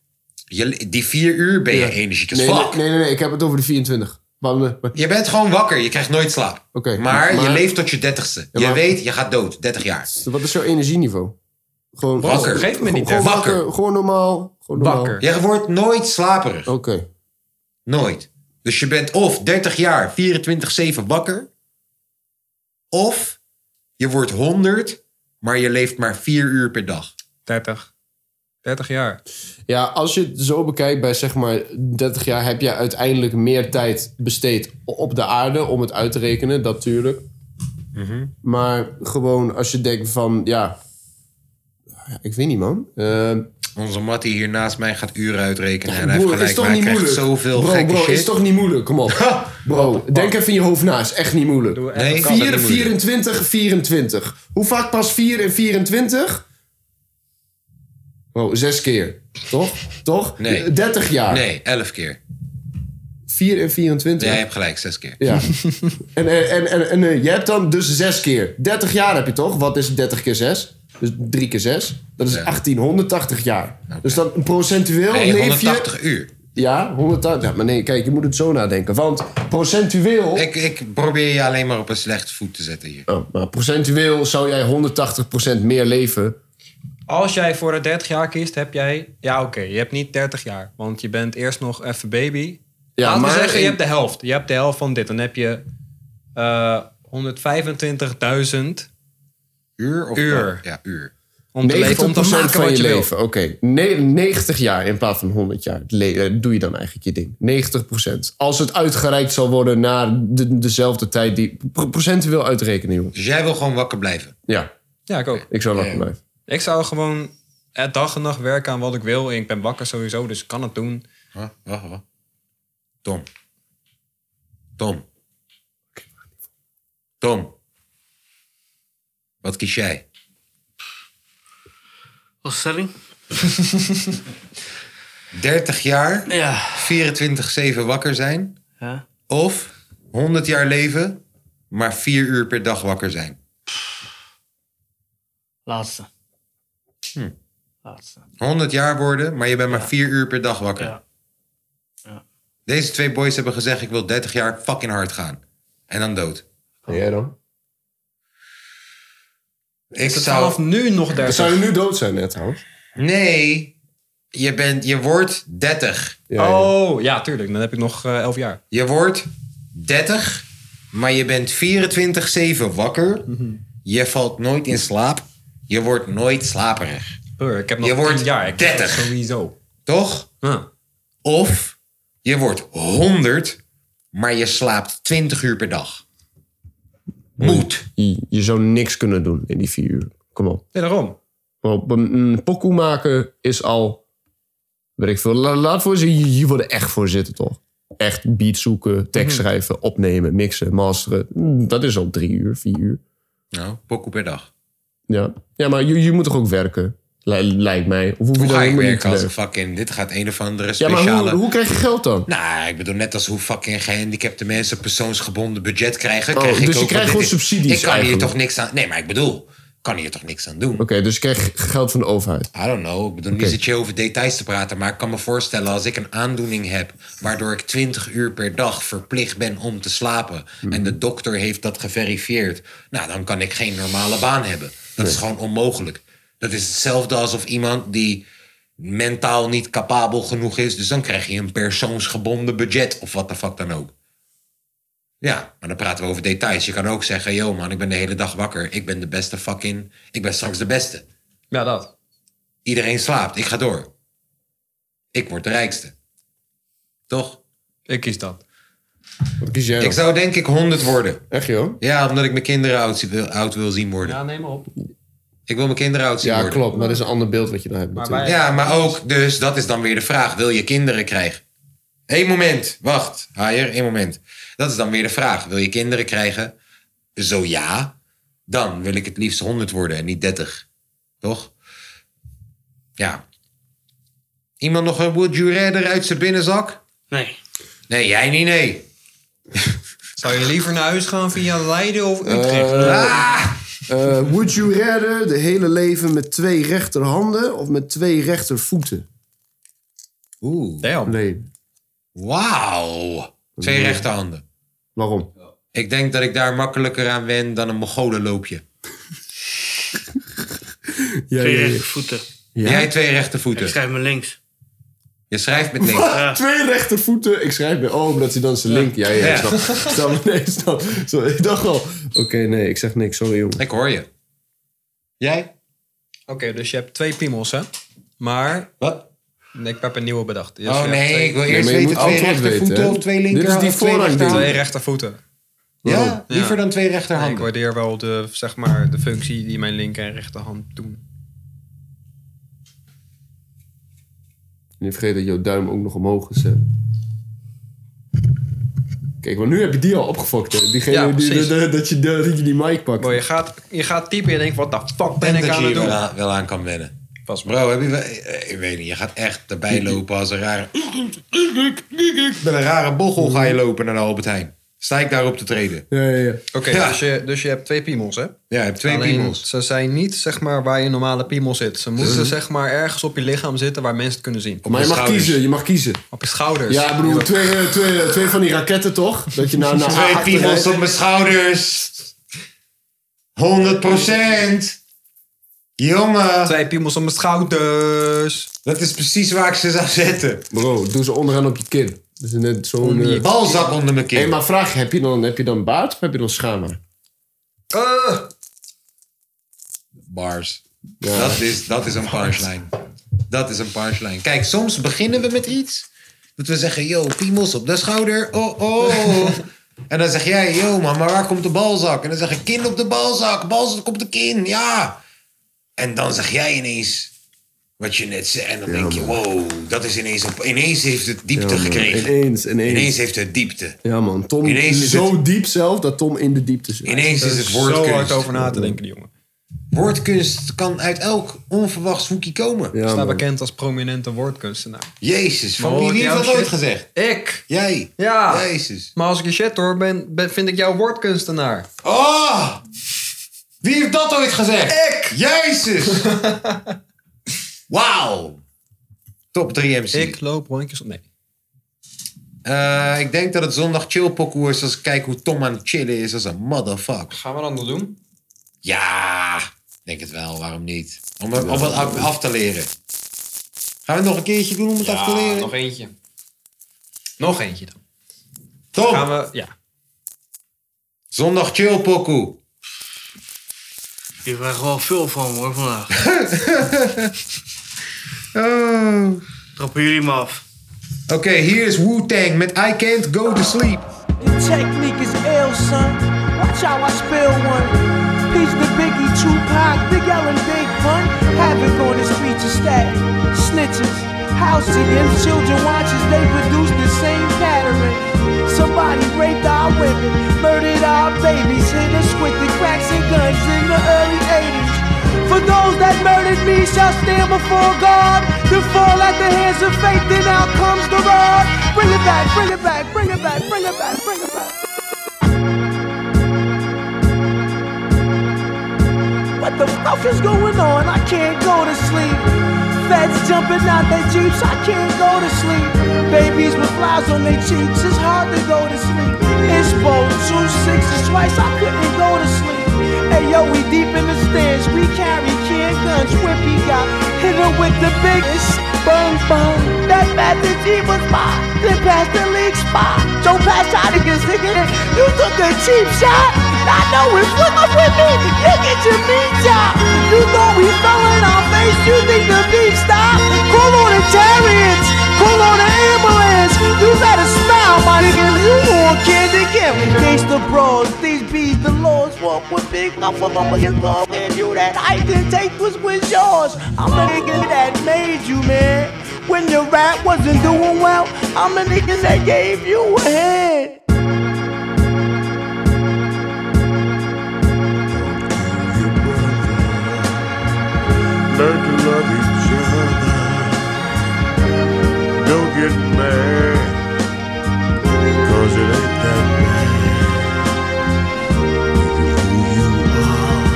Speaker 2: Je, die vier uur ben je energiek als
Speaker 4: Nee,
Speaker 2: fuck.
Speaker 4: nee, nee, nee, nee, ik heb het over de 24. Maar, maar-
Speaker 2: Je bent gewoon wakker, je krijgt nooit slaap.
Speaker 4: Oké,
Speaker 2: maar, je
Speaker 4: maar-
Speaker 2: leeft tot je dertigste. je
Speaker 4: Ja, maar-
Speaker 2: weet, je gaat dood, 30 jaar.
Speaker 4: dus wat is jouw energieniveau? Gewoon
Speaker 2: Wakker. Geef me niet, hè.
Speaker 4: Gewoon wakker.
Speaker 2: Wakker.
Speaker 4: Gewoon normaal. Gewoon normaal.
Speaker 2: Wakker. Je wordt nooit slaperig. Oké. Nooit. Dus je bent of 30 jaar, 24-7 wakker. Of je wordt 100, maar je leeft maar 4 uur per dag.
Speaker 5: 30. 30 jaar.
Speaker 4: Ja, als je het zo bekijkt, bij zeg maar 30 jaar heb je uiteindelijk meer tijd besteed op de aarde om het uit te rekenen, dat tuurlijk.
Speaker 2: Mhm.
Speaker 4: Maar gewoon als je denkt van, ja, ja, ik weet niet man. Eh,
Speaker 2: Onze Mattie hier naast mij gaat uren uitrekenen. en hij heeft
Speaker 4: broer,
Speaker 2: gelijk,
Speaker 4: is toch
Speaker 2: maar hij
Speaker 4: niet
Speaker 2: krijgt
Speaker 4: moeilijk?
Speaker 2: zoveel
Speaker 4: bro,
Speaker 2: gekke
Speaker 4: bro,
Speaker 2: shit.
Speaker 4: is toch niet
Speaker 2: [LAUGHS]
Speaker 4: moeilijk? Kom op. Bro, denk even in je hoofd na, is echt niet moeilijk.
Speaker 2: Nee, kan dat
Speaker 4: 4,
Speaker 2: niet moeilijk.
Speaker 4: 24, 24. Hoe vaak pas 4 en 24? Bro, zes keer. Toch? Toch?
Speaker 2: Nee.
Speaker 4: 30 jaar.
Speaker 2: Nee, 11 keer.
Speaker 4: 4 en 24.
Speaker 2: Jij hebt gelijk, 6 keer. [LAUGHS]
Speaker 4: Ja. en en, en, en, en, eh, je hebt dan dus 6 keer. 30 jaar heb je toch? Wat is 30 keer 6? Dus 3 keer 6. Dat is 1880 jaar. Dus dan procentueel
Speaker 2: Nee,
Speaker 4: leef
Speaker 2: 180
Speaker 4: je...
Speaker 2: uur.
Speaker 4: Ja, 180. Ja, maar nee, kijk, je moet het zo nadenken. Want procentueel...
Speaker 2: Ik, ik probeer je alleen maar op een slecht voet te zetten hier.
Speaker 4: Oh, maar procentueel zou jij 180% meer leven.
Speaker 5: Als jij voor de 30 jaar kiest, heb jij... Ja, oké, je hebt niet 30 jaar. Want je bent eerst nog even baby.
Speaker 4: Ja,
Speaker 5: Laten we
Speaker 4: maar
Speaker 5: zeggen, je
Speaker 4: in-
Speaker 5: hebt de helft. Je hebt de helft van dit. Dan heb je eh 125.000
Speaker 2: uur. Of
Speaker 5: uur.
Speaker 2: Ja, uur.
Speaker 5: Om te leven, om te maken
Speaker 4: van
Speaker 5: wat
Speaker 4: je
Speaker 5: je wil.
Speaker 4: leven. Oké, Ne- 90 jaar in plaats van 100 jaar le- eh, doe je dan eigenlijk je ding. 90 Als het uitgereikt zal worden naar de, dezelfde tijd die pro- procentueel uitrekenen, jongen.
Speaker 2: Dus jij wil gewoon wakker blijven? Eh,
Speaker 4: Ja,
Speaker 5: Ja, ik ook.
Speaker 4: ik zou wakker blijven.
Speaker 5: Ik zou gewoon eh, dag en nacht werken aan wat ik wil. Ik ben wakker sowieso, dus ik kan het doen.
Speaker 2: Huh? Wacht, wacht. Tom. Tom. Tom. Wat kies jij?
Speaker 3: Als
Speaker 2: [LAUGHS]
Speaker 3: stelling?
Speaker 2: 30 jaar,
Speaker 3: Ja.
Speaker 2: 24-7 wakker zijn
Speaker 3: Ja.
Speaker 2: of 100 jaar leven, maar 4 uur per dag wakker zijn.
Speaker 3: Laatste.
Speaker 2: Hm.
Speaker 3: Laatste.
Speaker 2: 100 jaar worden, maar je bent maar 4 uur per dag wakker.
Speaker 3: Ja.
Speaker 2: Deze twee boys hebben gezegd: ik wil 30 jaar fucking hard gaan. En dan dood.
Speaker 4: En jij dan?
Speaker 2: Ik
Speaker 4: zou-
Speaker 2: zou...
Speaker 5: nu nog
Speaker 4: Dan zou je nu dood zijn net, trouwens.
Speaker 2: Nee, je, bent, je wordt 30.
Speaker 5: Oh, ja, tuurlijk. Dan heb ik nog eh, 11 jaar.
Speaker 2: Je wordt 30, maar je bent 24-7 wakker. Je valt nooit in slaap. Je wordt nooit slaperig.
Speaker 5: ik heb nog
Speaker 2: je wordt
Speaker 5: 10 jaar. Ik
Speaker 2: 30.
Speaker 5: Sowieso.
Speaker 2: Toch? Of je wordt 100, maar je slaapt 20 uur per dag. Moet.
Speaker 4: Je, je zou niks kunnen doen in die vier uur. Kom op.
Speaker 5: Nee, daarom.
Speaker 4: Maar op een, een pokoe maken is al... Weet ik veel. La- laat voor ze hier worden echt voor zitten, toch? Echt beat zoeken, tekst
Speaker 5: Mhm.
Speaker 4: schrijven, opnemen, mixen, masteren. Mm, Dat is al drie uur, vier uur.
Speaker 2: Nou, pokoe per dag.
Speaker 4: Ja, ja maar je, je moet toch ook werken? Lij- lijkt mij. Of hoef
Speaker 2: Hoe
Speaker 4: je dan
Speaker 2: ga ik
Speaker 4: helemaal niet
Speaker 2: werken
Speaker 4: te
Speaker 2: als
Speaker 4: werken?
Speaker 2: een fucking... Dit gaat een of andere
Speaker 4: Ja,
Speaker 2: speciale...
Speaker 4: maar hoe, hoe krijg je geld dan?
Speaker 2: Nou, ik bedoel, net als hoe fucking gehandicapte mensen persoonsgebonden budget krijgen...
Speaker 4: Oh,
Speaker 2: krijg ik
Speaker 4: dus je
Speaker 2: ook,
Speaker 4: krijgt
Speaker 2: want dit
Speaker 4: gewoon
Speaker 2: is-
Speaker 4: subsidies
Speaker 2: Ik kan hier
Speaker 4: eigenlijk.
Speaker 2: toch niks aan... Nee, maar ik bedoel, kan hier toch niks aan doen?
Speaker 4: Oké, dus je krijgt geld van de overheid.
Speaker 2: I don't know. Ik bedoel, nu
Speaker 4: Oké.
Speaker 2: zit je over details te praten. Maar ik kan me voorstellen, als ik een aandoening heb... waardoor ik 20 uur per dag verplicht ben om te slapen... en de dokter heeft dat geverifieerd... nou, dan kan ik geen normale baan hebben. Dat is gewoon onmogelijk. Dat is hetzelfde alsof iemand die mentaal niet capabel genoeg is... dus dan krijg je een persoonsgebonden budget of wat de fuck dan ook. Ja, maar dan praten we over details. Je kan ook zeggen, yo man, ik ben de hele dag wakker. Ik ben de beste fucking... Ik ben straks de beste.
Speaker 5: Ja, dat.
Speaker 2: Iedereen slaapt, ik ga door. Ik word de rijkste. Toch?
Speaker 5: Ik kies dat.
Speaker 4: Wat kies jij
Speaker 2: Ik zou denk ik 100 worden.
Speaker 4: Echt joh?
Speaker 2: Ja, omdat ik mijn kinderen oud wil, oud wil zien worden.
Speaker 5: Ja, neem maar op.
Speaker 2: Ik wil mijn kinderen oud zien
Speaker 4: Ja,
Speaker 2: worden.
Speaker 4: klopt. Maar dat is een ander beeld wat je dan hebt natuurlijk.
Speaker 2: Ja, maar ook, dus dat is dan weer de vraag. Wil je kinderen krijgen? Eén moment, wacht. Haier, één moment. Dat is dan weer de vraag. Wil je kinderen krijgen? Zo ja. Dan wil ik het liefst 100 worden en niet 30. Toch? Ja. Iemand nog een Would You Rather uit zijn binnenzak?
Speaker 3: Nee.
Speaker 2: Nee, jij niet, nee.
Speaker 5: [LAUGHS] Zou je liever naar huis gaan via Leiden of Utrecht?
Speaker 2: Ah!
Speaker 4: Eh, would you rather de hele leven met twee rechterhanden of met twee rechtervoeten?
Speaker 2: Oeh.
Speaker 4: Nee.
Speaker 2: Wauw. Twee rechterhanden.
Speaker 4: Waarom?
Speaker 2: Ik denk dat ik daar makkelijker aan wen dan een
Speaker 4: [LAUGHS]
Speaker 2: Mongolenloopje.
Speaker 3: Twee rechtervoeten.
Speaker 2: Jij twee rechtervoeten.
Speaker 3: Ik schrijf me links.
Speaker 2: Je schrijft met
Speaker 3: [LAUGHS]
Speaker 2: links.
Speaker 4: Twee rechtervoeten. Ik schrijf bij. Oh, omdat hij dan zijn link. Ja, ja,
Speaker 2: Ja.
Speaker 4: ik snap. Ik snap. Nee, ik snap. Sorry, ik dacht al. Oké, nee, ik zeg niks. Sorry, jongen.
Speaker 2: Ik hoor je. Jij?
Speaker 5: Oké, dus je hebt twee piemels, hè? Maar...
Speaker 2: Wat?
Speaker 5: Nee, ik heb een nieuwe bedacht. Dus
Speaker 2: Oh,
Speaker 5: je hebt
Speaker 2: nee,
Speaker 5: twee-
Speaker 2: ik wil eerst weten twee rechtervoeten of twee linker. of twee
Speaker 5: Twee
Speaker 2: rechterhanden.
Speaker 5: rechtervoeten.
Speaker 2: Ja, liever dan twee
Speaker 5: Nee,
Speaker 2: rechterhanden.
Speaker 5: ik waardeer wel de, zeg maar, de functie die mijn linker en rechterhand doen.
Speaker 4: En niet vergeet dat jouw duim ook nog omhoog is. Hè. Kijk, maar nu heb je die al opgefokt. Hè. Diegene
Speaker 5: Ja,
Speaker 4: die,
Speaker 5: precies.
Speaker 4: de- de- dat, je, de- dat je die mic pakt.
Speaker 5: Bro, je gaat, je gaat typen en je denkt, wat de fuck ben ik
Speaker 2: dat
Speaker 5: aan
Speaker 2: je
Speaker 5: het
Speaker 2: hier wel
Speaker 5: doen?
Speaker 2: aan, wel aan kan wennen.
Speaker 5: Pas maar.
Speaker 2: Bro, heb je wel- eh, Ik weet niet, je gaat echt erbij lopen als een rare... Met een rare bochel ga je lopen naar de Albert Heijn. Sta ik daar op te treden?
Speaker 4: Ja, ja, ja.
Speaker 5: Oké,
Speaker 2: Ja.
Speaker 5: dus, je, dus je hebt twee piemels, hè?
Speaker 2: Ja, je hebt twee
Speaker 5: Alleen,
Speaker 2: piemels.
Speaker 5: Ze zijn niet, zeg maar, waar je normale piemel zit. Ze moeten, zeg maar, ergens op je lichaam zitten waar mensen het kunnen zien.
Speaker 4: Maar je mag
Speaker 2: schouders.
Speaker 4: kiezen, je mag kiezen.
Speaker 5: Op Dus je schouders.
Speaker 4: Ja, ik bedoel, twee, eh, twee, eh, twee van die raketten toch? Dat
Speaker 2: [LAUGHS]
Speaker 4: je nou naar
Speaker 2: Twee
Speaker 4: achter
Speaker 2: piemels
Speaker 4: rijdt.
Speaker 2: op mijn schouders. 100%. Jongen,
Speaker 5: Twee piemels op mijn schouders.
Speaker 2: dat is precies waar ik ze zou zetten.
Speaker 4: Bro, doe ze onderaan op je kin. Dat is net zo'n...
Speaker 5: Onder
Speaker 4: eh,
Speaker 5: je
Speaker 2: Balzak onder mijn
Speaker 4: Hé,
Speaker 2: keel.
Speaker 4: maar vraag, heb je, dan, heb je dan baard of heb je dan schaamhaar?
Speaker 5: Eh,
Speaker 2: Bars.
Speaker 4: Ja.
Speaker 2: Dat, is, dat is een punchline. Dat is een punchline. Kijk, soms beginnen we met iets. Dat we zeggen, yo, piemels op de schouder. Oh, oh.
Speaker 5: [LAUGHS]
Speaker 2: en dan zeg jij, yo man, maar waar komt de balzak? En dan zeg ik, kin op de balzak. Balzak op de kin, ja. En dan zeg jij ineens wat je net zei. En dan denk je, wow, dat is ineens... Op, ineens heeft het diepte gekregen.
Speaker 4: Ineens, ineens.
Speaker 2: Ineens heeft het diepte.
Speaker 4: Ja man, Tom
Speaker 2: Ineens is
Speaker 4: zo
Speaker 2: het-
Speaker 4: diep zelf dat Tom in de diepte zit.
Speaker 2: Ineens is het
Speaker 5: zo hard
Speaker 2: woordkunst.
Speaker 5: over na te denken, die jongen.
Speaker 2: Woordkunst kan uit elk onverwachts hoekje komen.
Speaker 5: Ik sta bekend als prominente woordkunstenaar.
Speaker 2: Jezus, van
Speaker 5: Maar
Speaker 2: wie
Speaker 5: hoor ik
Speaker 2: heeft
Speaker 5: jouw
Speaker 2: dat ooit
Speaker 5: shit?
Speaker 2: gezegd?
Speaker 5: Ik.
Speaker 2: Jij.
Speaker 5: Ja.
Speaker 2: Jezus.
Speaker 5: Maar als ik je shit hoor, ben, ben- vind ik jou woordkunstenaar.
Speaker 2: Oh! Wie heeft dat ooit gezegd? Ik! [LAUGHS] Jezus! Wauw! Top 3 MC. Ik
Speaker 5: loop rondjes op. Nee.
Speaker 2: Eh, ik denk dat het zondag chillpokoe is als ik kijk hoe Tom aan het chillen is als een motherfucker.
Speaker 5: Gaan we dat nog doen?
Speaker 2: Ja, denk het wel. Waarom niet? Om, om het af, af te leren. Gaan we het nog een keertje doen om het af te leren?
Speaker 5: Ah, nog eentje. Nog eentje dan.
Speaker 2: Tom!
Speaker 5: Gaan we, ja.
Speaker 2: Zondag chillpokoe.
Speaker 3: Ik krijg er wel veel van hoor vandaag. Trappen jullie me af.
Speaker 2: Oh. Oké, hier is Wu-Tang met I Can't Go To Sleep.
Speaker 10: The technique is ill, son. Watch how I spill one. He's the biggie, Tupac, Big L and Big Pun. Havoc on his feature stack. Snitches, house digging, children watches. They produce the same pattern. Somebody raped our women, murdered our babies, hit us with the cracks and guns in the early 80s. For those that murdered me shall stand before God. To fall at the hands of faith, then out comes the rod. Bring it back, bring it back, bring it back, bring it back, bring it back. What the fuck is going on? I can't go to sleep. Feds jumping out their jeeps, I can't go to sleep. Babies with flies on their cheeks, it's hard to go to sleep. It's both two sixes twice, I couldn't go to sleep. Hey yo, we deep in the stands, we carry can guns, whippy got hit her with the biggest bung bung. That message he was by, then past the league spot. Don't pass out against nigga, you took a cheap shot. I know it's what's up with me. You get your meat job. You know we fell in our face. You think the beef stop? Call on the chariots. Call on the ambulance. You better smile, my nigga. You want candy give Gangsta bros, these bees, the lords walk with big mouth of motherfucking love. And you that I didn't take was was yours. I'm the nigga that made you, man. When your rap wasn't doing well, I'm the nigga that gave you a hand.
Speaker 9: Learn to love each other. Don't get mad. Cause it ain't that bad. Look at who you are.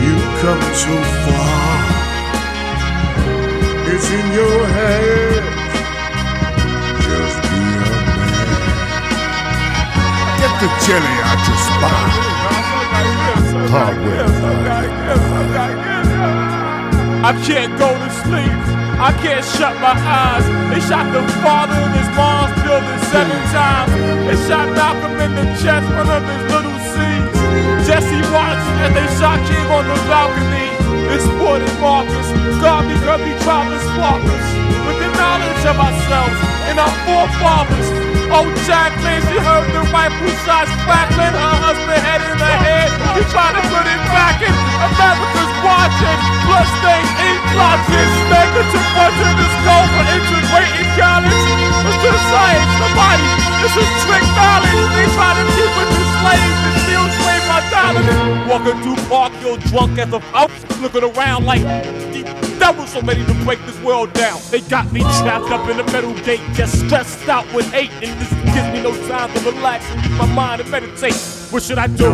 Speaker 9: You've come so far. It's in your hands. Just be a man. Get the jelly out your spine. Hardware.
Speaker 11: I can't go to sleep. I can't shut my eyes. They shot the father in his mom's building seven times. They shot Malcolm in the chest, one of his little seeds. Jesse watched as they shot King on the balcony. It's more than markers. God be grubby travelers, sparkers. With the knowledge of ourselves and our forefathers. Old Oh, Jack claims he heard the rifle shots crackling. Her husband head in the head. He tried to put it back in. America's watching. Bloodstained ink blotches. Negative ones in this goal for integrating gallons. It's just science, somebody. This is trick knowledge. They try to keep us as slaves and still slave my dollars. Walking through park, you're drunk as a foul. Looking around like that was so ready to break this world down. They got me trapped up in the metal gate, just stressed out with hate, and this gives me no time to relax and keep my mind and meditate. What should I do?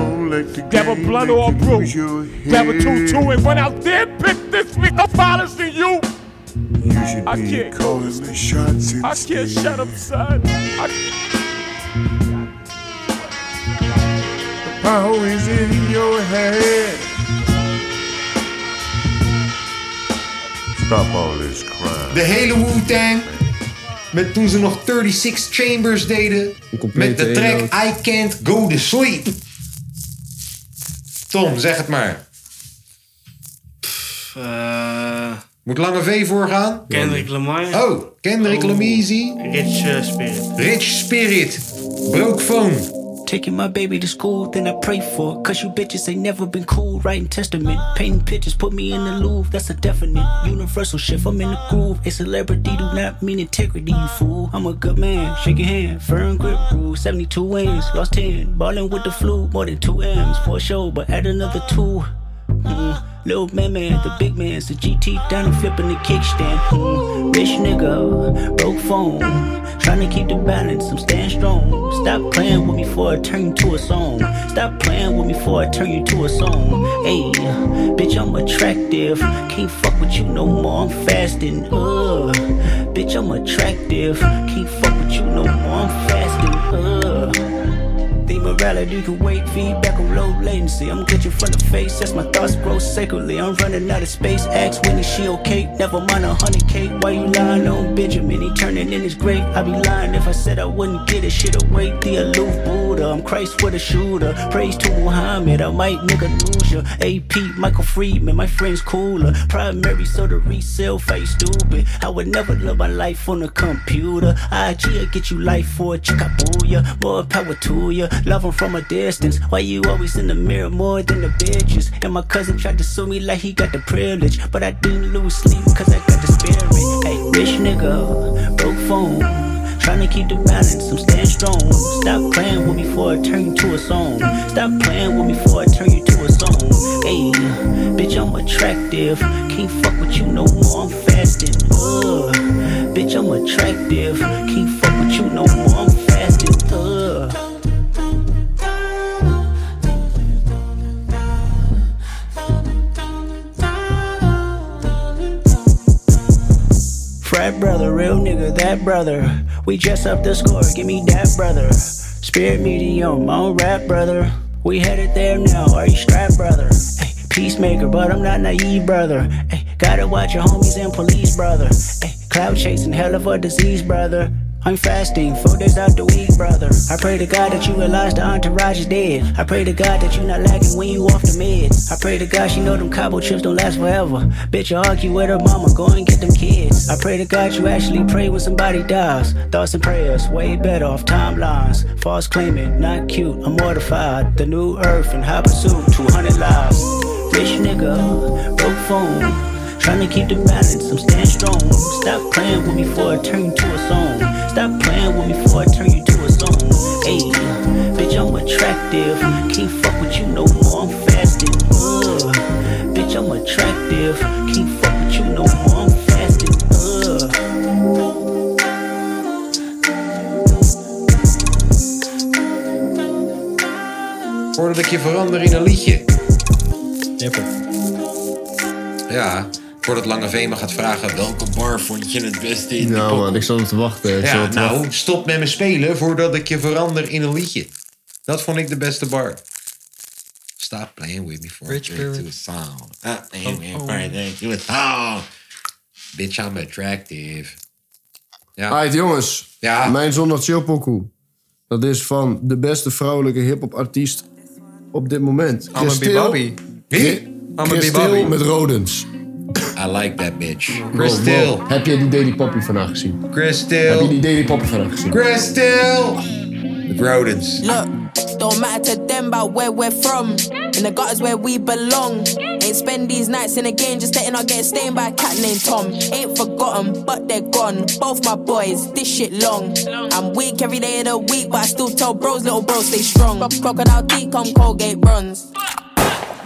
Speaker 11: Grab a blunt or a brew? Grab a two two and run out there and pick this week. I'm polishing you.
Speaker 9: You should
Speaker 11: I
Speaker 9: be
Speaker 11: can't go
Speaker 9: calling the shots
Speaker 11: I can't shut up, son. I,
Speaker 9: Power is in your head. Stop all this crime.
Speaker 2: De hele Wu-Tang. Met toen ze nog 36 Chambers deden. Met de track I Can't Go To Sleep. Tom, zeg het maar. Moet Lange V voorgaan?
Speaker 3: eh, Kendrick Lamar.
Speaker 2: Oh, Kendrick Lamisi.
Speaker 3: Rich eh, Spirit.
Speaker 2: Rich Spirit. Broke phone.
Speaker 12: Taking my baby to school, then I pray for it. Cause you bitches ain't never been cool. Writing testament, painting pictures, put me in the Louvre. That's a definite universal shift. I'm in the groove. A celebrity do not mean integrity, you fool. I'm a good man. Shake your hand, firm grip rule. 72 wins, lost 10. Ballin' with the flu, more than 2 M's for sure, but add another 2. Little man, man, the big man's the GT down and flipping the kickstand. Hmm. Bitch nigga, broke phone. Tryna keep the balance, I'm staying strong. Stop playing with me before I turn you to a song. Stop playing with me before I turn you to a song. Hey, bitch, I'm attractive. Can't fuck with you no more, I'm fasting. Uh, bitch, I'm attractive. Can't fuck with you no more, I'm fasting. Uh, the morality can wait, feedback on low latency. I'm catching from the face as my thoughts grow sacredly. I'm running out of space. Ask Winnie, she okay? Never mind a hundred K. Why you lying on Benjamin? He turning in his grave. I'd be lying if I said I wouldn't get it. Shit away, the aloof Buddha. I'm Christ for the shooter. Praise to Muhammad. I might nigga lose ya. AP, Michael Friedman, my friend's cooler. Primary, so the resale face stupid. I would never live my life on a computer. IG, will get you life for a chickabooya. More power to ya. Love 'em from a distance. Why you always in the mirror more than the bitches? And my cousin tried to sue me like he got the privilege. But I didn't lose sleep cause I got the spirit. Hey, rich nigga, broke phone. Tryna keep the balance, I'm staying strong. Stop playing with me before I turn you to a song. Stop playing with me before I turn you to a song. Hey, bitch, I'm attractive. Can't fuck with you no more, I'm fasting. Ugh. Bitch, I'm attractive. Can't fuck with you no more, I'm uh. fasting. Ugh. Frat brother, real nigga, that brother. We dress up the score, give me that brother. Spirit medium, on rap brother. We headed there now, are you strapped brother? Ay, peacemaker, but I'm not naive brother. Ay, gotta watch your homies and police brother. Ay, cloud chasing, hell of a disease brother. I'm fasting, four days out the week, brother. I pray to God that you realize the entourage is dead. I pray to God that you not lagging when you off the meds. I pray to God she know them cobble chips don't last forever. Bitch, you argue with her mama, go and get them kids. I pray to God you actually pray when somebody dies. Thoughts and prayers, way better off timelines. False claiming, not cute, I'm mortified. The new earth and high pursuit, 200 lives. Rich nigga, broke phone. Tryna keep the balance, I'm staying strong. Stop playing with me before I turn you to a song. Stop playing with me before I turn you to a song. Hey, bitch, I'm attractive. Can't fuck with you no more, I'm fasting. Ugh. Bitch, I'm attractive. Can't fuck with you no more, I'm fasting. Ugh.
Speaker 2: Voordat ik je verander in een liedje.
Speaker 4: Nipper.
Speaker 2: Ja, voordat Lange V me gaat vragen welke bar vond je het beste in
Speaker 4: Nou man, ik zat hem te wachten. Ik zat
Speaker 2: Ja,
Speaker 4: hem te wachten.
Speaker 2: nou, stop met me spelen voordat ik je verander in een liedje. Dat vond ik de beste bar. Stop playing with me for
Speaker 8: Rich
Speaker 2: Rich a
Speaker 8: Bird.
Speaker 2: to a song. Ah,
Speaker 8: Oh,
Speaker 2: oh,
Speaker 8: oh.
Speaker 2: oh. to a song. Bitch, I'm attractive. Ja.
Speaker 4: Alright jongens, mijn zondag chillpokoe. Dat is van de beste vrouwelijke hip-hop artiest op dit moment.
Speaker 5: Amma
Speaker 4: Christel-
Speaker 5: Bibabi.
Speaker 2: Wie?
Speaker 5: Amma
Speaker 4: Christel
Speaker 5: Bibabi.
Speaker 4: met Rodens.
Speaker 2: I like that bitch.
Speaker 4: Wow, wow. Heb je die Daily Poppy vandaag gezien?
Speaker 2: Christel.
Speaker 4: Heb je die Daily Poppy vandaag gezien?
Speaker 2: Christel. Met rodents.
Speaker 13: Look, don't matter to them about where we're from. In the gutters where we belong. Ain't spend these nights in the game just letting our get stained by a cat named Tom. Ain't forgotten, but they're gone. Both my boys, this shit long. I'm weak every day of the week, but I still tell bros, little bros, stay strong. Cro- Crocodile D, come Colgate bronze.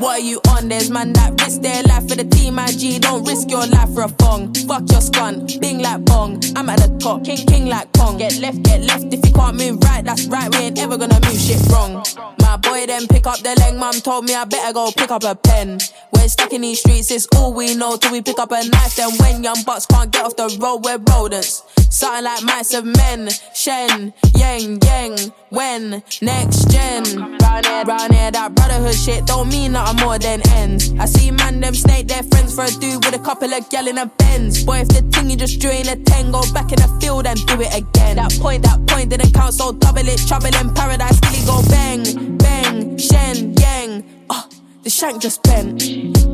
Speaker 13: What are you on? There's man that risk their life for the team. My G, don't risk your life for a thong. Fuck your scunt, bing like bong. I'm at the top, king king like Kong. Get left, get left. If you can't move right, that's right. We ain't ever gonna move shit wrong. My boy then pick up the leg. Mum told me I better go pick up a pen. We're stuck in these streets, it's all we know till we pick up a knife. Then when young bucks can't get off the road, we're rodents. Something like mice of men, Shen, Yang, Yang, when, next gen. Round here, round here, that brotherhood shit don't mean nothing more than ends. I see man them snake their friends for a dude with a couple of gal in a Benz. Boy, if the thing you just drew ain't a 10, go back in the field and do it again. That point, that point didn't count, so double it, trouble in paradise, still go bang, bang, Shen, Yang. Oh, the shank just bent.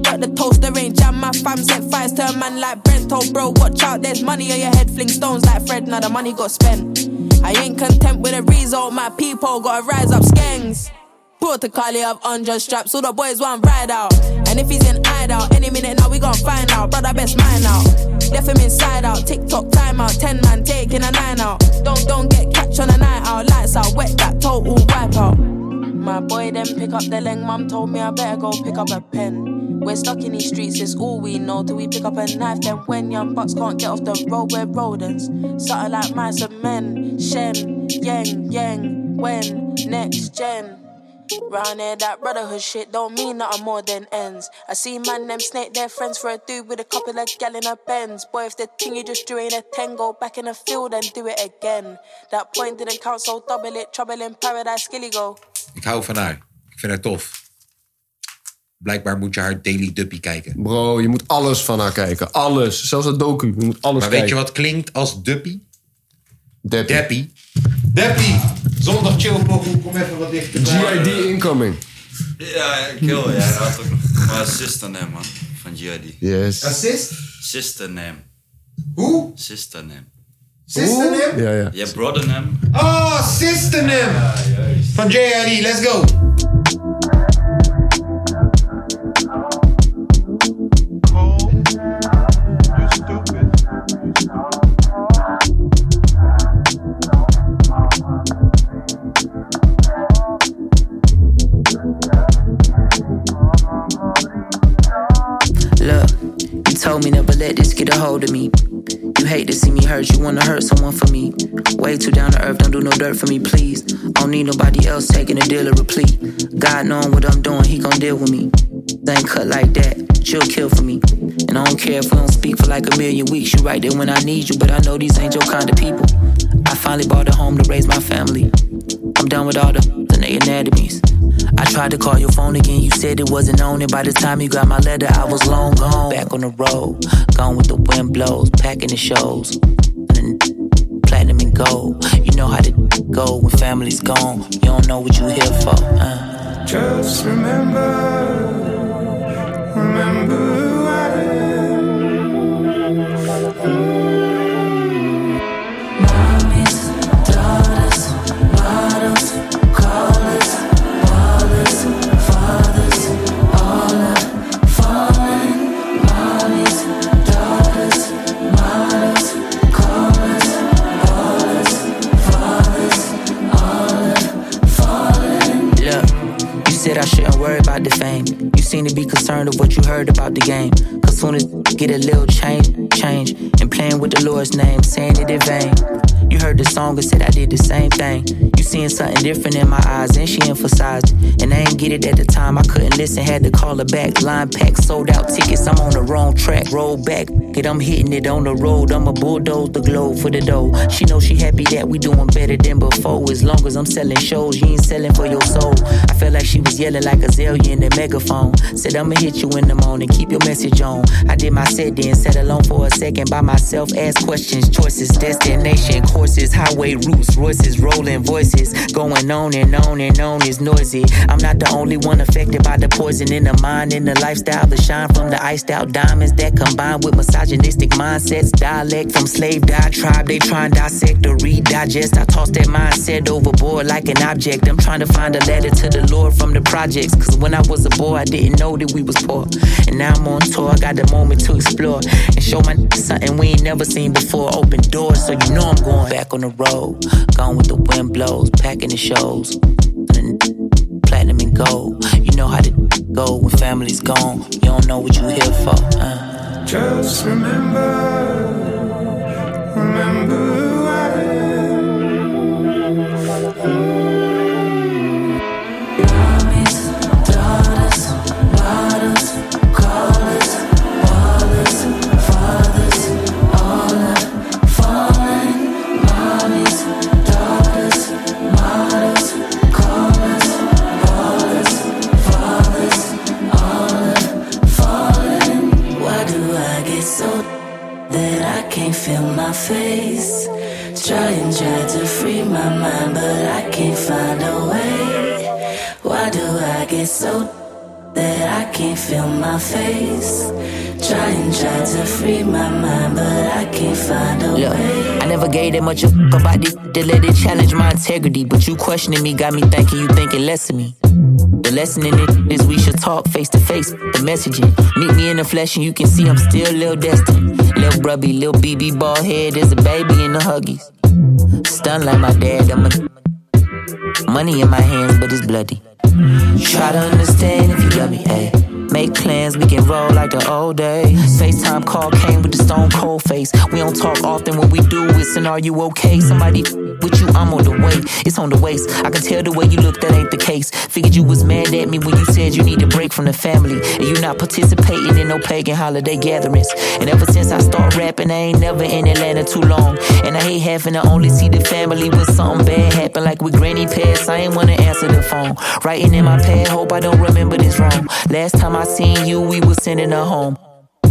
Speaker 13: But the toaster ain't jam. My fam sent fires to a man like Brent. Oh, bro, watch out. There's money on your head. Fling stones like Fred. Now the money got spent. I ain't content with a result. My people gotta rise up, skangs. Protocol here of unjust straps. All the boys want ride out. And if he's in hideout, any minute now we gon' find out. Brother, best mine out. Left him inside out. TikTok time out. Ten man taking a nine out. Don't don't get catch on a night out. Lights out. Wet that total wipe out. My boy then pick up the leng. Mum told me I better go pick up a pen. We're stuck in these streets, it's all we know. Till we pick up a knife, then when young bucks can't get off the road, we're rodents. Something like mice and men. Shen, yang, yang, when, next gen. Round here, that brotherhood shit don't mean nothing more than ends. I see man them snake their friends for a dude with a couple of gal in a Benz. Boy, if the thing you just drew ain't a ten, go back in the field and do it again. That point didn't count, so double it. Trouble in paradise, skilly go.
Speaker 8: Ik hou van haar. Ik vind haar tof. Blijkbaar moet je haar Daily Duppy kijken.
Speaker 4: Bro, je moet alles van haar kijken. Alles. Zelfs dat docu. Je moet alles
Speaker 8: maar weet
Speaker 4: kijken.
Speaker 8: je wat klinkt als Duppy?
Speaker 4: Deppie.
Speaker 8: Deppie. Deppie. Zondag chill pokoe. Kom even wat dichterbij.
Speaker 4: GID incoming.
Speaker 6: Ja, kill, ja. Dat had ook maar Sistername, man. Van GID.
Speaker 4: Yes.
Speaker 8: Assist?
Speaker 6: Sistername.
Speaker 8: Hoe?
Speaker 6: Sistername.
Speaker 8: Sistername?
Speaker 4: Ja, ja.
Speaker 6: Je brothername.
Speaker 2: Ah,
Speaker 8: Oh, Sistername. Van JID. Let's go.
Speaker 14: Look, you told me never let this get a hold of me. You hate to see me hurt, you wanna hurt someone for me. Way too down to earth, don't do no dirt for me, please. Don't need nobody else taking a deal or a plea. God knowing what I'm doing, he gon' deal with me. Thing cut like that, she'll kill for me. And I don't care if we don't speak for like a million weeks. You right there when I need you, but I know these ain't your kind of people. I finally bought a home to raise my family. I'm done with all the and they anatomies. I tried to call your phone again, you said it wasn't on, and by the time you got my letter, I was long gone. Back on the road, gone with the wind blows, packing the shows. And then platinum and gold, you know how to go when family's gone. You don't know what you here for. Uh. Just remember. Look, you said I shouldn't worry about the fame. You seem to be concerned of what you heard about the game. Cause soon as you get a little change, change, and playing with the Lord's name, saying it in vain. You heard the song and said I did the same thing. You seeing something different in my eyes, and she emphasized. And I ain't get it at the time, I couldn't listen, had to call her back. Line packed, sold out tickets, I'm on the wrong track. Roll back, it, I'm hitting it on the road. I'ma bulldoze the globe for the dough. She know she happy that we doing better than before. As long as I'm selling shows, you ain't selling for your soul. I felt like she was yelling like a Azalea in the megaphone. Said I'ma hit you in the morning, keep your message on. I did my set then, sat alone for a second by myself. Ask questions, choices, destination, courses, highway routes, Royces, rolling voices, going on and on and on is noisy. I'm not the only one affected by the poison in the mind and the lifestyle. The shine from the iced out diamonds that combine with misogynistic mindsets, dialect from slave diatribe. They try and dissect or redigest. I toss that mindset overboard like an object. I'm trying to find a letter to the Lord from the projects. Cause when I was a boy, I didn't know that we was poor. And now I'm on tour, I got the moment to explore and show my n- something we ain't never seen before. Open doors, so you know I'm going back on the road. Gone with the wind blows, packing the shows. And then platinum and gold. You know how to go when family's gone. You don't know what you here for. Uh. Just remember.
Speaker 15: Why do I get so that I can't feel my face? Try and try to free my mind, but I can't find a way. Why do I get so that I can't feel my face? Try and try to free my mind, but I can't find a
Speaker 14: Look,
Speaker 15: way.
Speaker 14: I never gave that much a f- about this. They let it challenge my integrity, but you questioning me got me thinking you thinking less of me. The lesson in it is we should talk face to face. The messaging, meet me in the flesh, and you can see I'm still Lil Destin. Lil Brubby, Lil BB, bald head is a baby in the huggies. Stunned like my dad, I'm a money in my hands, but it's bloody. Try to understand if you love me, ayy. Make plans, we can roll like the old days. FaceTime call came with the stone cold face. We don't talk often when we do, it's an are you okay? Somebody with you, I'm on the way. It's on the waist. I can tell the way you look, that ain't the case. Figured you was mad at me when you said you need a break from the family. And you not participating in no pagan holiday gatherings. And ever since I start rapping, I ain't never in Atlanta too long. And I hate having to only see the family when something bad happen. Like with granny passed, I ain't wanna answer the phone. Writing in my pad, hope I don't remember this wrong. Last time I seen you, we was sending her home.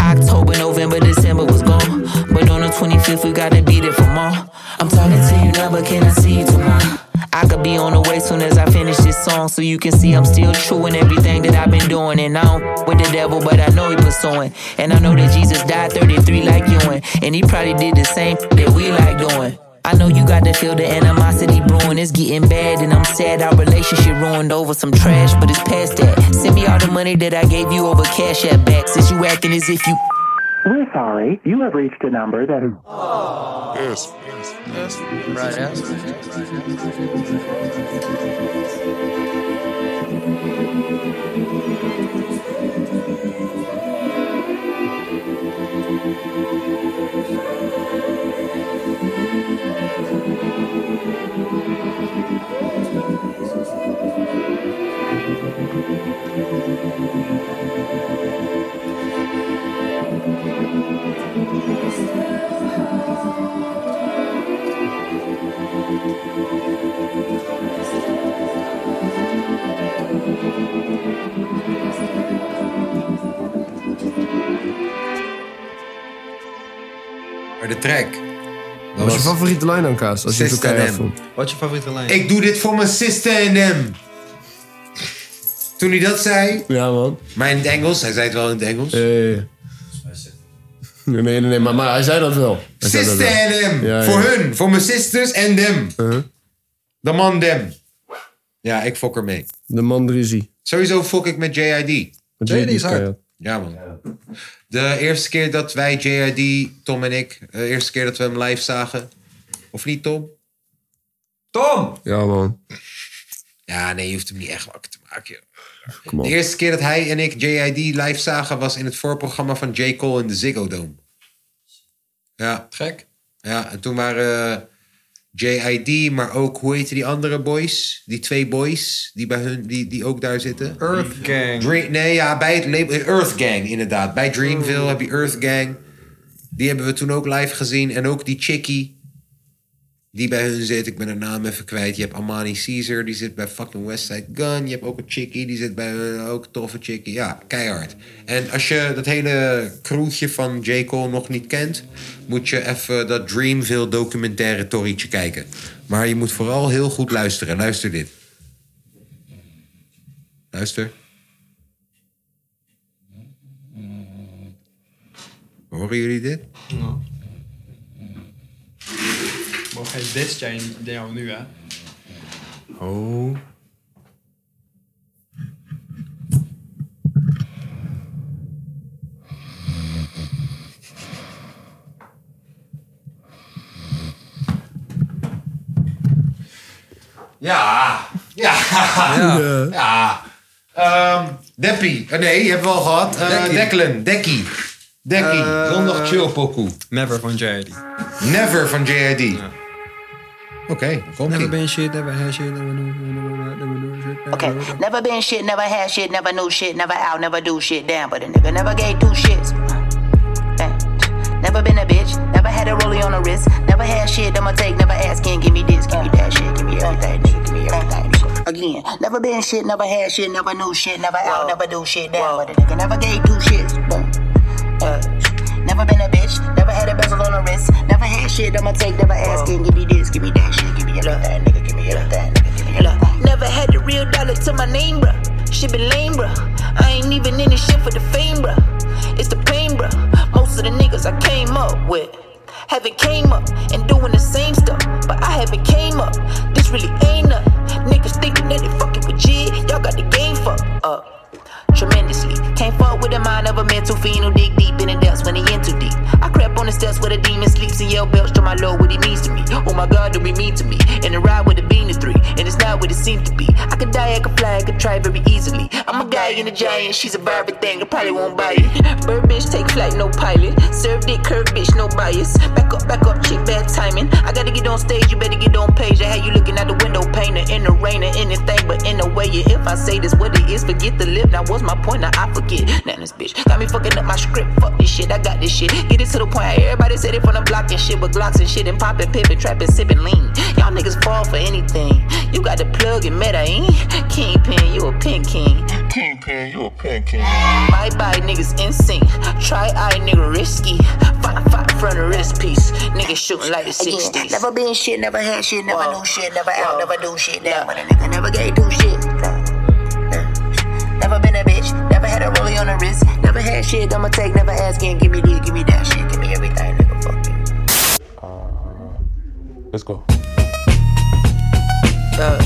Speaker 14: October, November, December was gone. But on the 25th, we gotta be there for more. I'm talking to you now, but can I see you tomorrow? I could be on the way soon as I finish this song, so you can see I'm still true in everything that I've been doing. And I don't f- with the devil, but I know he pursuing. And I know that Jesus died 33 like you, and, and he probably did the same that we like doing. I know you got to feel the animosity brewing. It's getting bad, and I'm sad our relationship ruined over some trash, but it's past that. Send me all the money that I gave you over cash at back, since you acting as if you.
Speaker 16: We're sorry. You have reached a number that is.
Speaker 7: Yes. Yes. Right
Speaker 2: Maar de track.
Speaker 4: Wat is je favoriete lijn aan Kaas? Als je het zo
Speaker 2: Sister
Speaker 4: keihard
Speaker 2: M.
Speaker 4: vond.
Speaker 5: Wat is je favoriete lijn?
Speaker 2: Ik doe dit voor mijn sister en hem. Toen hij dat zei.
Speaker 4: Ja, man. Eh,
Speaker 2: Maar in het Engels, hij zei het wel in het Engels.
Speaker 4: Nee, nee, nee, maar, maar hij zei dat wel. Hij zei dat
Speaker 2: Sister
Speaker 4: wel.
Speaker 2: en hem.
Speaker 4: Ja, Uh-huh.
Speaker 2: voor
Speaker 4: ja.
Speaker 2: hun, voor mijn sisters en them. De man dem. Ja, ik fok ermee.
Speaker 4: De man Drizzy.
Speaker 2: Sowieso fok ik met JID.
Speaker 4: Met JID is keihard.
Speaker 2: Ja, man. De eerste keer dat wij JID, Tom en ik, de eerste keer dat we hem live zagen. Of niet, Tom? Tom!
Speaker 4: Ja, man.
Speaker 2: Ja, nee, je hoeft hem niet echt wakker te maken. joh.
Speaker 4: Kom op.
Speaker 2: De eerste keer dat hij en ik JID live zagen was in het voorprogramma van J. Cole in de Ziggo Dome. Ja.
Speaker 5: Gek.
Speaker 2: Ja, en toen waren eh, JID, maar ook, hoe heette die andere boys? Die twee boys die, bij hun, die, die ook daar zitten.
Speaker 5: Earth Gang.
Speaker 2: nee, ja, bij het label eh, Earth Gang inderdaad. Bij
Speaker 5: Oh.
Speaker 2: Dreamville heb je Earth Gang. Die hebben we toen ook live gezien. En ook die chickie die bij hun zit. Ik ben haar naam even kwijt. Je hebt Amani Caesar, die zit bij fucking Westside Gun. Je hebt ook een chickie, die zit bij hun. Ook een toffe chickie. Ja, keihard. En als je dat hele kroetje van J. Cole nog niet kent... moet je even dat Dreamville documentaire torrietje kijken. Maar je moet vooral heel goed luisteren. Luister dit. Luister. Horen jullie dit?
Speaker 5: Mogen geen bitch zijn jou nu, hè?
Speaker 2: Oh. Ja. Ja. Ja.
Speaker 7: Ja.
Speaker 2: Ehm, Deppie. Eh, nee, je hebt wel gehad. Eh,
Speaker 5: Dekkie.
Speaker 2: Declan. Dekkie. Dekkie.
Speaker 5: Eh,
Speaker 2: Zondag chill pokoe.
Speaker 5: Never van JID.
Speaker 2: Never van JID. Oké, komt
Speaker 5: Never been shit, never had shit, never knew, never knew, never knew shit. never knew.
Speaker 14: Never been shit, never had shit, never knew shit, never out, never do shit. Damn, but a nigga never gave two shits. Uh, uh, Never been a bitch, never had a rollie on the wrist, never had shit, I'ma take, never asking, give me this, give me that shit, give me everything, nigga, give me everything, nigga. Again, never been shit, never had shit, never knew shit, never out, never do shit, damn, but a nigga never gave two shits. Boom. Uh, Never been a bitch, never had a bezel on the wrist, never had shit, I'ma take, never asking, give me this, give me that shit, give me everything, nigga, give me everything, nigga, give me everything.
Speaker 17: Never had the real dollar to my name, bruh. Shit been lame, bruh. I ain't even in this shit for the fame, bruh. It's the pain, bruh. Most of the niggas I came up with haven't came up and doing the same stuff, but I haven't came up. This really ain't up. Niggas thinking that they fucking with G. Y'all got the game fucked up tremendously. Can't fuck with the mind of a mental fiend who dig deep in the depths when he in too deep. I crept on the steps where the demon sleeps and yell belch to my lord what he means to me. Oh my god, do be mean to me? And the ride with the bean to three, and it's not what it seemed to be. I could die
Speaker 15: kayak, a flag, a try very easily. I'm a guy in a giant, she's a Barbie thing, I probably won't buy it. Bird bitch, take flight, no pilot. Served it, curve bitch, no bias. Back up, back up, chick, bad timing. I gotta get on stage, you better get on page. I had you looking out the window, painter in the rain or anything, but in a way, yeah, if I say this, what it is, forget the lip. Now, what's my point? Now, I forget. Now, this bitch got me fucking up my script. Fuck this shit, I got this shit. Get it to the point, everybody said it from the block and shit with Glocks and shit and poppin', pippin', trappin', sippin', lean. Y'all niggas fall for anything. You got the plug in Medellin. Kingpin, you a pin king.
Speaker 11: Kingpin, you a pin king.
Speaker 15: Bye bye, niggas in sync. Try I, nigga, risky. Fight, fight from the wrist piece. Nigga shooting like the 60s. Never been shit, never had shit, never knew shit, never out, never do shit. Damn, but a nigga never gave do shit. Never been a bitch, never had a rollie on the wrist. Never had shit, I'ma take, never asking. Give me this, give me that shit, give me everything, nigga. Fuck it.
Speaker 2: Let's go.
Speaker 15: Uh.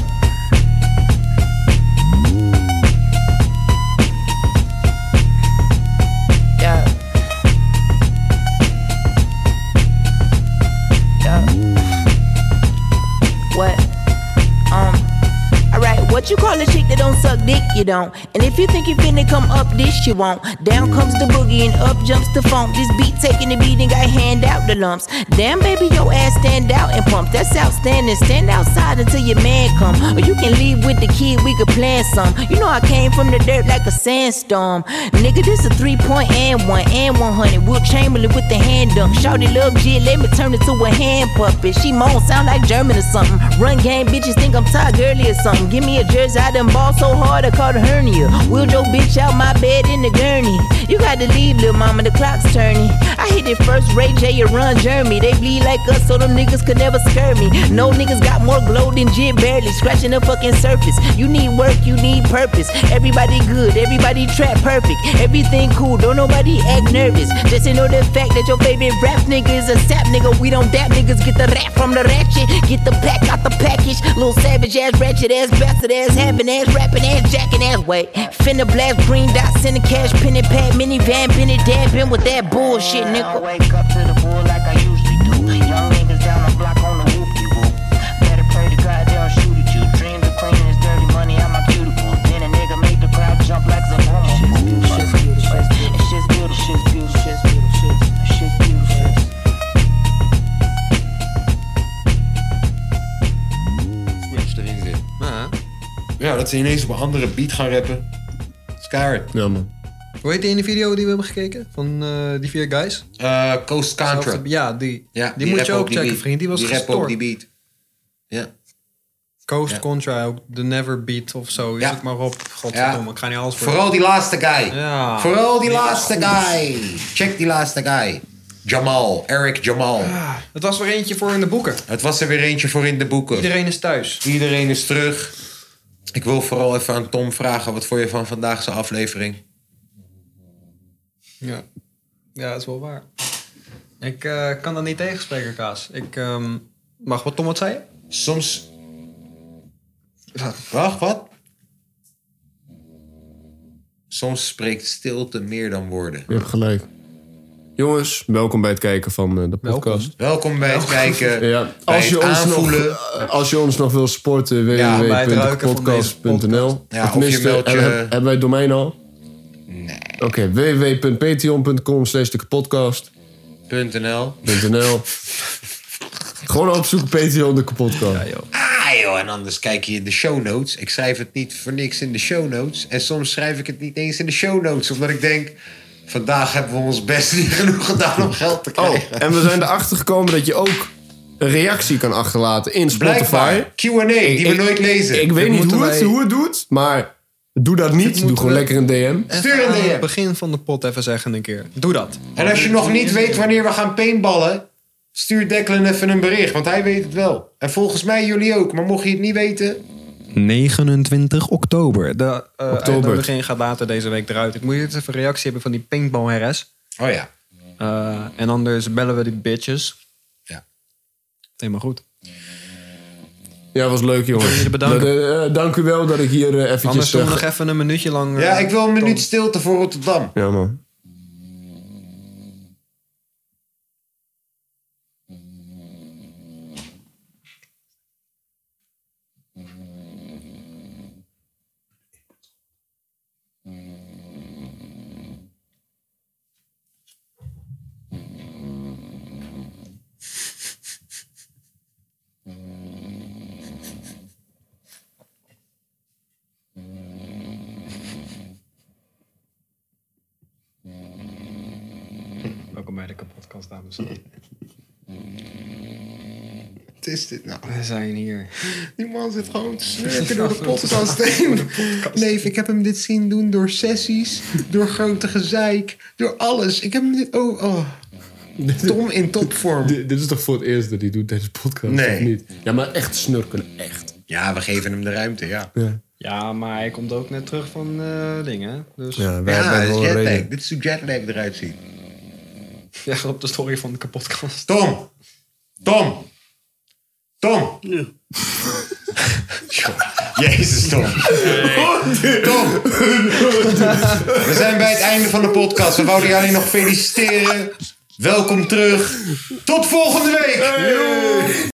Speaker 15: Yeah.
Speaker 14: Yeah. What? Um. Alright, what you call a chick that don't suck dick? You don't. And if you think you finna come up this, you won't. Down comes the boogie and up jumps the funk. This beat taking the beat and got hand out the lumps. Damn, baby, your ass stand out and pump. That's outstanding. Stand outside until your man come. Or you can leave with the kid, we could plan some. You know I came from the dirt like a sandstorm. Nigga, this a three point and one and 100. Will Chamberlain with the hand dunk. Shawty love jit, let me turn it to a hand puppet. She moan, sound like German or something. Run game, bitches think I'm Todd Gurley or something. Give me a jersey, I done ball so hard I caught a hernia. Wheeled your bitch out my bed in the gurney. You got to leave, little mama, the clock's turning. I hit it first, Ray J and Run Jeremy. They bleed like us, so them niggas could never scare me. No niggas got more glow than Jim barely scratching the fucking surface. You need work, you need purpose. Everybody good, everybody trap perfect. Everything cool, don't nobody act nervous. Just to know the fact that your favorite rap nigga is a sap nigga. We don't dap niggas, get the rap from the ratchet. Get the pack out the package. Little savage ass, ratchet ass, bastard ass, having ass, rapping ass, jacking ass. Wait, finna blast green dot, send a cash, pen and pad, minivan, been it, dab in with that bullshit, nigga.
Speaker 15: Wake up to the bull like I usually do. Young niggas down the block on the whoop you whoop. Better pray to God they'll shoot at you. Dreams of clean is dirty money out my cuticle. Then a nigga make the crowd jump like Zabuma. Shit's beautiful, shit's beautiful, shit's beautiful, shit's beautiful, shit's beautiful, shit's beautiful, shit's beautiful.
Speaker 2: Switch erin zit. Ja, dat ze ineens op een andere beat gaan rappen. Skaart.
Speaker 4: Ja, man.
Speaker 5: Hoe heet die ene video die we hebben gekeken? Van eh, die vier guys?
Speaker 2: Eh, Coast Contra.
Speaker 5: Ja, die.
Speaker 2: Ja,
Speaker 5: die, moet je
Speaker 2: rappen op
Speaker 5: ook checken,
Speaker 2: beat.
Speaker 5: vriend. Die was
Speaker 2: die rappen
Speaker 5: gestoord.
Speaker 2: op die beat. Ja.
Speaker 5: Coast
Speaker 2: Ja.
Speaker 5: Contra, ook The Never Beat of zo. Is het maar op. Godverdomme, ik ga niet alles voor.
Speaker 2: Vooral die laatste guy.
Speaker 5: Ja.
Speaker 2: Vooral die
Speaker 5: Ja,
Speaker 2: laatste
Speaker 5: goed.
Speaker 2: guy. Check die laatste guy. Jamal. Eric Jamal.
Speaker 5: Het was weer eentje voor in de boeken.
Speaker 2: Het was er weer eentje voor in de boeken.
Speaker 5: Iedereen is thuis.
Speaker 2: Iedereen is terug. Ik wil vooral even aan Tom vragen. Wat vond je van vandaag zijn aflevering?
Speaker 5: Ja. ja, dat is wel waar. Ik eh, kan dat niet tegenspreken, Kaas. Ik ehm, mag wat Tom wat zei?
Speaker 2: Soms... Wacht, wat? Soms spreekt stilte meer dan woorden.
Speaker 4: Je hebt gelijk. Jongens, welkom bij het kijken van eh, de podcast.
Speaker 2: Welkom bij het kijken.
Speaker 4: Ja,
Speaker 2: bij
Speaker 4: als, je
Speaker 2: het
Speaker 4: ons nog,
Speaker 2: aanvoelen.
Speaker 4: eh, als je ons nog wil sporten,
Speaker 2: Ja, bij het ruiken van
Speaker 4: www.podcast.nl.
Speaker 2: Ja, of
Speaker 4: Tenminste,
Speaker 2: je meldt je-
Speaker 4: hebben- hebben wij het domein al? Nee. Oké, www.patreon.com slash de podcast.
Speaker 2: .nl.
Speaker 4: .nl. Gewoon opzoeken Patreon de podcast. Ja, joh.
Speaker 2: Ah joh, en anders kijk je in de show notes. Ik schrijf het niet voor niks in de show notes. En soms schrijf ik het niet eens in de show notes. Omdat ik denk, vandaag hebben we ons best niet [LAUGHS] genoeg gedaan om geld te
Speaker 4: Oh,
Speaker 2: krijgen.
Speaker 4: en we zijn erachter gekomen dat je ook een reactie kan achterlaten in Spotify.
Speaker 2: Blijkbaar. Q&A, die we
Speaker 4: Ik-
Speaker 2: nooit lezen.
Speaker 4: Ik weet
Speaker 2: Dat
Speaker 4: niet
Speaker 2: moeten
Speaker 4: hoe het,
Speaker 2: wij-
Speaker 4: hoe het doet, maar doe dat niet. Doe gewoon lekker een DM.
Speaker 5: Stuur aan het begin van de pot even zeggen een keer. Doe dat.
Speaker 2: En als je nog niet weet wanneer we gaan paintballen... stuur Declan even een bericht, want hij weet het wel. En volgens mij jullie ook. Maar mocht je het niet weten...
Speaker 5: 29 oktober. De eh
Speaker 2: Oktober.
Speaker 5: uitnodiging gaat later deze week eruit. Ik moet eerst even een reactie hebben van die paintball RS.
Speaker 2: Oh ja.
Speaker 5: Eh, en anders bellen we die bitches.
Speaker 2: Ja.
Speaker 5: Helemaal goed.
Speaker 4: Ja, was leuk, jongens.
Speaker 5: Jullie bedankt.
Speaker 4: Dat, eh, eh, dank u wel dat ik hier eh, eventjes...
Speaker 5: Anders doen we
Speaker 4: eh,
Speaker 5: nog even een minuutje lang. eh,
Speaker 2: Ja, ik wil een minuut stilte voor Rotterdam.
Speaker 4: Ja, man.
Speaker 5: onvermijdelijke podcast, dames en heren.
Speaker 2: Wat is dit nou? Oh,
Speaker 5: We zijn hier.
Speaker 2: Die man zit gewoon te
Speaker 5: Ja,
Speaker 2: snurken door de
Speaker 5: dat
Speaker 2: podcast
Speaker 5: is-
Speaker 2: [LAUGHS] heen.
Speaker 5: [LAUGHS]
Speaker 2: Nee, ik heb hem dit zien doen door sessies, door grote gezeik, door alles. Ik heb hem dit... Oh, oh. Tom in topvorm.
Speaker 4: Dit dit is toch voor het eerst dat hij doet deze podcast?
Speaker 2: Nee.
Speaker 4: Of niet? Ja, maar echt snurken, echt.
Speaker 2: Ja, we geven hem de ruimte, ja.
Speaker 4: Ja.
Speaker 5: Ja, maar hij komt ook net terug van eh dingen. Dus...
Speaker 4: Ja, wij
Speaker 2: Ja,
Speaker 4: hebben
Speaker 2: dat
Speaker 4: wel
Speaker 2: is
Speaker 4: een
Speaker 2: jetlag.
Speaker 4: reden.
Speaker 2: Dit is hoe jetlag eruit ziet.
Speaker 5: Ja, op de story van de kapotkast.
Speaker 2: Tom! Tom! Tom! [LAUGHS] Jezus, Tom. Tom! We zijn bij het einde van de podcast. We wouden jullie nog feliciteren. Welkom terug. Tot volgende week!